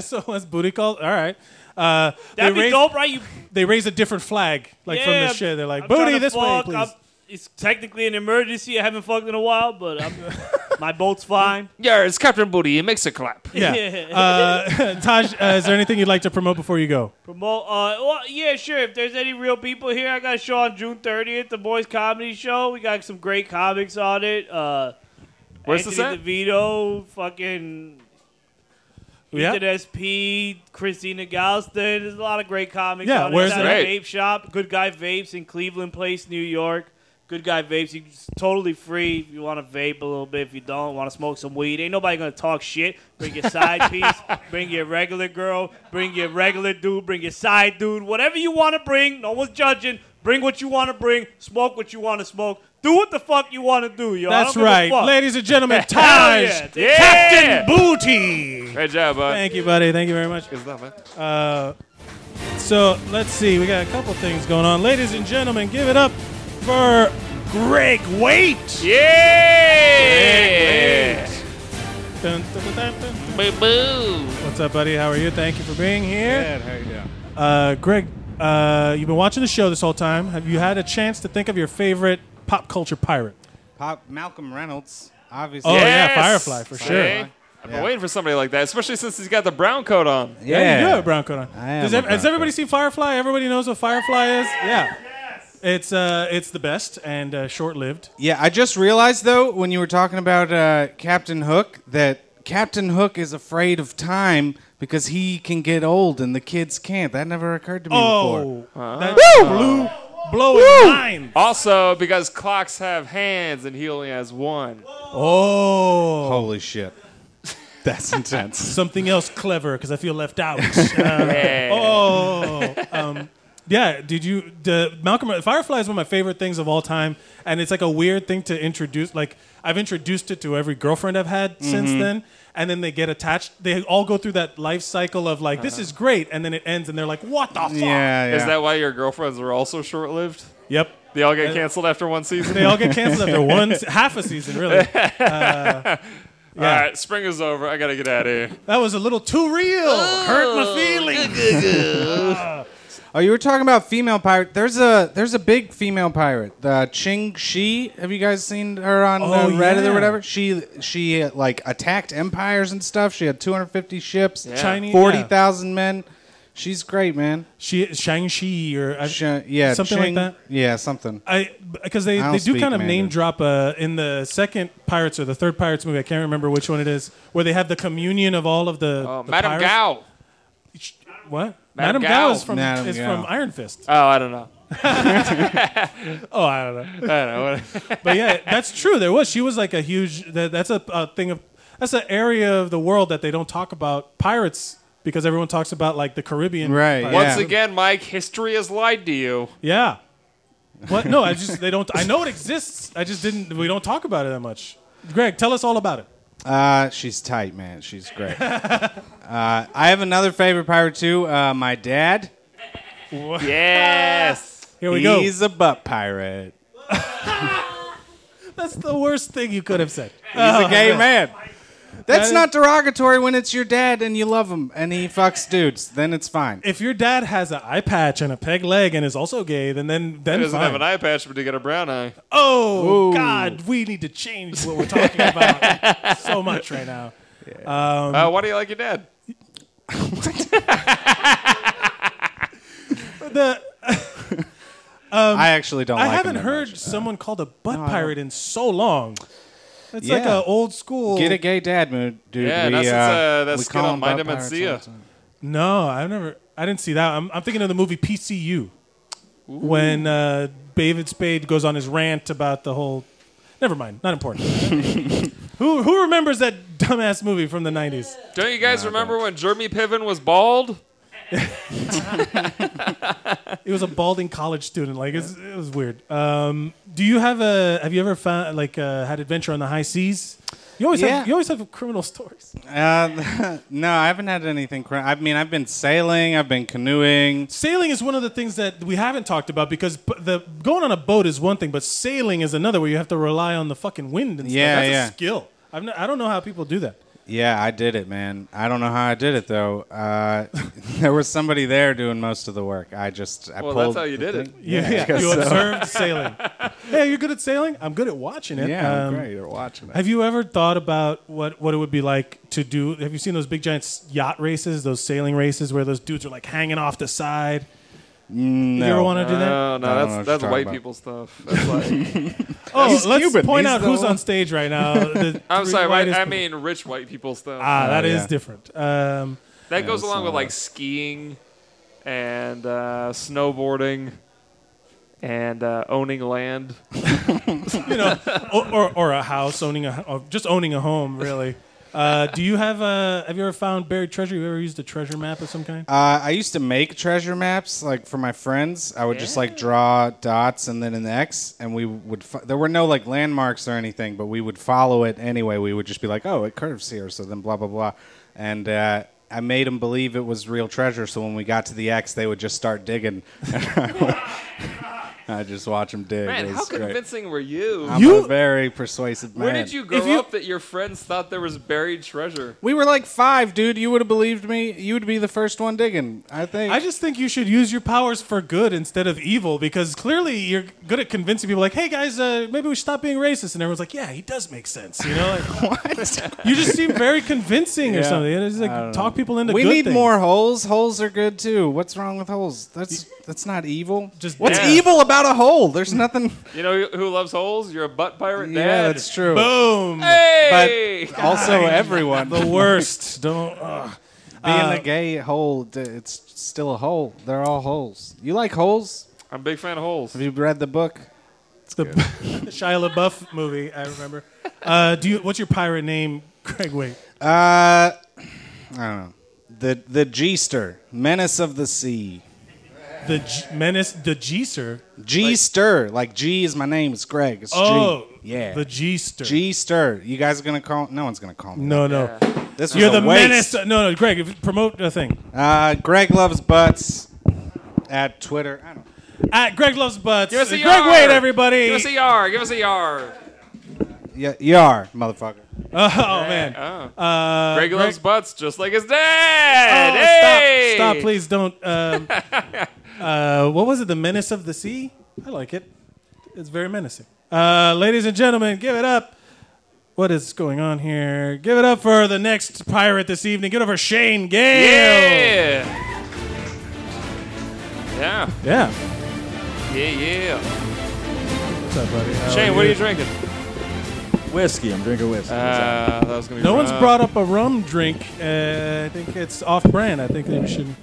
SOS booty call. All right. Uh,
That'd be
raise,
dope, right? You
They raise a different flag, like from
Yeah,
the shit. They're like,
I'm trying
booty
to
this way,
fuck.
please.
I'm- it's technically an emergency. I haven't fucked in a while, but I'm, my boat's fine.
Yeah, it's Captain Booty. It makes a clap.
Yeah. Uh, Taj, uh, is there anything you'd like to promote before you go?
Promote. Uh, well, yeah, sure. If there's any real people here, I got a show on June 30th, the Boys Comedy Show. We got some great comics on it. Uh,
Where's this
Anthony DeVito, fucking.
Yeah.
Ethan SP, Christina Galston. There's a lot of great comics.
Yeah,
on
where's
it? It's
it
at
at?
a Vape Shop, Good Guy Vapes in Cleveland Place, New York. Good Guy Vapes. It's totally free. If you want to vape a little bit, if you don't want to smoke some weed, ain't nobody gonna talk shit. Bring your side piece. Bring your regular girl. Bring your regular dude. Bring your side dude. Whatever you want to bring. No one's judging. Bring what you want to bring. Smoke what you want to smoke. Do what the fuck you want to do, yo. I
That's
don't give a
right.
fuck.
Ladies and gentlemen,
Hell
Taj,
yeah.
Captain Booty.
Great job, bud.
Thank you, buddy. Thank you very much.
Good stuff, man.
Uh, so let's see. We got a couple things going on. Ladies and gentlemen, give it up for Greg Wait.
Yeah.
Dun, dun, dun, dun, dun. What's up, buddy? How are you? Thank you for being here.
Good, how you doing?
Uh, Greg, uh, you've been watching the show this whole time. Have you had a chance to think of your favorite pop culture pirate?
Pop Malcolm Reynolds, obviously.
Oh, yeah, Yes! Firefly, for sure.
Firefly.
I've been waiting for somebody like that, especially since he's got the brown coat on.
Yeah, you do have a brown coat on.
I am
Does
a
ev-
brown
has everybody seen Firefly? Everybody knows what Firefly is. Yeah, it's uh, it's the best and uh, short lived.
Yeah, I just realized though when you were talking about uh, Captain Hook that Captain Hook is afraid of time because he can get old and the kids can't. That never occurred to me
Oh,
before.
that blew blowing mind.
Also, because clocks have hands and he only has one.
Oh,
holy shit, that's intense.
Something else clever because I feel left out. Uh,
Yeah.
Oh, um, yeah. Did you the Malcolm Firefly is one of my favorite things of all time, and it's like a weird thing to introduce. Like I've introduced it to every girlfriend I've had since
Mm-hmm.
Mhm.
then, and then they get attached. They all go through that life cycle of like this
Uh-huh.
is great, and then it ends, and they're like, what the fuck?
Is that why your girlfriends are also short lived?
Yep.
They all get
Uh,
canceled after one season?
They all get canceled after one se- half a season, really. Uh, yeah.
All right, spring is over. I got to get out of here.
That was a little too real.
Oh.
Hurt my feelings.
Oh, you were talking about female pirate. There's a there's a big female pirate, uh, Ching Shi. Have you guys seen her on uh,
Oh,
Reddit
yeah.
or whatever? She she uh, like attacked empires and stuff. She had 250 ships,
Yeah. Chinese-
forty
yeah.
thousand men. She's great, man.
She Shang Shi or uh,
yeah,
something
Ching-
like that.
Yeah, something.
I because they,
I don't
they do
speak
kind of
Mandarin.
name drop uh, in the second Pirates or the third Pirates movie. I can't remember which one it is, where they have the communion of all of the.
Oh,
the
Madame
pirates.
Gao.
What? Madame
Madame
Gao
Gao.
is from
Madame
is
Gao.
from Iron Fist.
Oh, I don't know.
oh, I don't know.
I don't know.
but yeah, that's true. There was she was like a huge. That, that's a, a thing of that's an area of the world that they don't talk about pirates because everyone talks about like the Caribbean.
Right.
Once again, Mike, history has lied to you.
Yeah. What? No, I just they don't. I know it exists. I just didn't. We don't talk about it that much. Greg, tell us all about it.
Uh, she's tight, man. She's great. uh, I have another favorite pirate too. Uh, my dad.
Yes.
Here we go.
He's a butt pirate.
That's the worst thing you could have said.
He's a gay man. That's
That
not derogatory when it's your dad and you love him and he fucks dudes. Then it's fine.
If your dad has an eye patch and a peg leg and is also gay, then then
He
then
doesn't have
fine.
an eye patch, but he got a brown eye.
Oh
Ooh.
God, we need to change what we're talking about so much right now. Um,
uh, why do you like your dad?
the um,
I actually don't
I
like him
haven't
that Uh,
heard someone called a butt pirate in so long. It's like
Yeah.
an old school.
Get a gay dad mood, dude.
Yeah,
we,
that's-
uh,
that's, uh,
that's
we
skin
call
on
him
my
Bob Pirates all
demencia.
the time.
No, I've never. I didn't see that. I'm, I'm thinking of the movie PCU, when uh, David Spade goes on his rant about the whole. Never mind. Not important. who who remembers that dumbass movie from the '90s?
Don't you guys remember when Jeremy Piven was bald?
It was a balding college student. Like it's, it was weird. Um, do you have a? Have you ever found like uh, had adventure on the high seas? You always
Yeah.
have. You always have criminal stories.
Uh, no, I haven't had anything. Cra- I mean, I've been sailing, I've been canoeing.
Sailing is one of the things that we haven't talked about because b- the going on a boat is one thing, but sailing is another where you have to rely on the fucking wind and
Yeah,
stuff. That's
yeah.
a skill. I've n- I don't know how people do that.
Yeah, I did it, man. I don't know how I did it though. Uh, there was somebody there doing most of the work. I just I
Well,
pulled
that's how you
the
did it.
thing.
Yeah,
I guess
you
so.
observed sailing. Hey, you're good at sailing. I'm good at watching it. Um,
Yeah, I'm great at watching it.
Have you ever thought about what what it would be like to do? Have you seen those big giant s- yacht races, those sailing races where those dudes are like hanging off the side?
Mm, No.
You ever want to do that?
No, no, that's that's white people stuff. That's like,
Oh, let's point out who's on stage right now. The
I'm
three
sorry, I,
whitest
I
people.
mean rich white people stuff.
Ah, that is different. Um,
That goes along with like skiing and uh, snowboarding and uh, owning land.
you know, or, or, or a house, owning a, or just owning a home, really. Uh, do you have a? Have you ever found buried treasure? You ever used a treasure map of some kind?
Uh, I used to make treasure maps like for my friends. I would just like draw dots and then an X, and we would. Fo- there were no like landmarks or anything, but we would follow it anyway. We would just be like, "Oh, it curves here," so then blah blah blah, and uh, I made them believe it was real treasure. So when we got to the X, they would just start digging. I just watch them dig.
Man,
It
how
was great.
convincing were you?
I'm a very persuasive man.
Where did you grow
If you-
up that your friends thought there was buried treasure?
We were like five, dude. You would have believed me. You would be the first one digging. I think.
I just think you should use your powers for good instead of evil because clearly you're good at convincing people. Like, hey guys, uh, maybe we should stop being racist, and everyone's like, yeah, he does make sense. You know, like, what? You just seem very convincing or
Yeah.
something. It's
I
like
don't
talk
know.
people into.
We
good
need
things.
more holes. Holes are good too. What's wrong with holes? That's that's not evil. Just what's
Yeah.
evil about a hole? There's nothing.
You know who loves holes? You're a butt pirate dad.
Yeah, that's true.
Boom.
Hey!
But also
God.
everyone.
The worst. Don't. ugh.
Being
Uh,
a gay hole, d- it's still a hole. They're all holes. You like holes?
I'm a big fan of holes.
Have you read the book?
It's the Shia LaBeouf movie. I remember. Uh, do you? What's your pirate name, Craig? Wait.
Uh, I don't know. The the Gester, menace of the sea.
The G- menace, the Gester.
Gester, like G is my name. It's Greg. It's
Oh,
G. Yeah.
the Gester.
Gester. You guys are gonna call? No one's gonna call me.
No,
that.
no.
This was
You're
a
the
waste.
menace. No, no, Greg. if- Promote a thing.
Uh, Greg loves butts at Twitter. I don't.
At Greg loves butts. Uh,
Give us a
Greg
yar.
Wade, everybody.
Give us a yar. Give us a yar.
Yeah, you are motherfucker.
Oh man.
Oh.
Uh,
Greg
Greg-
loves butts just like his
Oh,
dad.
stop!
Hey!
Stop! Please don't. Um, uh, what was it? The menace of the sea. I like it. It's very menacing. Uh, ladies and gentlemen, give it up. What is going on here? Give it up for the next pirate this evening. Give it up for Shane Gale.
Yeah. Yeah.
Yeah.
Yeah, yeah.
What's up, buddy? How
Shane, what are you drinking?
Whiskey. I'm drinking whiskey.
Uh, that was gonna be
No one's
rough.
brought up a rum drink. Uh, I think it's off-brand. I think that we should.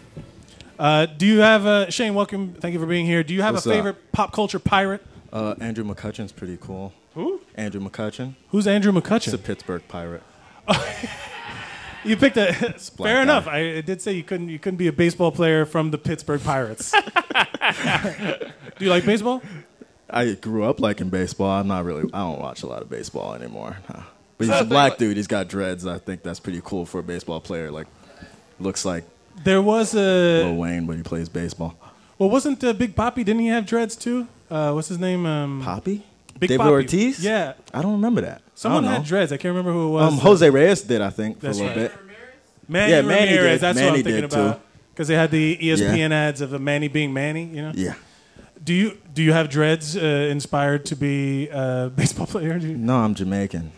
Uh, do you have a Shane? Welcome. Thank you for being here. Do you have
What's
a
up?
favorite pop culture pirate?
Uh, Andrew McCutcheon's pretty cool.
Who?
Andrew McCutcheon.
Who's Andrew McCutcheon?
He's a Pittsburgh pirate.
You picked a fair
black guy.
enough. I, I did say you couldn't you couldn't be a baseball player from the Pittsburgh Pirates. Do you like baseball?
I grew up liking baseball. I'm not really. I don't watch a lot of baseball anymore. Huh. But he's
So
a
they-
black dude. He's got dreads. I think that's pretty cool for a baseball player. Like, looks like
There was a
Lil Wayne when he plays baseball.
well, wasn't uh, Big Poppy? Didn't he have dreads too? Uh, what's his name? Um,
Poppy.
Big
David
Papi.
Ortiz?
Yeah.
I don't remember that.
Someone
I don't
had
know.
dreads. I can't remember who it was.
Um, Jose Reyes did, I think, for
That's
a little
right.
bit.
Manny
yeah,
Ramirez.
Manny did.
That's
Manny
what I'm thinking
did
about.
too.
Because they had the E
Yeah.
ESPN ads of the Manny being Manny. You know.
Yeah.
Do you do you have dreads uh, inspired to be a baseball player? Do you-
No, I'm Jamaican.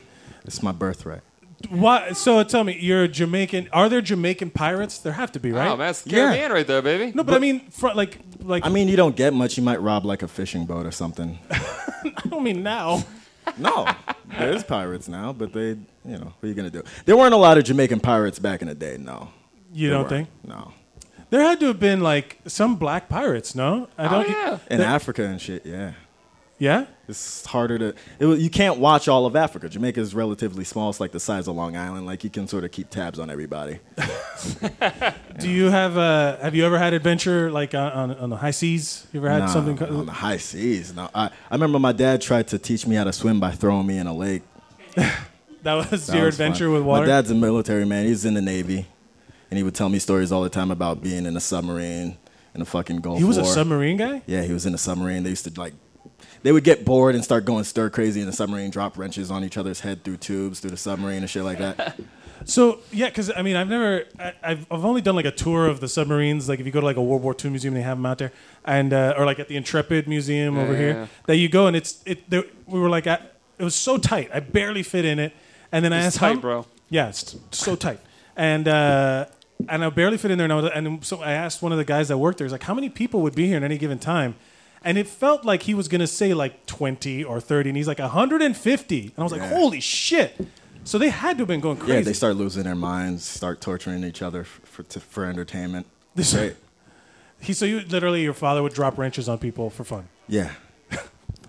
It's my birthright.
Why? So tell me, you're Jamaican. Are there Jamaican pirates? There have to be, right?
Oh, that's the Caribbean right there, baby.
No, but, I mean, fr- like, like
I mean, you don't get much. You might rob like a fishing boat or something.
I don't mean now.
No, there's pirates now, but they, you know, what are you gonna do? There weren't a lot of Jamaican pirates back in the day. No,
You
There
don't
weren't.
think?
No.
There had to have been like some black pirates, no? I
Oh,
don't.
in
there-
Africa and shit. Yeah,
yeah.
It's harder to. It, was- you can't watch all of Africa. Jamaica is relatively small. It's like the size of Long Island. Like you can sort of keep tabs on everybody.
Do you have uh, have you ever had adventure like on, on, on the high seas? You ever had
Nah,
something?
on the high seas. No, I, I remember my dad tried to teach me how to swim by throwing me in a lake.
That was
That
your
was
adventure
fun.
with water.
My dad's a military man. He's in the Navy, and he would tell me stories all the time about being in a submarine in the fucking Gulf.
He was a
War.
submarine guy?
Yeah, he was in a submarine. They used to like, they would get bored and start going stir crazy in the submarine, drop wrenches on each other's head through tubes through the submarine and shit like that.
So yeah, because I mean, I've never, I, I've, I've only done like a tour of the submarines. Like if you go to like a World War II museum, they have them out there, and uh, or like at the Intrepid Museum over
Yeah,
here,
yeah.
that you go and it's it. There, we were like, I, it was so tight, I barely fit in it, and then I
It's
asked,
tight,
how-
bro.
Yeah, it's t- so tight, and uh, and I barely fit in there, and I was, and so I asked one of the guys that worked there, he's like, how many people would be here at any given time? And it felt like he was gonna say like twenty or thirty, and he's like hundred and fifty, and I was like,
Yeah.
holy shit! So they had to have been going crazy.
Yeah, they start losing their minds, start torturing each other f- for to, for entertainment.
This-
Great.
He so you literally your father would drop wrenches on people for fun.
Yeah.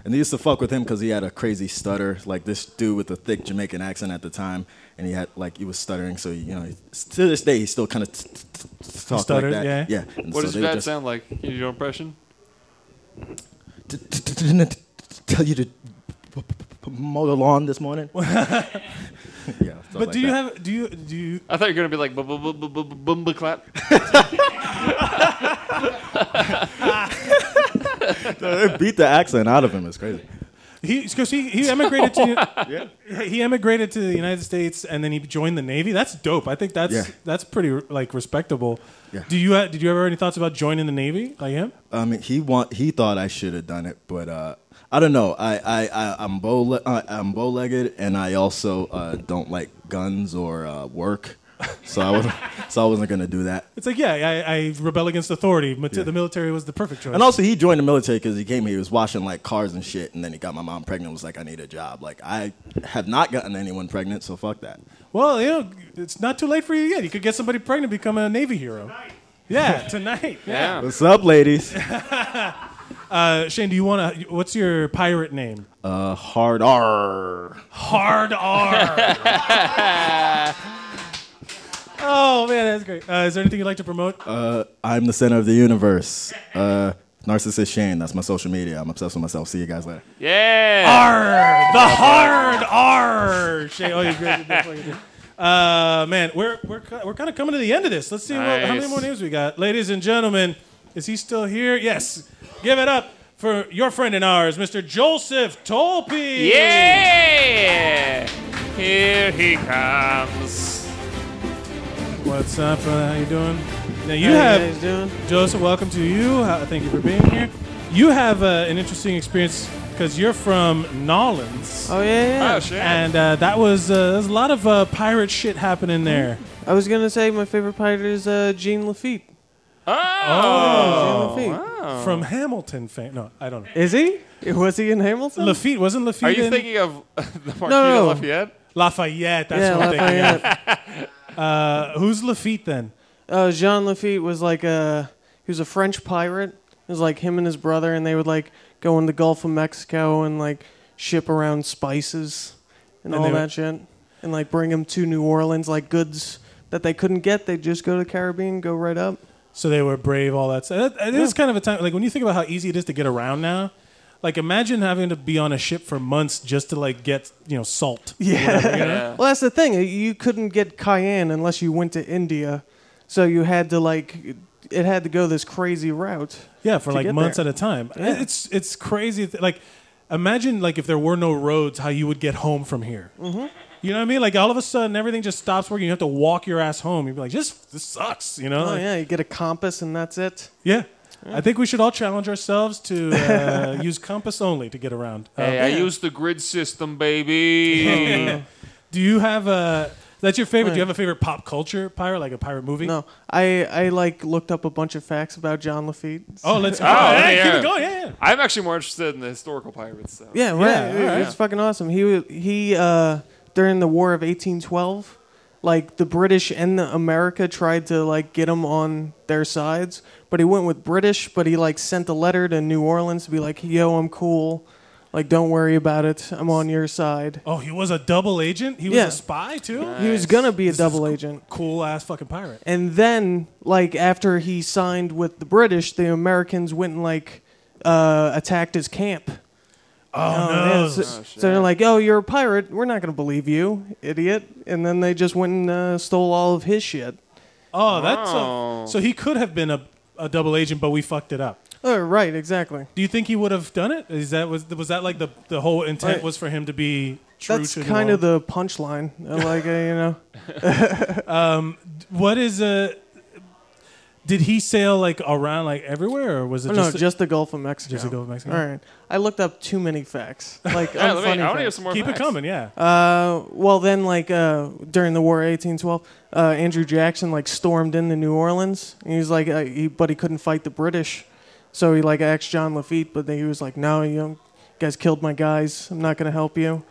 And they used to fuck with him because he had a crazy stutter, like this dude with a thick Jamaican accent at the time, and he had like he was stuttering. So you know, he- to this day, he still kind of talks
Stuttered,
like that.
yeah.
yeah.
What
And
does
they
your dad
just
sound like? Can you do your impression?
tell you to mow the lawn this morning? yeah. stuff
But
like
do you
that.
have? Do you? Do you?
I thought you were gonna be like boomba clap.
They beat the accent out of him. It's crazy.
He because he, he emigrated to he emigrated to the United States and then he joined the Navy. That's dope. I think that's
Yeah.
that's pretty like respectable.
Yeah.
Do you ha- did you ever have any thoughts about joining the Navy like him?
I mean, he want he thought I should have done it, but uh, I don't know. I I, I I'm bow uh, I'm bow legged, and I also uh, don't like guns or uh, work, so I was so I wasn't gonna do that.
It's like yeah, I, I rebel against authority. Mate- The military was the perfect choice.
And also, he joined the military because he came here. He was washing like cars and shit, and then he got my mom pregnant. and Was like, I need a job. Like I have not gotten anyone pregnant, so fuck that.
well, you know, it's not too late for you yet. You could get somebody pregnant, become a Navy hero. Yeah, tonight. Yeah.
What's up, ladies?
Uh, Shane, do you want to? What's your pirate name?
Uh, hard R.
Hard R. oh man, that's great. Uh, is there anything you'd like to promote?
Uh, I'm the center of the universe. Uh, Narcissist Shane. That's my social media. I'm obsessed with myself. See you guys later.
Yeah. R. The hard R. Shane, oh, you're great. You're great. Uh, man, we're we're ki- we're kind of coming to the end of this. Let's see what, how many
Nice.
more names we got, ladies and gentlemen. Is he still here? Yes. Give it up for your friend and ours, Mr. Joseph Tolpe.
Yeah! Here he comes.
What's up? brother? How you doing? Now you
How you
have
guys doing?
Joseph. Welcome to you. How- Thank you for being here. You have uh, an interesting experience because you're from Nolans.
Oh, yeah, yeah. Oh, shit.
And uh, that was uh, there's a lot of uh, pirate shit happening there.
I was gonna say my favorite pirate is uh, Jean Lafitte.
Oh,
Jean Lafitte.
from Hamilton fame. No, I don't know.
Is he? Was he in Hamilton?
Lafitte wasn't Lafitte.
Are you
in-
thinking of the Marquis
no.
of Lafayette?
Lafayette? That's
Yeah,
what I'm thinking.
Lafayette.
Of. Uh, who's Lafitte then?
Uh, Jean Lafitte was like a he was a French pirate. It was like him and his brother, and they would like go in the Gulf of Mexico and like ship around spices and,
And
all
they
that
would-
shit, and like bring them to New Orleans like goods that they couldn't get. They'd just go to the Caribbean, go right up.
So they were brave, all that stuff. It it uh, is kind of a time, like when you think about how easy it is to get around now. Like imagine having to be on a ship for months just to like get you know salt. or whatever, you know?
Well, that's the thing. You couldn't get cayenne unless you went to India, so you had to like it had to go this crazy route.
Yeah, for
to
like
get
months
there.
at a time.
Yeah.
It's it's crazy. Th- like Imagine like if there were no roads, how you would get home from here.
Mm-hmm.
You know what I mean? Like all of a sudden, everything just stops working. You have to walk your ass home. You'd be like, "This this sucks," you know?
Oh
Like,
yeah, you get a compass and that's it.
yeah. I think we should all challenge ourselves to uh, use compass only to get around. Uh,
Hey, I use the grid system, baby.
Do you have a? That's your favorite. Do you have a favorite pop culture pirate, like a pirate movie?
No, I I like looked up a bunch of facts about John Lafitte.
Oh, let's
Oh,
go. hey,
yeah.
keep it going. Yeah, yeah.
I'm actually more interested in the historical pirates. So.
Yeah, right. It- It's fucking awesome. He wa- he uh, during the War of 1812, like the British and the America tried to like get him on their sides, but he went with British. But he like sent a letter to New Orleans to be like, "Yo, I'm cool. Like, don't worry about it. I'm on your side."
Oh, he was a double agent. He was
Yeah.
a spy too.
He was gonna be a double agent.
Cool ass fucking pirate.
And then, like after he signed with the British, the Americans went and like uh, attacked his camp.
Oh,
yeah,
no.
So,
Oh,
so they're like, "Oh, you're a pirate. We're not going to believe you, idiot." And then they just went and uh, stole all of his shit.
Oh, that's
Wow.
a, so he could have been a, a double agent, but we fucked it up.
Oh, right, exactly.
Do you think he would have done it? Is that was was that like the the whole intent
Right.
was for him to be true
that's
to
kind of the punchline. Uh, like uh, you know,
the um what is a did he sail like around like everywhere or was it
Oh, no,
just
just the Gulf of Mexico.
Just the Gulf of Mexico.
All right, I looked up too many facts. Like,
Yeah,
unfunny
let me- I wanna
facts.
hear some more Keep it facts. coming, yeah.
Uh, well, then, like uh, during the War of 1812, uh, Andrew Jackson like stormed into New Orleans. And he was like, uh, he, but he couldn't fight the British, so he like asked John Lafitte, but then he was like, no, you, don't, you guys killed my guys. I'm not gonna help you.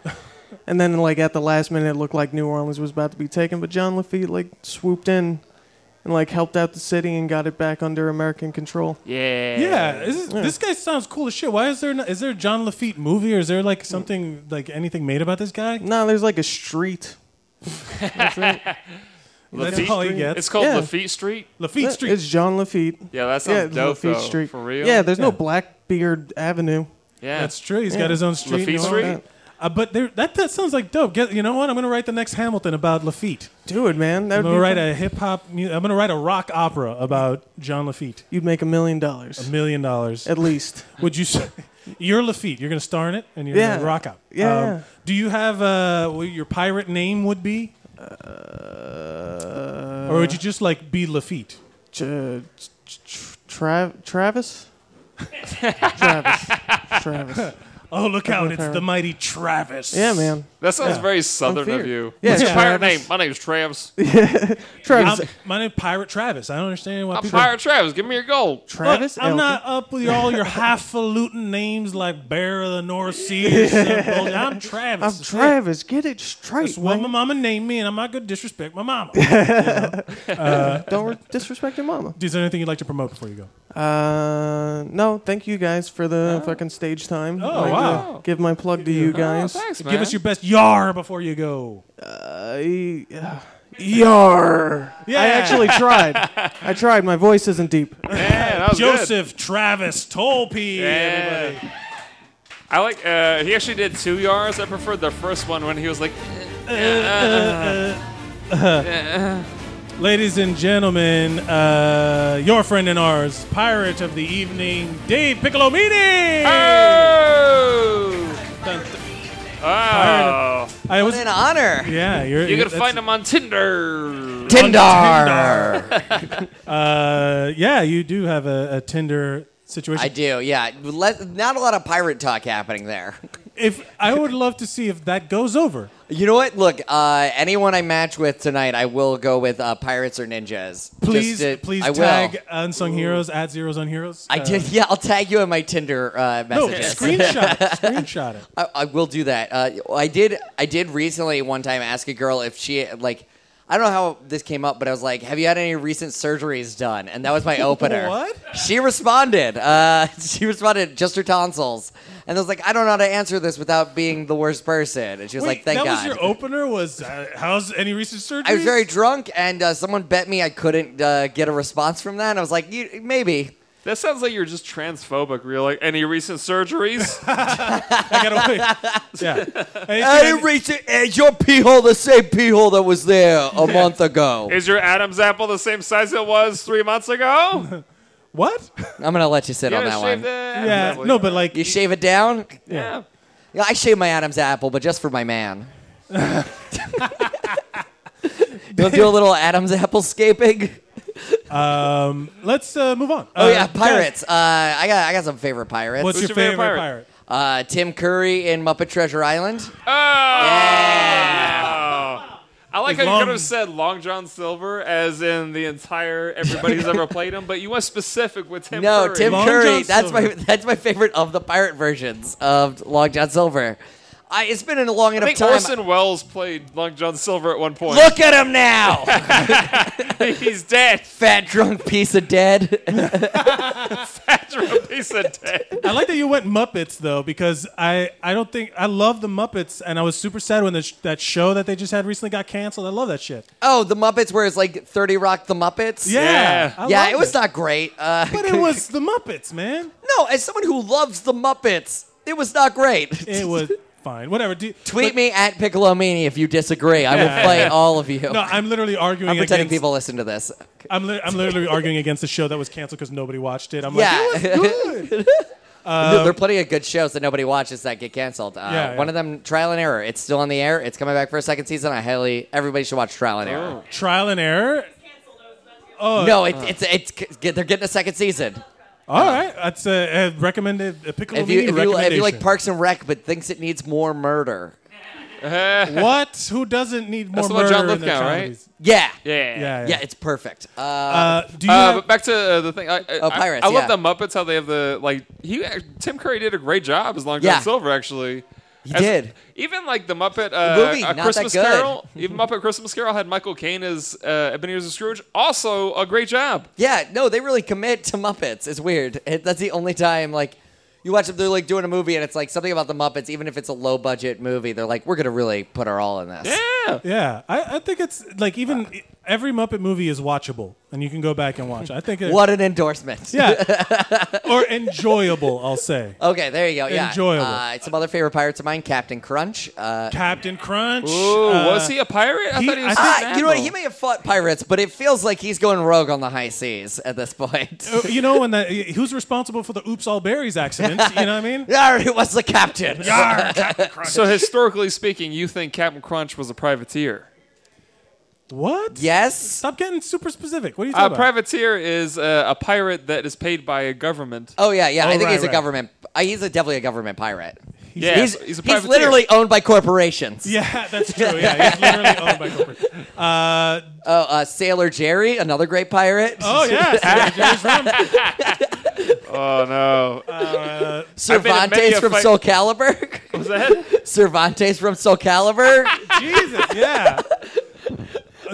and then like at the last minute, it looked like New Orleans was about to be taken, but John Lafitte like swooped in. And like helped out the city and got it back under American control.
Yeah.
yeah, this, is- this guy sounds cool as shit. Why is there not, is there a John Lafitte movie or is there like something like anything made about this guy?
No, there's like a street. That's it.
Lafitte?
all he gets.
It's called
Yeah.
Lafitte Street.
Yeah, It's John Lafitte.
Yeah, that sounds
it's
dope, though, for real.
Yeah, there's
Yeah.
no Blackbeard Avenue.
Yeah.
That's true. He's
He's
got his own street.
Lafitte
and all
Street?
that. Uh, but there, that that sounds like dope. Get, you know what? I'm gonna write the next Hamilton about Lafitte.
Do it, man. That
I'm
would
gonna
be
write
fun.
a hip hop. mu- I'm gonna write a rock opera about John Lafitte.
You'd make a million dollars.
A million dollars
at least.
Would you? s- You're Lafitte. You're gonna star in it, and you're
Yeah.
gonna rock out. Um,
Yeah, yeah.
Do you have uh, what your pirate name would be? Uh, or would you just like be Lafitte?
Tra- Tra- Travis? Travis. Travis.
Oh, look out! It's
Pirate.
the mighty Travis.
Yeah, man.
That sounds
Yeah.
very southern of you.
Yeah,
What's your pirate
Travis.
name? My name's Travis.
Yeah, I'm- my name's Pirate Travis. I don't understand why
I'm
people.
Pirate Travis. Give me your gold.
Look, I'm not up with all your highfalutin names like Bear of the North Sea. Or some bullshit. I'm Travis.
I'm
That's it.
Travis. Get it straight.
That's what
man.
my mama named me, and I'm not going to disrespect my mama. You know? Uh,
Don't re- disrespect your mama.
is there anything you'd like to promote before you go?
Uh, no, thank you guys for the fucking stage time.
Oh,
Like, uh,
wow.
Give my plug to you
Oh,
guys.
Ah, Give us your best yar before you go.
Uh, Yar.
Yeah.
I actually tried. I tried. My voice isn't deep.
that was good.
Joseph Travis Tolpe, everybody.
I like. Uh, he actually did two yards. I preferred the first one when he was like. eh, eh,
uh, uh. Ladies and gentlemen, uh, your friend and ours, pirate of the evening, Dave Piccolo meeting.
Oh! Wow.
I was
an honor.
Yeah, you're.
Oh. you can
that's-
find him on Tinder.
Tinder. uh, yeah, you do have a, a Tinder situation.
I do, yeah. Let, not a lot of pirate talk happening there.
If I would love to see if that goes over.
You know what? Look, uh, anyone I match with tonight, I will go with uh, pirates or ninjas. Just
Please,
to-
please
I will.
tag unsung heroes at zeros on heroes.
I
Uh,
did. Yeah, I'll tag you in my Tinder uh,
No,
messages.
screenshot it. Screenshot it.
I, I will do that. Uh, I did. I did recently one time ask a girl if she like. I don't know how this came up, but I was like, "Have you had any recent surgeries done?" And that was my opener.
What?
She responded. Uh, she responded just her tonsils, and I was like, "I don't know how to answer this without being the worst person." And she was
Wait,
like, "Thank
that
God."
was your opener. Was uh, how's any recent surgery?
I was very drunk, and uh, someone bet me I couldn't uh, get a response from that. And I was like, you, "Maybe."
That sounds like you're just transphobic. Where you're like, any recent surgeries?
I gotta wait. Yeah.
I reached it. Is your pee hole the same pee hole that was there a month ago?
Oh. Is your Adam's apple the same size it was three months ago? Oh.
What?
I'm gonna let you sit
You
on
gotta
that
shave
one.
the Adam's Yeah, apple. no, but like
you shave it down.
Yeah.
Yeah, I shave my Adam's apple, but just for my man. You'll do a little Adam's apple scaping.
Um, let's uh, move on. Uh,
Oh yeah,
guys-
pirates. Uh, I got I got some favorite pirates.
What's Who's your your favorite favorite pirate?
Uh, Tim Curry in Muppet Treasure Island.
I like how
Long-
you could have said Long John Silver, as in the entire everybody's ever played him, but you went specific with Tim
no,
Curry.
Tim Curry. That's my that's my favorite of the pirate versions of Long John Silver. I, it's been a long
I
enough
think
time.
Orson Welles played Long John Silver at one point.
Look at him now.
He's dead.
Fat drunk piece of dead.
Fat drunk piece of dead.
I like that you went Muppets though, because I, I don't think I love the Muppets, and I was super sad when the sh- that show that they just had recently got canceled. I love that shit.
Oh, the Muppets, where it's like Thirty Rock, the Muppets.
Yeah, Yeah. I
yeah,
loved
it was
it.
not great. Uh,
But it was the Muppets, man.
No, as someone who loves the Muppets, it was not great.
It was fine. Whatever. Do,
Tweet me at Piccolomini if you disagree. I will
Yeah.
play all of you.
No, I'm literally arguing.
I'm pretending
against-
people listen to this.
I'm, li- I'm literally arguing against the show that was canceled because nobody watched it. I'm
yeah,
like, it was good. Uh,
there there are plenty of good shows that nobody watches that get canceled. Uh,
Yeah, yeah.
One of them, Trial and Error. It's still on the air. It's coming back for a second season. I highly everybody should watch Trial and
Oh.
Error.
Trial and error. Oh
no, it, it's it's it's they're getting a second season.
all right. That's a, a recommended a pickle
If you, if, you, if
recommendation.
you like Parks and Rec but thinks it needs more murder.
what? Who doesn't need more
That's the one
murder
John
in their
Lithgow, right?
comedies?
Yeah.
Yeah.
Yeah, yeah.
Yeah, it's perfect. Uh,
do you
uh,
have-
but back to uh, the thing. I, I,
Oh, Pirates,
I, I love
yeah.
the Muppets. How they have the like. He ac- Tim Curry did a great job as Long John
Yeah.
Silver. Actually,
He
As-
did.
Even like the Muppet uh,
The movie,
A
not that
Christmas
good.
Carol. Even Muppet Christmas Carol had Michael Caine as uh, Ebenezer Scrooge. Also a great job.
Yeah, no, they really commit to Muppets. It's weird. It, that's the only time like you watch them. They're like doing a movie, and it's like something about the Muppets. Even if it's a low budget movie, they're like, we're gonna really put our all in this.
Yeah, I, I think it's like even
Uh.
every Muppet movie is watchable, and you can go back and watch. it. I think it,
What an endorsement.
Yeah, or enjoyable. I'll say.
Okay, there you go. Yeah,
Enjoyable.
Uh, some other favorite pirates of mine, Captain Crunch. Uh,
Captain Crunch. uh,
Ooh, was he a pirate? I
he-
thought he was.
I
just
think-
an
Ah, you know what? He
admiral.
may have fought pirates, but it feels like he's going rogue on the high seas at this point.
Uh, you know, and that who's responsible for the "Oops, all berries" accident? You know what I mean?
Yar, it was the captain.
Yar, Captain Crunch.
So historically speaking, you think Captain Crunch was a privateer?
What?
Yes.
Stop getting super specific. What are you
A
talking about?
privateer is uh, a pirate that is paid by a government.
Oh yeah, yeah.
Oh,
I think
right,
he's a
right.
government. Uh, he's a, definitely a government pirate.
Yeah,
he's,
he's a
he's
privateer.
literally owned by corporations.
Yeah, that's true. Yeah, he's literally owned by corporate. Uh,
oh, uh, Sailor Jerry, another great pirate.
Oh, yeah, Sailor Jerry's
Oh no. I've been in many
Cervantes
a
from
fight-
Soul Calibur.
Was that?
Cervantes from Soul Calibur.
Jesus, yeah.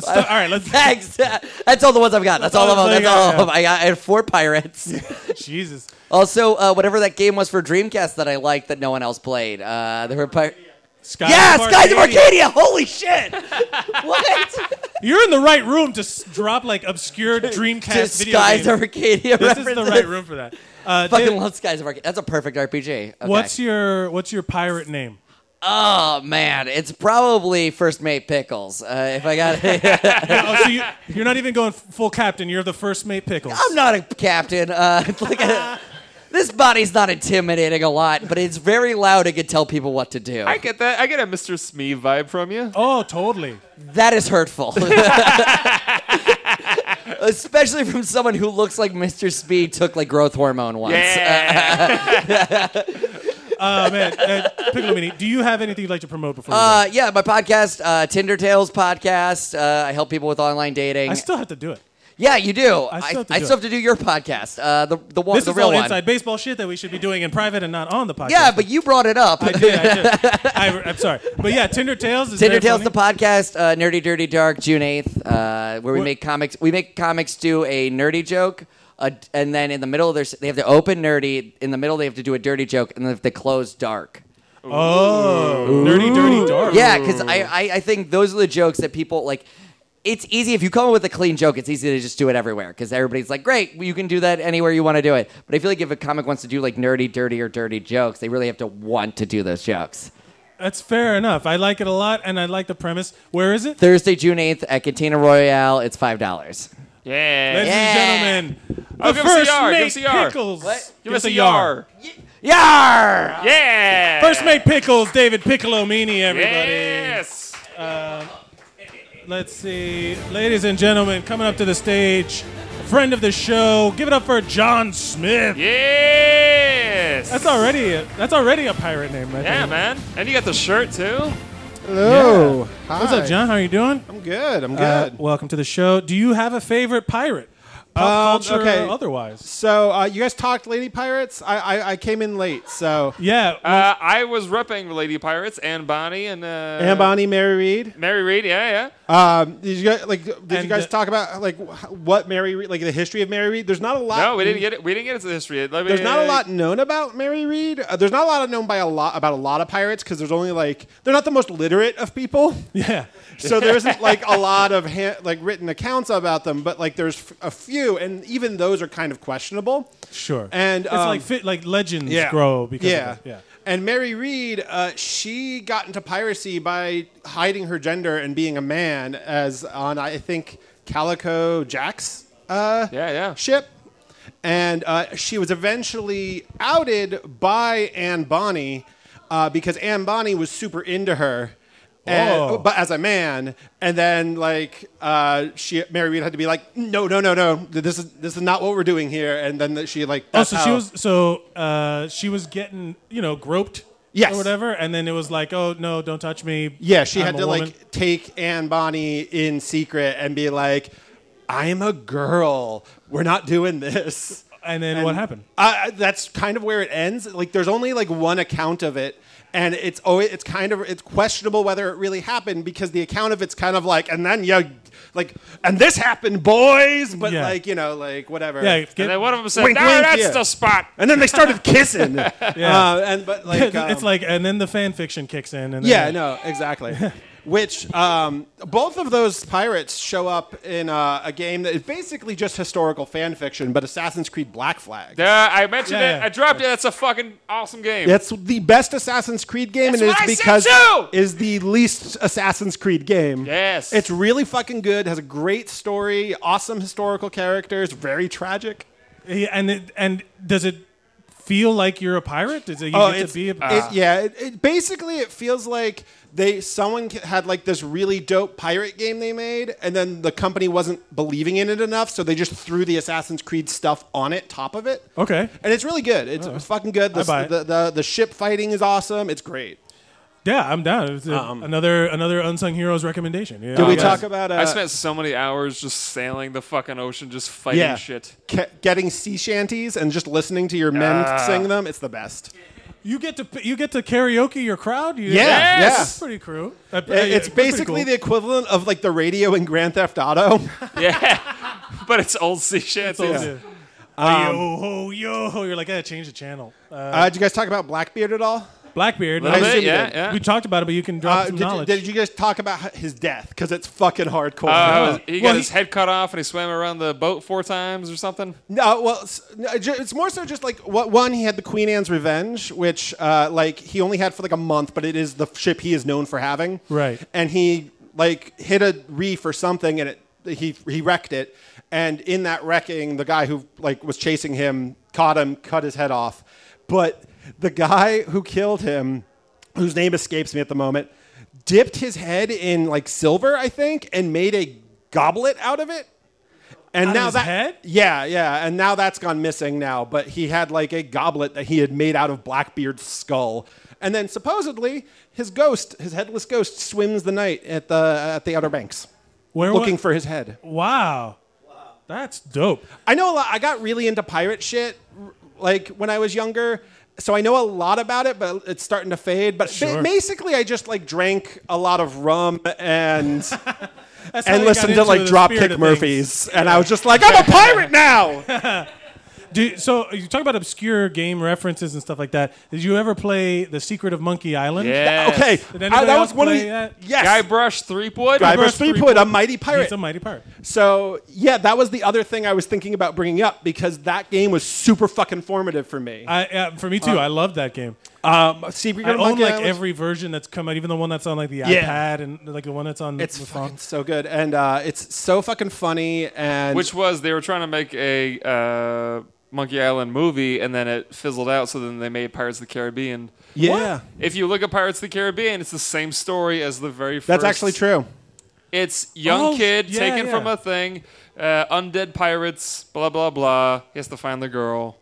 all right, let's.
Thanks. That's all the ones I've got. That's, all of them. That's all of them. I got I had four pirates.
Jesus.
Also, uh, whatever that game was for Dreamcast that I liked that no one else played. Uh, there were pir-
Skies
yeah,
of
Skies of
Arcadia.
Arcadia. Holy shit!
You're in the right room to s- drop like obscure Dreamcast video
Skies
games.
of Arcadia.
This is the
references.
right room for that. Uh,
Fucking
David,
love Skies of Arcadia. That's a perfect RPG. Okay.
What's your What's your pirate name?
Oh man, it's probably first mate pickles. Uh, if I got,
Oh, so you, you're not even going f- full captain. You're the first mate pickles.
I'm not a captain. Uh, like a, this body's not intimidating a lot, but it's very loud. It can tell people what to do.
I get that. I get a Mr. Smee vibe from you.
Oh, totally.
That is hurtful. Especially from someone who looks like Mr. Speed took like growth hormone once.
Yeah. Oh man, uh, Piccolomini, do you have anything you'd like to promote before? we
Uh, yeah, my podcast, uh, Tinder Tales podcast. Uh, I help people with online dating.
I still have to do it.
yeah, you do.
I
I
still have to
I
do
still
it.
have to do your podcast. Uh, the the one,
this
the
is
real
all
one.
inside baseball shit that we should be doing in private and not on the podcast.
Yeah, but you brought it up.
I did. I did. I, I'm sorry, but yeah, Tinder Tales is
Tinder
very
Tales,
funny.
the podcast, uh, Nerdy Dirty Dark, June eighth, uh, where we
What-
make comics. We make comics do a nerdy joke, a, and then in the middle of their, s- they have to open nerdy. In the middle, they have to do a dirty joke, and then they close dark.
Oh, nerdy, dirty, dark.
Yeah, because I, I I think those are the jokes that people like. It's easy if you come up with a clean joke. It's easy to just do it everywhere because everybody's like, "Great, you can do that anywhere you want to do it." But I feel like if a comic wants to do like nerdy, dirty, or dirty jokes, they really have to want to do those jokes.
That's fair enough. I like it a lot, and I like the premise. Where is it?
Thursday, June 8th at Cantina Royale. It's $5.
Yeah.
Ladies
Yeah.
and gentlemen,
Oh,
The
give us a
first
yar. Give
mate
us a yar.
Pickles.
What? Give,
Give
us
us
a
a
yar.
Yar!
Yeah.
First mate pickles, David Piccolomini, everybody.
Yes.
Uh, let's see, ladies and gentlemen, coming up to the stage, a friend of the show. Give it up for John Smith.
Yes.
That's already a, that's already a pirate name, right
Yeah,
there.
man. And you got the shirt too.
Hello.
Yeah.
What's up,
Hi.
John? How are you doing?
I'm
good.
I'm good.
welcome to the show. Do you have a favorite pirate?
Um,
Pop culture,
okay.
or otherwise.
So uh, you guys talked Lady Pirates. I, I I came in late, so
yeah.
Uh, I was repping Lady Pirates and Bonnie and uh,
and Bonnie, Mary Reed.
Mary Reed. Yeah, yeah.
Um, did you guys like? Did you
And,
guys
uh,
talk about like wh- what Mary Reed, like the history of Mary Reed? There's not a lot.
No, we didn't get it. We didn't get into the history. Let me-
There's not a lot known about Mary Reed. Uh, there's not a lot known by a lot about a lot of pirates because there's only like they're not the most literate of people.
Yeah.
So there isn't like a lot of ha- like written accounts about them, but like there's f- a few, and even those are kind of questionable.
Sure.
And
it's
um,
like fit, like legends
yeah.
grow because
yeah.
of it. yeah.
And Mary Reed, uh, she got into piracy by hiding her gender and being a man, as on I think Calico Jack's uh,
yeah, yeah.
ship. And uh, she was eventually outed by Anne Bonny uh, because Anne Bonny was super into her. And,
Oh.
But as a man, and then like uh, she, Mary Reed had to be like, no, no, no, no, this is this is not what we're doing here. And then she like,
Oh,
that's
so she
how-
was so uh, she was getting you know groped,
Yes.
or whatever, and then it was like, oh no, don't touch me.
Yeah, she
I'm
had
a
to
woman.
like take Anne Bonny in secret and be like, "I'm a girl. We're not doing this."
And then what happened?
Uh, that's kind of where it ends. Like, there's only like one account of it, and it's always it's kind of it's questionable whether it really happened because the account of it's kind of like, and then you like, and this happened, boys. But
Yeah.
like you know, like whatever.
Yeah, get-
And then one of them said, "No, that's the spot."
And then they started kissing.
yeah,
Uh, and but like um,
it's like, and then the fan fiction kicks in, and then
yeah, no, exactly. Which um, both of those pirates show up in uh, a game that is basically just historical fan fiction, but Assassin's Creed Black Flag.
Yeah, I mentioned
Yeah,
it.
yeah.
I dropped it. That's a fucking awesome game.
That's the best Assassin's Creed game,
That's
and
what I
it's
said
because
too!
is the least Assassin's Creed game.
Yes,
it's really fucking good. Has a great story, awesome historical characters, very tragic.
Yeah, and it, and does it feel like you're a pirate? Does it you get to be a
Oh, it- yeah. It, it- basically, it feels like they someone ca- had like this really dope pirate game they made, and then the company wasn't believing in it enough, so they just threw the Assassin's Creed stuff on it, top of it,
Okay,
and it's really good. It's
Oh.
fucking good. The,
I buy it.
the, the the ship fighting is awesome. It's great.
yeah, I'm down. It's a-
Um,
another another unsung heroes recommendation. Yeah.
Did we talk about,
Oh, I
uh,
spent so many hours just sailing the fucking ocean, just fighting
yeah,
shit.
Ca- getting sea shanties and just listening to your men
Ah.
sing them. It's the best.
You get to you get to karaoke your crowd. You,
Yeah, Yes.
that's pretty cool. That-
It-
yeah,
it's
pretty
basically
cool.
the equivalent of like the radio in Grand Theft Auto.
yeah, but it's old sea shit.
old,
Yeah.
yeah.
Oh,
Um,
yo ho yo ho. You're like, I change the channel. Uh,
Uh, did you guys talk about Blackbeard at all?
Blackbeard.
Little
I
bit,
assume you
yeah,
did.
yeah.
We talked about it, but you can drop
Uh,
some
did,
knowledge.
did you guys talk about h- his death? Because it's fucking hardcore.
Uh, he got
Well,
his head cut off and he swam around the boat four times or something.
No, well, s- no, ju- it's more so just like what one he had the Queen Anne's Revenge, which uh, like he only had for like a month, but it is the ship he is known for having.
Right.
And he like hit a reef or something, and it he he wrecked it. And in that wrecking, the guy who like was chasing him caught him, cut his head off. But the guy who killed him, whose name escapes me at the moment, dipped his head in like silver, I think, and made a goblet out of it.
Out
And
of
now
his
that
head?
yeah, yeah, and now that's gone missing now. But he had like a goblet that he had made out of Blackbeard's skull, and then supposedly his ghost, his headless ghost, swims the night at the at the Outer Banks,
Where
looking
wa-
for his head.
Wow, that's dope.
I know a lot. I got really into pirate shit, r- like when I was younger. So I know a lot about it, but it's starting to fade. But ba-
Sure.
basically, I just like drank a lot of rum and
That's how you
and
got
listened to
into
like
the spirit
Dropkick
of
Murphys, and I was just like, I'm a pirate now.
Do, so you talk about obscure game references and stuff like that. Did you ever play The Secret of Monkey Island?
Yes.
Okay.
Did
I-
anybody
that
else
was one of
play
the-
that?
yes.
Guybrush Threepwood.
Guybrush Threepwood, a mighty pirate.
He's a mighty pirate.
So yeah, that was the other thing I was thinking about bringing up because that game was super fucking formative for me.
I, uh, for me too.
Um,
I loved that game. Um,
Secret
I
of Monkey
own like
Island?
every version that's come out, even the one that's on like the
Yeah.
iPad and like the one that's on.
It's
the phone.
fucking so good, and uh, it's so fucking funny. And
Which was they were trying to make a uh, Monkey Island movie, and then it fizzled out. So then they made Pirates of the Caribbean.
Yeah. What?
If you look at Pirates of the Caribbean, it's the same story as the very first.
that's actually true.
It's young
Oh,
kid
yeah,
taken
yeah.
from a thing, uh, undead pirates, blah blah blah. He has to find the girl.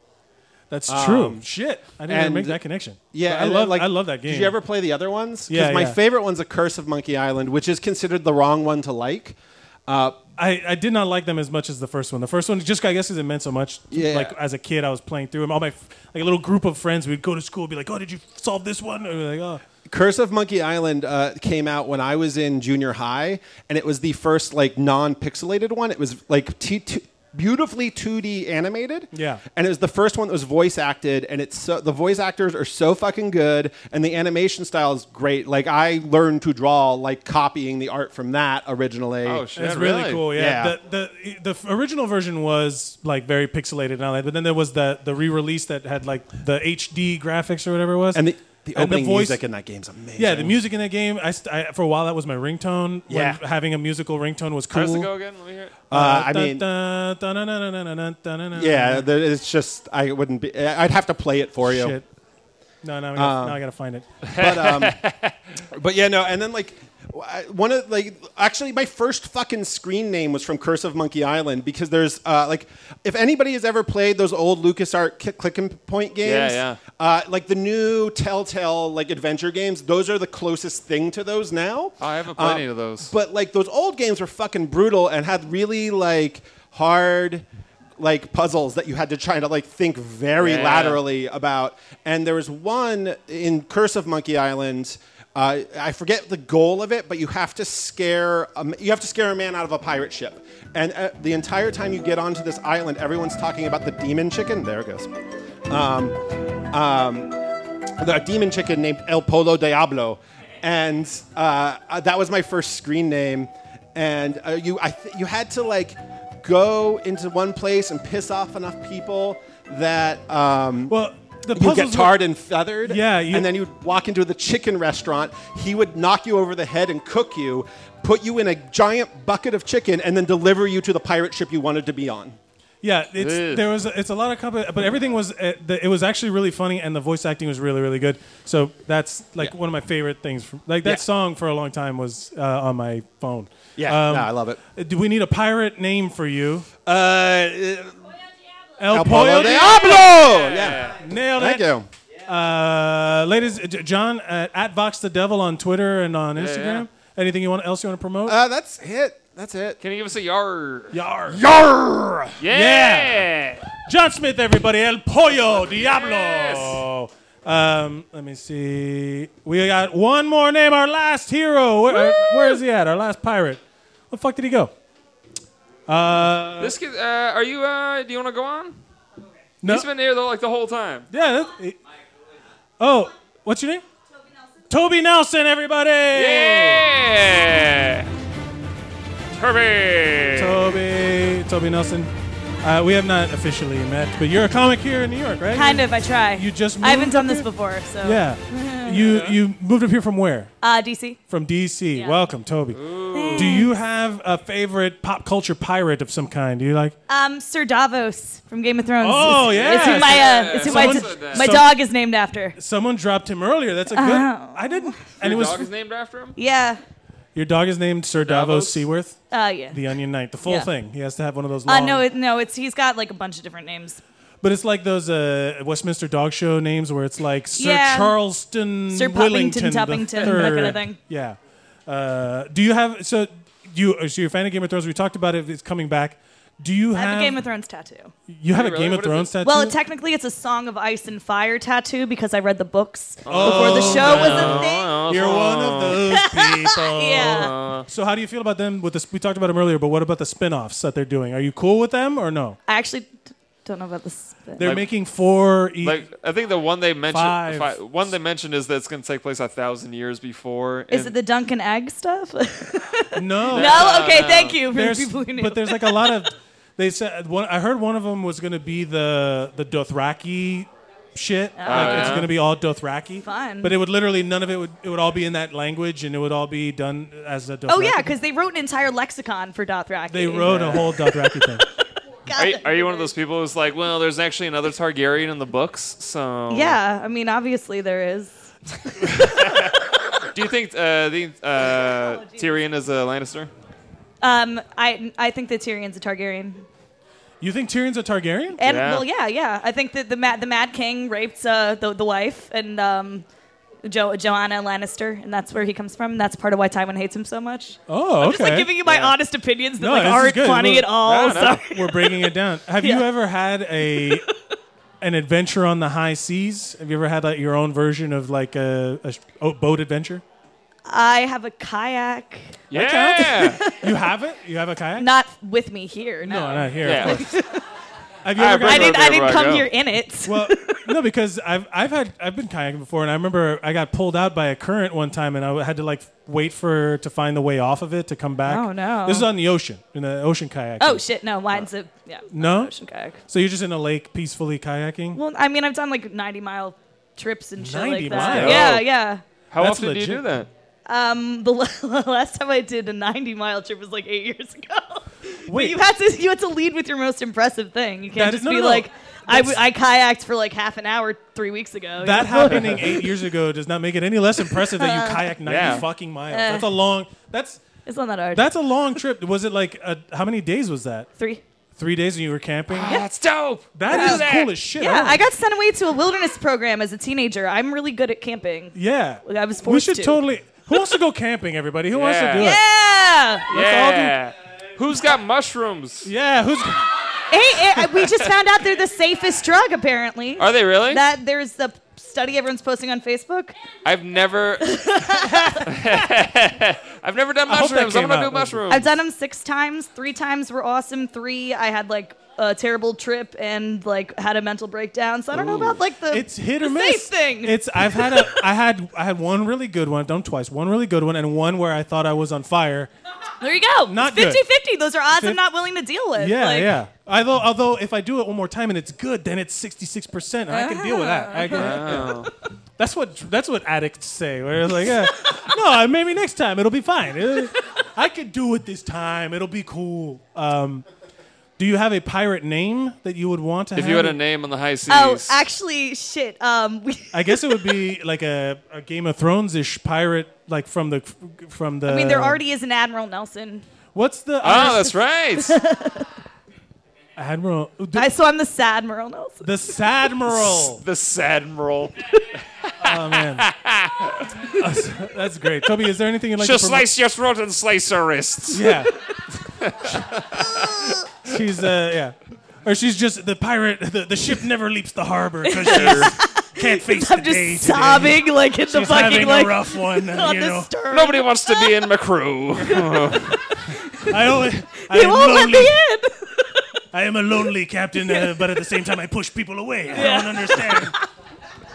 That's
Um,
true. Shit, I didn't even
and-
make that connection.
Yeah,
But I
and,
love
like,
I love that game.
Did you ever play the other ones? 'Cause
Yeah,
my
yeah.
favorite one's a Curse of Monkey Island, which is considered the wrong one to like. Uh,
I, I did not like them as much as the first one. The first one, just I guess, because it meant so much.
Yeah.
Like as a kid, I was playing through them. All my f- like a little group of friends, we'd go to school, be like, "Oh, did you solve this one?" And we're like, "Oh."
Curse of Monkey Island uh, came out when I was in junior high, and it was the first like non-pixelated one. It was like t- t- beautifully 2D animated.
Yeah.
and it was the first one that was voice acted, and it's so, the voice actors are so fucking good, and the animation style is great. Like I learned to draw like copying the art from that originally.
Oh
It's really, cool. Yeah. The, the the original version was like very pixelated and all that, but then there was the the re-release that had like the HD graphics or whatever it was.
And the- the opening
voice-
music in that game's amazing.
Yeah, the music in that game. I, st- I for a while that was my ringtone.
Yeah.
when having a musical ringtone was cool.
How's it go again? Let me hear it.
Uh, I mean-
mean,
yeah, the, it's just I wouldn't be. I'd have to play it for you.
Shit. No, no, I gotta,
Um,
now I gotta find it.
but um, but yeah, no. And then like I- one of like actually my first fucking screen name was from Curse of Monkey Island because there's uh, like if anybody has ever played those old LucasArts ki- click and point games,
Yeah, yeah.
Uh, like the new Telltale like adventure games, those are the closest thing to those now.
Oh, I haven't played
Uh,
any of those.
But like those old games were fucking brutal and had really like hard like puzzles that you had to try to like think very
Yeah.
laterally about. And there was one in Curse of Monkey Island. Uh, I forget the goal of it, but you have to scare a, m- you have to scare a man out of a pirate ship. And uh, the entire time you get onto this island, everyone's talking about the demon chicken. There it goes. Um, um, the demon chicken named El Polo Diablo, and uh, uh, that was my first screen name. And uh, you, I th- you had to like go into one place and piss off enough people that um,
well, the
you get
puzzles were-
tarred and feathered.
Yeah, you-
and then you'd walk into the chicken restaurant. He would knock you over the head and cook you, put you in a giant bucket of chicken, and then deliver you to the pirate ship you wanted to be on.
Yeah, it's
Ugh.
there was it's a lot of compli but everything was uh, the, it was actually really funny, and the voice acting was really really good. So that's like one of my favorite things. From, like that
Yeah.
song for a long time was uh, on my phone.
Yeah, no, I love
it. Do we need a pirate name for you?
Uh,
El Pollo
El Pollo
Diablo.
Diablo! Yeah.
nailed it.
Thank you.
Uh, ladies, uh, J- John uh, at Vox the Devil on Twitter and on
Yeah,
Instagram.
yeah.
Anything you want else you want to promote?
Uh, that's it. That's it.
Can you give us a yar?
Yar.
Yar. Yeah.
John Smith, everybody. El Pollo Diablo. Um, let me see. We got one more name. Our last hero. Where, where is he at? Our last pirate. Where the fuck did he go? Uh,
This kid, uh, are you? Uh, do you want to go on?
No.
He's been here though, like the whole time.
yeah. That, oh, what's your name? Toby Nelson, everybody.
Yeah. Toby.
Toby, Toby Nelson. Uh, we have not officially met, but you're a comic here in New York, right?
Kind of. I try. You
just.
I haven't
moved
done this before, so.
Yeah. You you moved up here from where?
Uh, DC.
From DC. Welcome, Toby. Do you have a favorite pop culture pirate of some kind? Do you like?
Um, Sir Davos from Game of Thrones.
Oh,
is,
yeah.
Is who my uh, is who my,
Someone-
my
so-
dog is named after.
Someone dropped him earlier. That's a good.
Oh.
I didn't. and it was
Your dog is
named after him.
Yeah.
Your dog is named Sir Davos, Seaworth.
Uh, yeah.
The Onion Knight, the full
Yeah.
thing. He has to have one of those.
Uh,
Long,
no, it, no, it's he's got like a bunch of different names.
But it's like those uh, Westminster Dog Show names where it's like Sir
Yeah.
Charleston
Sir
Willington
Poppington, Toppington,
the
that
third.
kind of thing.
Yeah. Uh, do you have so you so you're a fan of Game of Thrones? We talked about it. It's coming back. Do you
I have
have
a Game of Thrones tattoo.
you have a Game of Thrones tattoo?
Well, technically, it's a Song of Ice and Fire tattoo because I read the books
Oh,
before the show was
no.
a thing.
You're one of those people.
Yeah.
So how do you feel about them? With this, we talked about them earlier, but what about the spin-offs that they're doing? Are you cool with them or no?
I actually d- don't know about this. but-
They're making four. E-
Like I think the one they mentioned,
Five.
fi- one they mentioned is that it's going to take place a thousand years before. and-
Is it the Duncan Egg stuff?
no.
No? Okay, thank you for
There's-
people who knew.
But there's like a lot of. They said one, I heard one of them was going to be the the Dothraki shit.
Oh,
like, It's
yeah.
going to be all Dothraki.
Fun.
But it would literally none of it would it would all be in that language, and it would all be done as a Dothraki.
Oh yeah, because they wrote an entire lexicon for Dothraki.
they wrote a whole Dothraki thing.
Are you, are you one of those people who's like, well, there's actually another Targaryen in the books, so
Yeah, I mean, obviously there is.
Do you think uh, the uh, Tyrion is a Lannister?
Um, I I think that Tyrion's a Targaryen.
You think Tyrion's a Targaryen?
And well, yeah, yeah. I think that the Mad the Mad King raped uh, the the wife and um, jo- Joanna Lannister, and that's where he comes from. And that's part of why Tywin hates him so much.
Oh,
I'm just like
okay.
giving you my honest opinions that
No,
like
this is
aren't
good.
funny
We're-
at all.
no, no.
Sorry.
We're bringing it down. Have you
Yeah.
ever had a an adventure on the high seas? Have you ever had like your own version of like a, a sh- oh, boat adventure?
I have a kayak.
Yeah. you have it. You have a kayak.
Not with me here. No,
No, not Uh, here.
Yeah.
Of course. Have
I didn't- I didn't come here in it.
Well, no, because I've I've had I've been kayaking before, and I remember I got pulled out by a current one time, and I had to like wait for to find the way off of it to come back.
Oh, no.
This is on the ocean in the ocean kayak.
Oh shit! No, mine's a yeah.
no.
ocean kayak.
So you're just in a lake peacefully kayaking.
Well, I mean, I've done like 90 mile trips and shit
90
like that.
miles?
Yeah,
Oh.
yeah.
How
That's
often do you do
legit.
that?
Um, the la- last time I did a 90 mile trip was like eight years ago. But
Wait.
you had to you had to lead with your most impressive thing. You can't
That is-
just
no,
be
no, no.
like, I, w-
That's-
I kayaked for like half an hour three weeks ago.
That
You know?
happening eight years ago does not make it any less impressive that
Uh,
you kayak 90
Yeah.
fucking miles.
Eh.
That's a long. That's
It's not that hard.
that's a long trip. Was it like a, how many days was that?
Three.
Three days and you were camping.
Ah, That's dope.
That is cool as shit.
Yeah,
don't-
I got sent away to a wilderness program as a teenager. I'm really good at camping.
Yeah.
I was
we
forced
should
to.
totally. Who wants to go camping? Everybody. Who wants to
Yeah.
do it?
Yeah.
yeah. Who's got mushrooms?
Yeah. Who's?
Hey, eh, we just found out they're the safest drug, apparently.
Are they really?
That there's the study everyone's posting on Facebook.
I've never. I've never done
I hope that
mushrooms. I'm
came
gonna do
out.
mushrooms.
I've done them six times. Three times were awesome. Three, I had like a terrible trip and like had a mental breakdown. So I don't know about like the
It's hit
the
or miss.
safe thing.
It's I've had a I had I had one really good one. I've done twice. One really good one and one where I thought I was on fire.
there you go.
Not good.
50 50. Those are odds
Fif-
I'm not willing to deal with.
Yeah,
Like,
yeah. Although, although if I do it one more time and it's good, then it's sixty six percent, and I can deal with that. I can,
Uh-huh.
Wow.
That's what that's what addicts say. Where it's like, yeah, no, maybe next time it'll be fine. Uh, I could do it this time. It'll be cool. Um, do you have a pirate name that you would want to
if
have?
you had a name on the high seas,
Oh, actually, shit. Um, we,
I guess it would be like a, a Game of Thrones ish pirate, like from the from the.
I mean, there already is an Admiral Nelson.
What's the?
Oh, that's right.
Admiral.
I, so I'm the sad Admiral Nelson.
Oh, The Sadmiral.
the Sadmiral.
oh man, that's great. Toby, is there anything you'd like
She'll
to promo-
slice your throat and slice your wrists.
Yeah. she's uh yeah, or she's just the pirate. The, the ship never leaps the harbor because she can't face
I'm
the
just
day today.
sobbing like in the
She's
fucking,
having
like,
a rough one.
on
you
the
know.
stern.
Nobody wants to be in my crew.
I only. I
They
am
won't let
lonely-
me in.
I am a lonely captain, uh, but at the same time, I push people away. I don't understand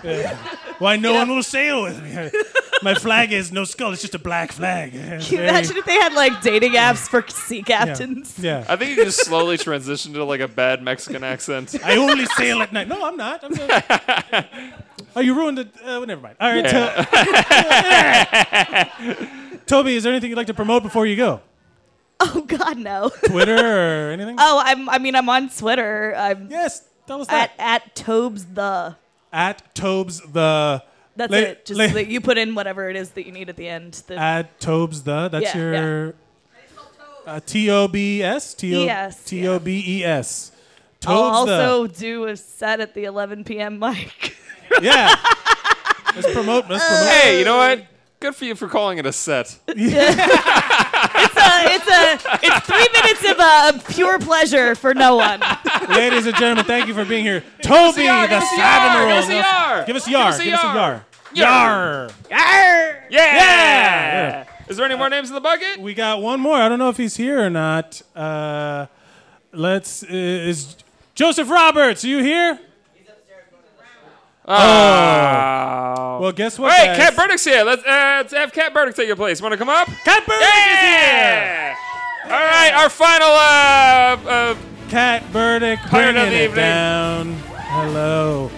Yeah. why no one will sail with me. My flag is no skull; it's just a black flag. It's
Can you
very-
imagine if they had like dating apps for sea captains?
Yeah.
I think you just slowly transition to like a bad Mexican accent.
I only sail at night. No, I'm not. I'm not. oh, you ruined it. Uh, well, never mind. All right. to- Toby, is there anything you'd like to promote before you go?
Oh God, no.
Twitter or anything?
Oh, I'm. I mean, I'm on Twitter. I'm
yes, tell us
at, At Tobes the.
At Tobes the.
That's
la-
it. Just
la-
that you put in whatever it is that you need at the end. The
at Tobes the. That's
Yeah,
your. Uh, T O B S? T O-
Yes,
T O B E S. Tobes
I'll
the.
Oh, also do a set at the 11 p.m. mic.
Yeah. Let's promote. Let's promote.
Hey, you know what? Good for you for calling it a set.
It's a. It's a. It's three minutes of uh, pure pleasure for no one.
Ladies and gentlemen, thank you for being here. Toby,
yar,
the
give us a yar,
Saddle
give us a yar.
Give us a
Give
yar.
us a
Give us a
yar.
yar. Yar.
Yarr!
Yeah.
Is there any more names in the bucket?
We got one more. I don't know if he's here or not. Uh, let's. uh, Is Joseph Roberts? Are you here?
Oh.
Well, guess what?
Hey,
guys?
Cat Burdick's here. Let's, uh, let's have Cat Burdick take your place. Want to come up?
Cat Burdick
yeah! All right, our final uh, uh,
Cat Burdick
Pirate
bringing
of the
it
evening.
down. Hello.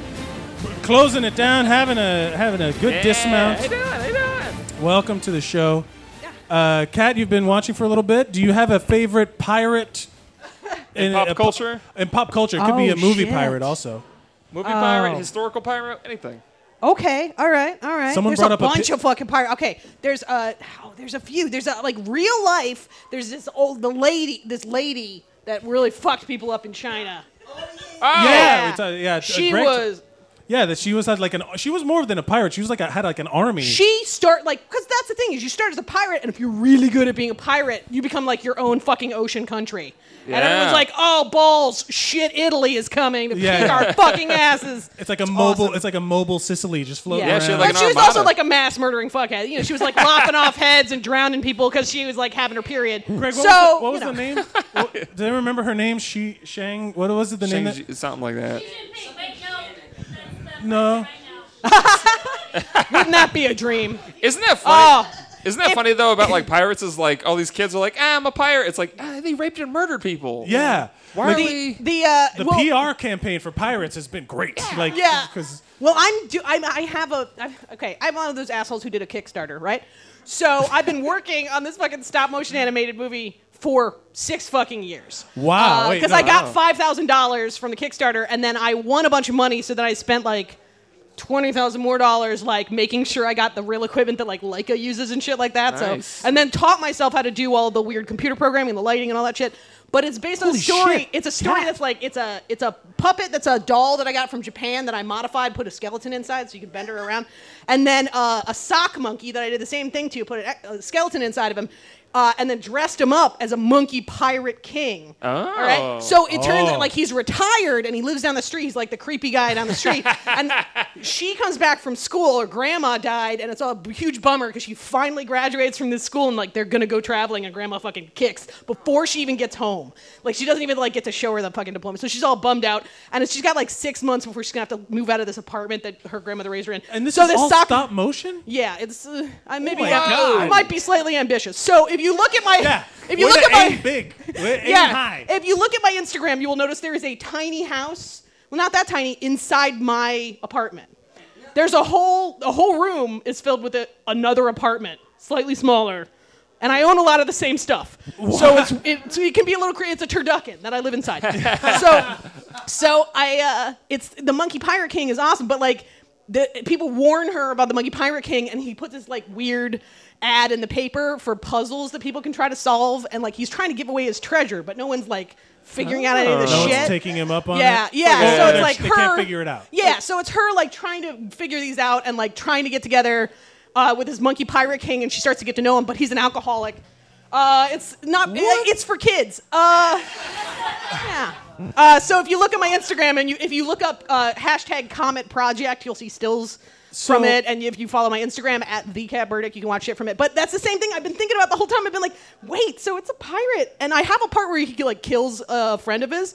closing it down, having a having a good
Yeah,
dismount.
How you doing? How you doing?
Welcome to the show. Uh, Kat, you've been watching for a little bit. Do you have a favorite pirate
In pop
a-
culture?
in pop culture, it could be
Oh,
a movie
shit.
pirate also.
Movie
Oh.
pirate, historical pirate, anything.
Okay, all right, all right.
Someone
there's
brought
a
up a
bunch
pi-
of fucking pirates. Okay, there's uh, oh, there's a few. There's a like real life. There's this old the lady, this lady that really fucked people up in China.
Oh,
Oh!
yeah, we talked- yeah.
She
Greg-
was-
Yeah, that she was had like an. She was more than a pirate. She was like a, had like an army.
She start like because that's the thing is you start as a pirate and if you're really good at being a pirate you become like your own fucking ocean country and
Yeah.
everyone's like oh balls shit Italy is coming to
Yeah.
kick our fucking asses
It's like a mobile. It's like a mobile Sicily just floating around.
but she was also like a mass murdering fuckhead. You know, she was like lopping off heads and drowning people because she was like having her period.
Greg, what
so
was the- what was the
you know.
name? Do I remember her name? She Shang. What was it? The name?
Shang- something like that.
That, no.
Wouldn't that be a dream? Oh.
Isn't that funny? Isn't that funny though about like pirates? Is like all these kids are like, ah, I'm a pirate. It's like ah, they raped and murdered people.
Yeah.
Why
Like-
are we?
The uh,
The
well,
PR campaign for pirates has been great. Like
Yeah.
Because
Well, I'm do I'm, I have a I'm, okay. I'm one of those assholes who did a Kickstarter, right? So I've been working on this fucking stop motion animated movie for six fucking years.
Wow, wait,
Because
no,
I got
wow.
five thousand dollars from the Kickstarter, and then I won a bunch of money, so then I spent like. Twenty thousand more dollars, like making sure I got the real equipment that like Leica uses and shit like that.
Nice.
So, and then taught myself how to do all the weird computer programming, the lighting, and all that shit. But it's based on a
Holy
story.
shit.
It's a story that's like it's a it's a puppet that's a doll that I got from Japan that I modified, put a skeleton inside so you could bend her around, and then uh, a sock monkey that I did the same thing to, put a, a skeleton inside of him, uh, and then dressed him up as a monkey pirate king.
Oh.
All right. So it turns
Oh.
out like he's retired and he lives down the street. He's like the creepy guy down the street. and she comes back from school. Her grandma died, and it's a b- huge bummer because she finally graduates from this school and like they're gonna go traveling, and grandma fucking kicks before she even gets home. Like she doesn't even like get to show her the fucking diploma. So she's all bummed out, and she's got like six months before she's gonna have to move out of this apartment that her grandmother raised her in.
and this
so
is all
sock-
stop motion. Oh
yeah, it's uh, I maybe
my
I, I
God.
might be slightly ambitious. So if you look at my
Yeah.
if you
Way
look
to
at my
aim big. Way to aim
yeah,
high.
if you look at my Instagram, you will notice there is a tiny house. Well, not that tiny inside my apartment. There's a whole a whole room is filled with a, another apartment, slightly smaller. And I own a lot of the same stuff, so it's it, so it can be a little crazy. It's a turducken that I live inside. so so I, uh, it's the Monkey Pirate King is awesome, but like the people warn her about the Monkey Pirate King, and he puts this like weird ad in the paper for puzzles that people can try to solve, and like he's trying to give away his treasure, but no one's like figuring out any of
no
the shit.
one's taking him up on
yeah,
it.
yeah. So
they're-
it's like
Oh. they
her.
can't figure it out.
Yeah, so it's her like trying to figure these out and like trying to get together uh, with this monkey pirate king, and she starts to get to know him, but he's an alcoholic. Uh, it's not. It's for kids. Uh, yeah. Uh, so if you look at my Instagram and you if you look up uh, hashtag Comet Project, you'll see stills from
So-
it. And if you follow my Instagram at the Cat Burdick, you can watch shit from it. But that's the same thing I've been thinking about the whole time. I've been like, wait, so it's a pirate, and I have a part where he like kills a friend of his.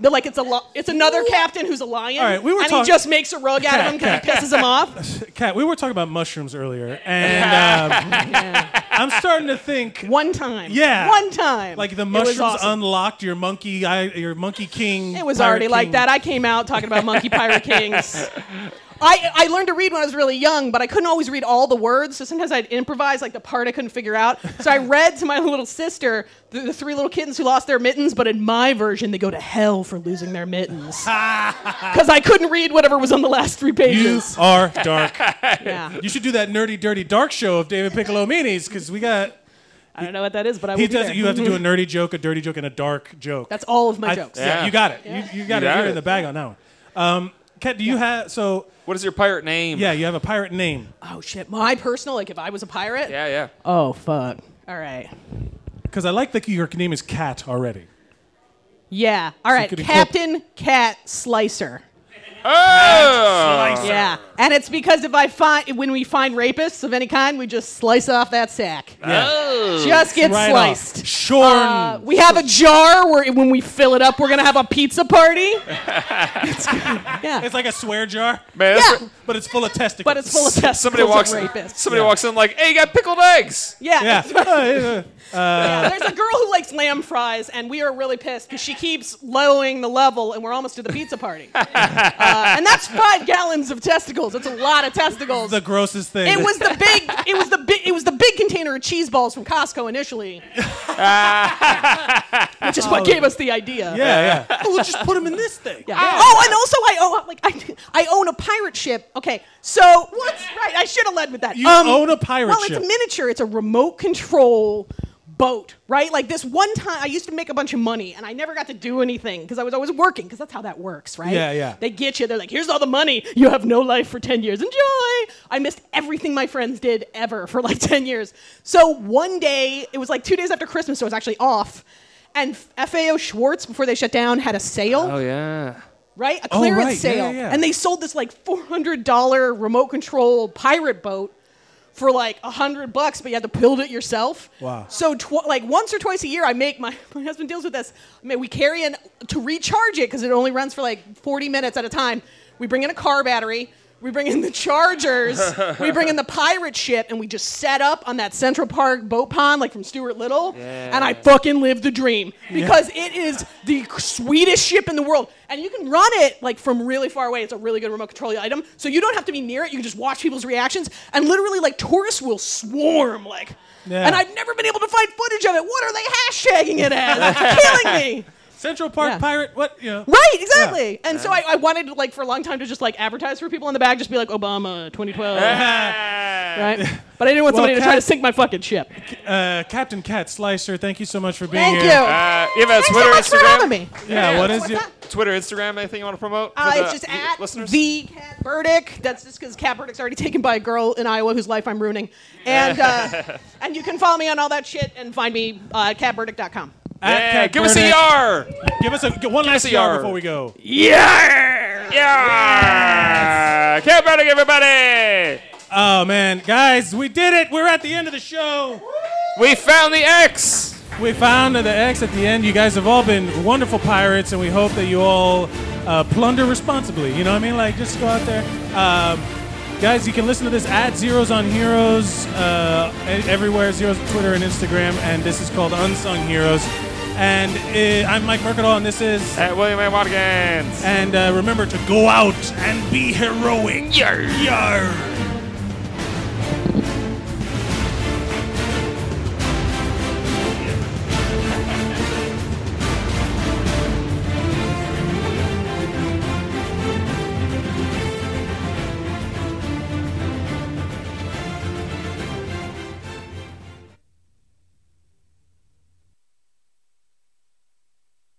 But like it's a lo- it's another captain who's a lion,
All right, we were
and
talk-
he just makes a rug out of him because he pisses him off.
Kat, we were talking about mushrooms earlier, and um, I'm starting to think
one time.
Yeah,
one time.
Like the
It was
mushrooms
awesome.
unlocked your monkey, eye- your monkey king.
It was
pirate
already like
king.
that. I came out talking about Monkey Pirate Kings. I, I learned to read when I was really young, but I couldn't always read all the words, so sometimes I'd improvise like the part I couldn't figure out. So I read to my little sister the, the three little kittens who lost their mittens, but in my version, they go to hell for losing their mittens. Because I couldn't read whatever was on the last three
You
pages.
are dark.
Yeah.
You should do that nerdy, dirty, dark show of David Piccolo Minis because we got.
I don't know what that is, but I
He
will be
does.
there.
You have to do a nerdy joke, a dirty joke, and a dark joke.
That's all of my
I-
jokes.
Yeah. you got it. You, you got
You
it.
got
You're
it.
in the bag on that one. Um, Kat, do you have so?
What is your pirate name?
Yeah, you have a pirate name.
Oh shit, my personal like if I was a pirate.
Yeah, yeah.
Oh fuck.
All right.
Because I like that your name is Cat already.
Yeah. All
So you
right.
could incorpor-
Captain Cat Slicer.
Oh.
Yeah, and it's because if I find when we find rapists of any kind, we just slice off that sack.
Yeah.
Just get
Right off.
sliced.
Shorn.
Uh, we have a jar where when we fill it up, we're gonna have a pizza party.
it's
Yeah.
It's like a swear jar.
Man, that's- Yeah.
But it's full of testicles.
But it's full of testicles
Somebody walks in. Somebody
Yeah.
walks in like, hey, you got pickled eggs.
Yeah.
Yeah. Uh,
Yeah, there's a girl who likes lamb fries, and we are really pissed because she keeps lowering the level, and we're almost to the pizza party. Uh, and that's five gallons of testicles. That's a lot of testicles.
the grossest thing.
It was the big. It was the big. It was the big container of cheese balls from Costco initially, which is what gave us the idea.
Yeah, yeah.
Oh, we'll just put them in this thing. Oh, and also I own like I, I own a pirate ship. Okay, so what's right? I should have led with that. Um,
You own a pirate
well,
ship.
it's a miniature. It's a remote control boat, right? Like this one time, I used to make a bunch of money, and I never got to do anything because I was always working. Because that's how that works, right?
Yeah, yeah.
They get you. They're like, "Here's all the money. You have no life for ten years. Enjoy." I missed everything my friends did ever for like ten years. So one day, it was like two days after Christmas, so I was actually off. And FAO Schwartz, before they shut down, had a sale
Oh yeah.
right? A
Oh,
clearance
right. Yeah,
sale.
yeah, yeah.
And they sold this like $400 remote control pirate boat for like a hundred bucks, but you had to build it yourself.
Wow.
So tw- like once or twice a year, I make my my husband deals with this. I mean, we carry in to recharge it because it only runs for like 40 minutes at a time. We bring in a car battery. We bring in the chargers. we bring in the pirate ship, and we just set up on that Central Park boat pond, like from Stuart Little.
Yeah.
And I fucking live the dream because it is the sweetest ship in the world, and you can run it like from really far away. It's a really good remote control item, so you don't have to be near it. You can just watch people's reactions, and literally, like tourists will swarm, like.
Yeah.
And I've never been able to find footage of it. What are they hashtagging it as? It's killing me.
Central Park
Yeah.
pirate. What? Yeah.
Right, exactly.
Yeah.
And so I, I wanted, like, for a long time to just, like, advertise for people in the back, just be like, Obama 2012. right? But I didn't want
Well,
somebody to try
Cap-
to sink my fucking ship.
Uh, Captain Cat Slicer, thank you so much for being
Thank
here.
you. Uh, you have a Thanks so Twitter, much for Instagram? having me.
Yeah,
Yeah.
what is
What's
your
Twitter, Instagram, anything you want to promote?
Uh,
for the
it's just at
listeners?
the Cat Burdick. That's just because Cat Burdick's already taken by a girl in Iowa whose life I'm ruining. And uh, and you can follow me on all that shit and find me uh, at catburdick.com.
At
Yeah,
Cat
give us a
Burdick.
yar.
Give us a g- one
Give
last
us a
yar.
yar.
before we go.
Yeah! Yeah! Camp Burdick, everybody!
Oh man, guys, we did it. We're at the end of the show.
We found the X.
We found the X at the end. You guys have all been wonderful pirates, and we hope that you all uh, plunder responsibly. You know what I mean? Like just go out there. Um, guys, you can listen to this at Zeros on Heroes uh, e- everywhere. Zeros Twitter and Instagram, and this is called Unsung Heroes. And uh, I'm Mike Mercadal, and this is
at William A. Watkins.
And uh, remember to go out and be heroic. Yar. Yar.